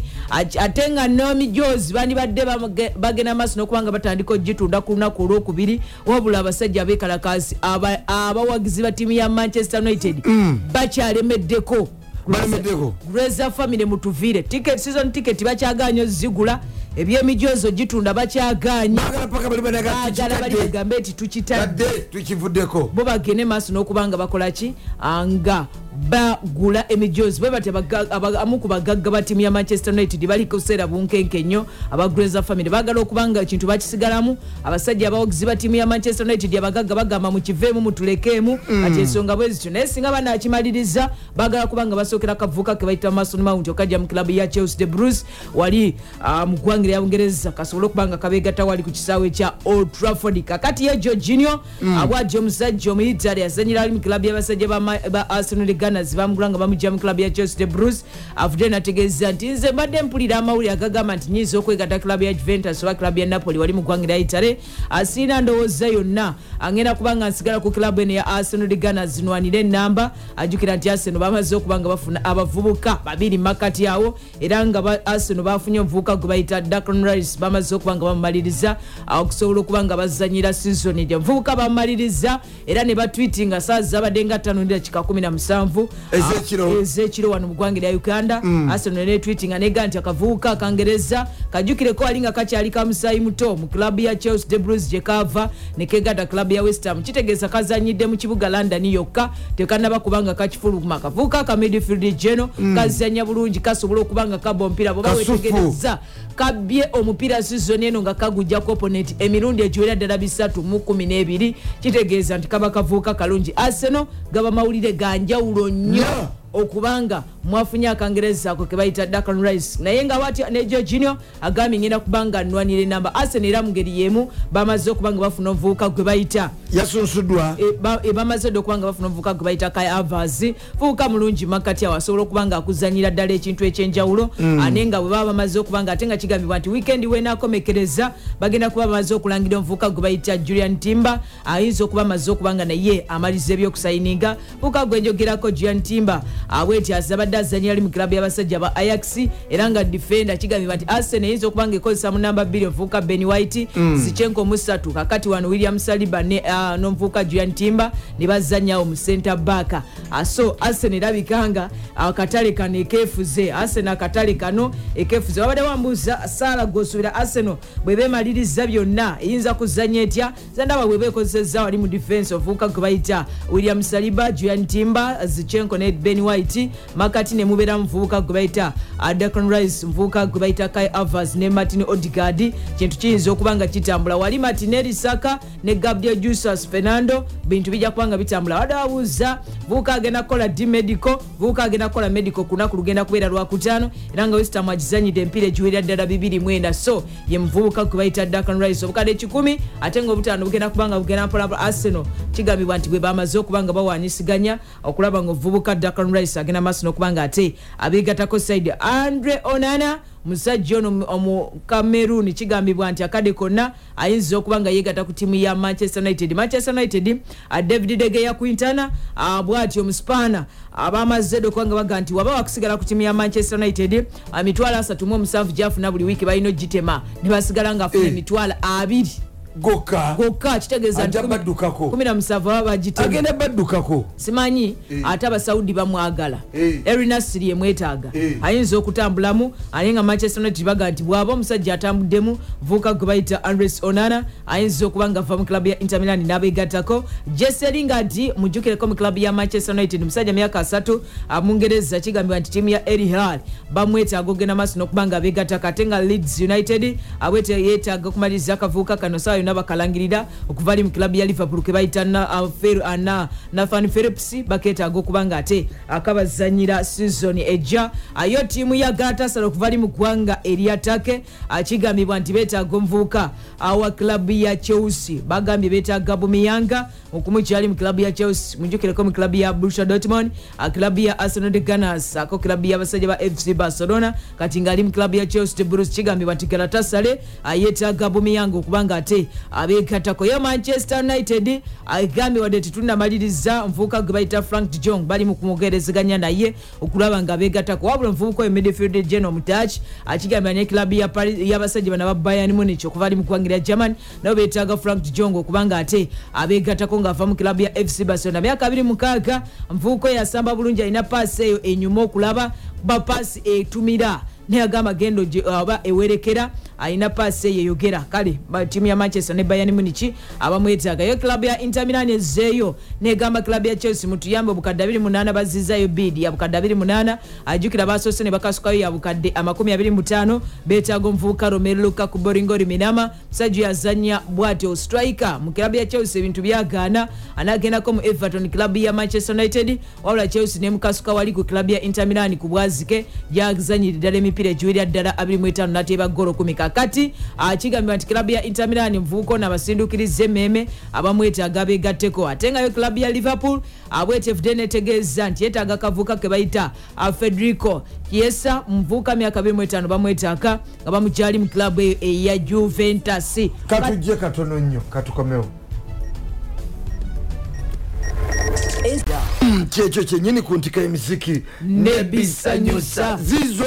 ate nga nomi jos bandibadde bamage- bagenda maaso n'okuba nga batandika ogitunda ku lunaku olwokubiri wabula abasajja abekalakasi aba- abawagizi ba ttiimu ya manchester united bakyalemeddeko
Balemeddeko?
reza famire mutuviire ticket season ticket bakyaganye ozigula ebyemijozo gitunda bakyaganye
bagala paka bali banaga
agala bali
tukitadde
bagambe nti tukitadde
tadde tukivuddeko
bo bagende maaso n'okubanga bakola ki Ah, nga bagula emijozi bwe batyo abaga- aba- amu ku bagagga ba ttiimu ya manchester united bali kuseera bunkenke nnyo abaguleza famire bagala okubanga ekintu bakisigalamu abasajja abawagizi ba ttiimu ya manchester united abagagga bagamba mukiveemu mutulekeemu kati ensonga bwe zityo naye singa banaakimaliriza bagala kubanga basookera kavubuka ke bayita mason mount okajja mu kilabu ya chelsea de bruce wali ah, mu ggwanga lya bungereza kasobole okubanga kabegatta wali ku kisaawe ekya old trafford kakati ah, ye jorginio abwajja omusajja omuitali azanyira ali mu kilabu y'abasajja ba Ma- ba arsenal gunners bamugula nga bamugja mu kilabu ya chelsea de bruce avudde nategeeza nti nze mbadde mpulira amawulire agagamba nti nyinza okwegatta kilabu ya juventus oba kilabu ya Ah, napoli wali mu ggwanga lya itale asiina ndowooza yonna agenda kuba nga nsigala ku kilabu eno ya arsenal gunners zinwanire enamba ajjukira nti arsenal bamaze okuba nga bafuna abavubuka babiri makati awo era nga ba- arsenal bafunye omuvubuka gwe bayita dacon rice bamaze okuba nga bamumaliriza ah, okusobola okuba nga bazanyira sizoni ejo omuvubuka bamumaliriza era ne batwiti nga saa zabadde nga 5 dakika 17
Ez'ekiro.
Ah, ezekiro wano mugwange lya uganda arsenal netwitinga nega nti akavubuka akangereza kajukireko ali nga kakyali ka musayi muto mu klabu ya chelsea de bruce gyekava nekegata klabu ya westham kitegeeza kazanyidde mu kibuga london yokka tekanaba kubanga kakifuluma akavubuka akamidifield geno kazanya bulungi kasobola okubanga kaba omupiira bwoba
Kasufu.
wetegereza kabbye omupiira sizoni eno nga kagujjako oponenti emirundi egiwera ddala bisatu mu 12 kitegeeza nti kaba kavubuka kalungi arsenal gaba mawulire ganjawulo nnyo
Yeah.
okubanga mwafunye akangereza ako kebayita dakan rice naye nga wati nejo jino agambye ngenda kubanga nwanira enamba arsenal era mu ngeri yemu bamaze okubanga bafuna omuvubuka gwe bayita
yasunsuddwa
e- ba- e- bamaze dde okubanga bafuna omuvubuka gwe bayita kai avas fuuka mulungi makati awo asobola okubanga akuzanyira ddala ekintu ekyenjawulo ane nga bwe baba bamaze okubanga ate nga kigambibwa nti wiikendi wenaakomekereza bagenda kuba bamaze okulangira omuvubuka gwe bayita julian timba ayinza okuba amaze okubanga naye amaliza ebyokusayininga fuuka gwenjogerako julian timba abweti azabadde azanyira ali mu kilabu y'abasajja ba ayax era nga defenda kigambibwa nti arsenal eyinza okubanga ekozesa mu namba 2 omuvubuka ben white zichenko musatu kakati wano william saliba ne, ah, n'omuvubuka julian timba ne bazanyawo mu center back Ah, so arsenal erabika nga akatale kano ekefuze arsenal akatale kano ekefuze wabadde wambuuza saala gweosuubira arsenal bwe bemaliriza byonna eyinza kuzanya etya zandaba bwe bekozesezza wali mu defense ovubuka gwe bayita william saliba julian timba zichenko ne ben white makati ne mubeera muvubuka gwe bayita adacon rice muvubuka gwe bayita kai avas ne martin odigard kintu kiyinza okuba nga kitambula wali martineri saka ne gabriel jusas fernando bintu bijja kuba nga bitambula wadde wabuuza vubuka agenda kukola d medico vubuka agenda kukola medico ku lunaku lugenda kubeera lwakutaano era nga westam agizanyidde empiira egiwerera ddala 2mwenda so ye muvubuka gwe bayita dakan rice obukadde 1 ate nga obutaano bugenda kuba nga bugenda mpolapola arsenal kigambibwa nti bwe bamaze okuba nga bawanyisiganya okulaba nga ovubuka dakan rice agenda maaso n'okuba nga ate abeegatako side andre onana musajja ono mu- omu cameroon kigambibwa nti akadde konna ayinza okuba nga yeegatta ku ttiimu ya manchester united manchester united ah, david degeya quintana ah, bw'atyo omusipaana abamazedde okuba nga baga nti waba wakusigala ku ttiimu ya manchester united ah, mitwalo asatu mu omusanvu gyafuna buli wiiki balina ogitema ne basigala ng'afuna
Eh.
emitwalo abiri
gokka
gokka kitegeeza nti
Ajja
kumi-
baddukako.
kumi na musanvu baba bagitema
agenda baddukako
simanyi ate abasaudi bamwagala erinasiri yemwetaaga ayinza okutambulamu aye nga manchester united baga nti bwaba omusajja atambuddemu vuuka gwe bayita andres onana ayinza okuba nga ava mu klabu ya inter milan n'abeegattako jeseringa nti mujjukireko mu klabu ya manchester united musajja myaka asatu mungereza kigambibwa nti ttiimu ya eri hilal bamwetaaga ogenda maaso n'okuba nga abeegattako ate nga leeds united abwete yeetaaga okumaliriza akavuuka kano saa yonna bakalangirira okuva ali mu klabu ya liverpool ke bayita na- uh, Fer- uh, na- nathan philips baketaaga okuba nga ate akabazanyira sizoni ejja Uh, yo ttiimu ya gatasara okuva ali mu ggwanga eryatake kigambibwa nti beetaaga omuvubuka uh, wa klabu ya chelsea bagambye beetaaga bumiyanga okumukyali mu klabu ya chelsea mujukireko mu klabu ya borussia dortmund uh, klabu ya arsenal de gunners ako klabu y'abasajja ba fc barcelona kati ng'ali mu klabu ya chelsea de bruce kigambibwa nti ah, galatasare yeetaaga bumiyanga okuba nga ate abeegattako yo manchester united ah, agambye wadde tetunamaliriza nvubuka gwe bayita frank de jong bali mu kumwogerezeganya naye okulaba nga abeegattako wabula omuvubuka oyo midfield ah, gen omutaki akigambira ne klabu ya Paris- y'abasajja bano aba bayern munich okuva ali mu kuwangira german nabo beetaaga frank de jong okuba nga ate ah, abeegattako ng'ava mu klabu ya fc barcelona myaka 26 nvubuka oyo asamba bulungi alina paasi eyo enyuma okulaba kuba paasi etumira neyagamba gendo gye- oba uh, ewerekera alina paasi eyeyogera kale ba- ttiimu ya manchester ne bayern munich abamwetaaga yo klabu ya intermilan ezeeyo negamba klabu ya chelsea mutuyambe obukadde 28 bazizaayo bidi ya bukadde 28 ajjukira basoose ne bakasukayo ya bukadde 25 beetaaga omuvubuka romero lukaku boringori minama musajja yazanya bwati ostrike mu klabu ya chelsea ebintu byagaana anagendako mu everton klabu ya manchester united wabula chelsea nemukasuka wali ku klabu ya inter milan ku bwazike gyazanyira ddala emipiira egiwerya ddala 25 nateeba golo 1 kakati kigambibwa nti klabu ya inter milan muvubuka ono abasindukiriza emmeeme abamwetaaga beegatteko ate ngayo klabu ya liverpool abwetefudde netegeeza nti yeetaaga akavuuka ke bayita ah, federico kiesa muvubuka myaka 25 bamwetaaga nga bamukyali mu klabu eyo eya juventus
katujje katono nnyo katukomewo Mm, kyekyo kyenyini ku ntika emiziki
Nebisanyusa.
zizo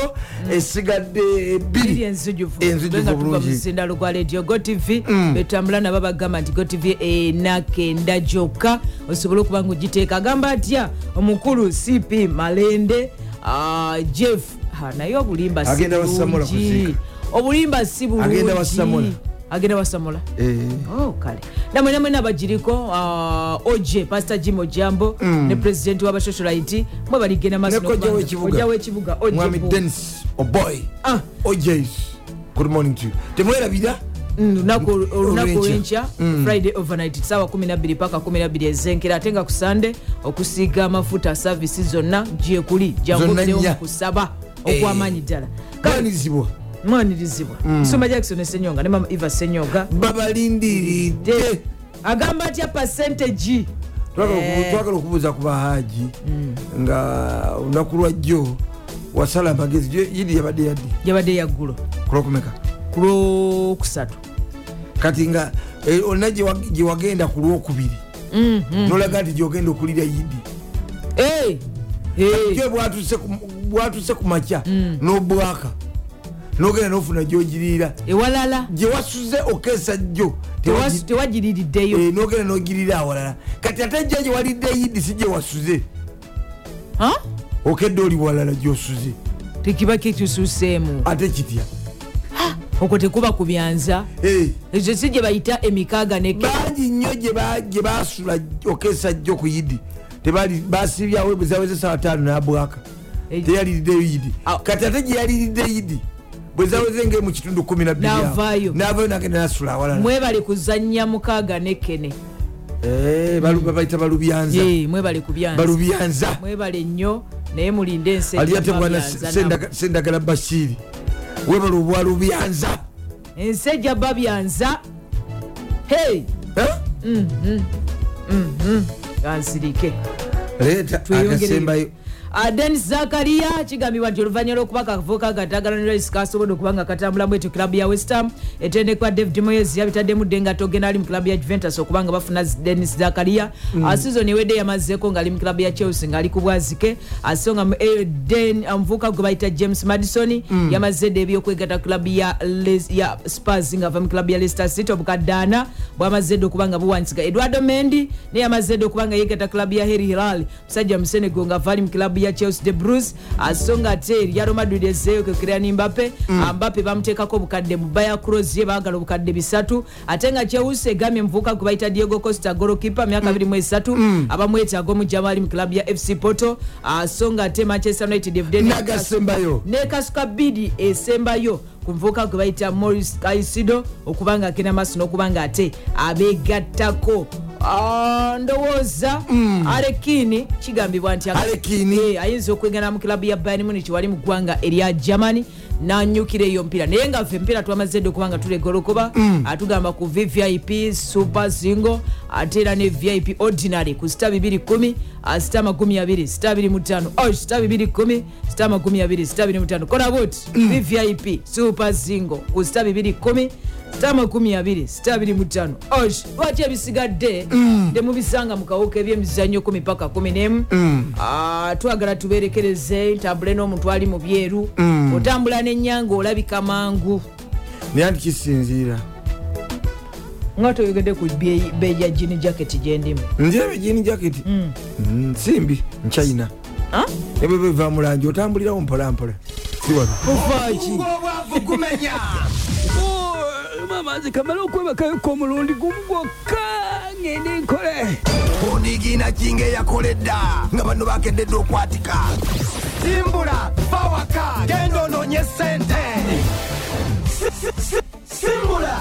esigadde
bbiri
ebbiri
enzijuvu
enzijuvu
tuva mu
bulungi
lusindalo gwa radio go tv
Mm.
betambula nabo bagamba nti go eh, tv enakenda gyokka osobole okuba nga ogiteeka agamba atya "Ah, omukulu cp malende ah, jeff ha, naye obulimba si
Agenda wasamola
bulungi.
kuziika.
obulimba si
Agenda wasamola.
bulungi agenda wasamola
Eh.
Oh, kale namwena mwena abagiriko ah, oj pastor jim ojambo
Mm.
ne president wabasocialite mwe baligenda maaso
Ne kojja
n'okubanga-
w'ekibuga.
kojja w'ekibuga OJ
mwami
Buu.
denis oboy
Ah.
ojas Oh, good morning to you temwerabira
Mm, lunaku
Olwenkya. Mm.
olwenkya friday overnight sawa 12 paka 12 ezenkera ate nga ku sande okusiiga amafuta savisi zonna gyekuli
Zonna nnya.
jangubirewo kusaba
Eh.
okwamaanyi ddala Kale,
kanizibwa
mwanirizibwa
Mm.
nsoma jackson e senyonga ne mama eva senyoga
babalindiridde
agamba atya pasentegi
Twagala oku-
Eh. Mm.
twagala okubuuza ku bahaji nga olunaku lwa jjo wasala amagezi Jo- yidi yabadde yaddi
yabadde yaggulo
kulokumeka
ku lwokusatu
kati nga eh, olina gye wa- gye wagenda ku lwokubiri
Mm-hmm.
nolaga nti gyogenda okulira yidi
Eh, eh. Mm.
jo bwatuse ku- bwatuse ku makya nobwaka nogenda nofuna gyogiriira
ewalala
gyewasuze okesa jjo
tewas- tewagiririddeyo
Eh, nogenda nogirira awalala kati ate jjo gyewalidde yidi si gyewasuze
Ha?
okedde oli walala gyosuze
tekiba kikisuseemu
ate kitya
okwo tekuba ku byanza
Eh,
ekyo si gye bayita emikaaga neke
bangi nnyo gye ba- gye basula okesa jjo ku yidi Tebali- basibyawo bwezaweza sawa taano nabwaka
Eh.
teyaliriddeyo yidi
Aw.
kati ate gye yaliridde yidi bwezaweze ngeri mu kitundu 12
N'avaayo.
navayo nagenda nasula awalala
mwebale kuzannya mukaaga nekene
Eh, balu- babayita balubyanza
Ye, mwebale kubyanza
balubyanza
mwebale nnyo naye mulinde
aliyate bwana
ensenjababyanza
sendagala bashiri webala obwalubyanza
ensejja babyanza hey
Eh?
ansirike
leeta
Tweyongerere.
akasembayo
Ah, denis zakariya kigambibwa nti oluvannyuma lw'okubaka akavubuka akatagalanira isika asobodde okuba nga katambulamu etyo kilabu ya westham etendekwa david moyes yabitaddemu dde nga togenda ali mu kilabu ya juventus okuba nga bafuna Ah, denis zakariya sizoni ewedde yamazeeko ng'ali mu kilabu ya chelsea ng'ali ku bwazike so nga mu- eh, Den- omuvubuka gwe bayita james madison yamaze dde ebyokwegatta kilabu ya Les- ya spars ng'ava mu kilabu ya leicester city obukadde ana bwamaze dde okuba nga buwanisika edwardo mendi naye amaze dde okuba nga yegatta kilabu ya heri hilal musajja musenegwe ng'ava ali mu kilabu ya chelsea de bruce so nga ate eryalo madrid ezeeyo kekirani mbappe Ah, mbappe bamuteekako obukadde mu baya cross ye baagala obukadde bisatu ate nga chelsea egambye muvubuka gwe bayita diego costa golokipa myaka 23 abamwetaaga omujjamu ali mu kilabu ya fc porto Ah, so nga ate manchester united evudde ne-
nagasembayo
nekasuka bidi esembayo ku muvubuka gwe bayita moris kaisido okuba nga agenda maaso n'okuba nga ate abeegattako Ah, ndowooza arekini kigambibwa nti aka-
Arekini.
Eh, ayinza okwegana mu kilabu ya bayern munich wali mu ggwanga erya germany nanyukira eyo mpiira naye nga ffe mpiira twamazedde okuba nga tulega olukoba atugamba ku vvip super single ate era ne vip ordinary ku sita 210 ah, sita 20 sita 25 oh, sita 210 sita 20 sita 25 kona boti vvip super single ku sita 210 sita 20 sita 25 oh, lwaki ebisigadde temubisanga mu kawuka ebyemizannyo 1 paka 11 Ah, twagala tuberekereze ntambule n'omuntu ali mu byeru otambula nenyanga olabika mangu
naye antikisinziira
nga toyogedde ku bye- beeyi ya jini jaketi gyendimu
nzira ebijini jaketi
Mm.
simbi nkyayina
Ah?
ebwebeva mulanje otambulirawo mpolampola siwabi
kufaaki
ng'obwavu
[LAUGHS]
gumenya
Oh, mama nzikamala okwebakayoka omulundi gumu gwokka ngende nkole
ondigiina kinga eyakoledda nga bano bakededde okwatika simbula bawaka genda onoonye sente simbula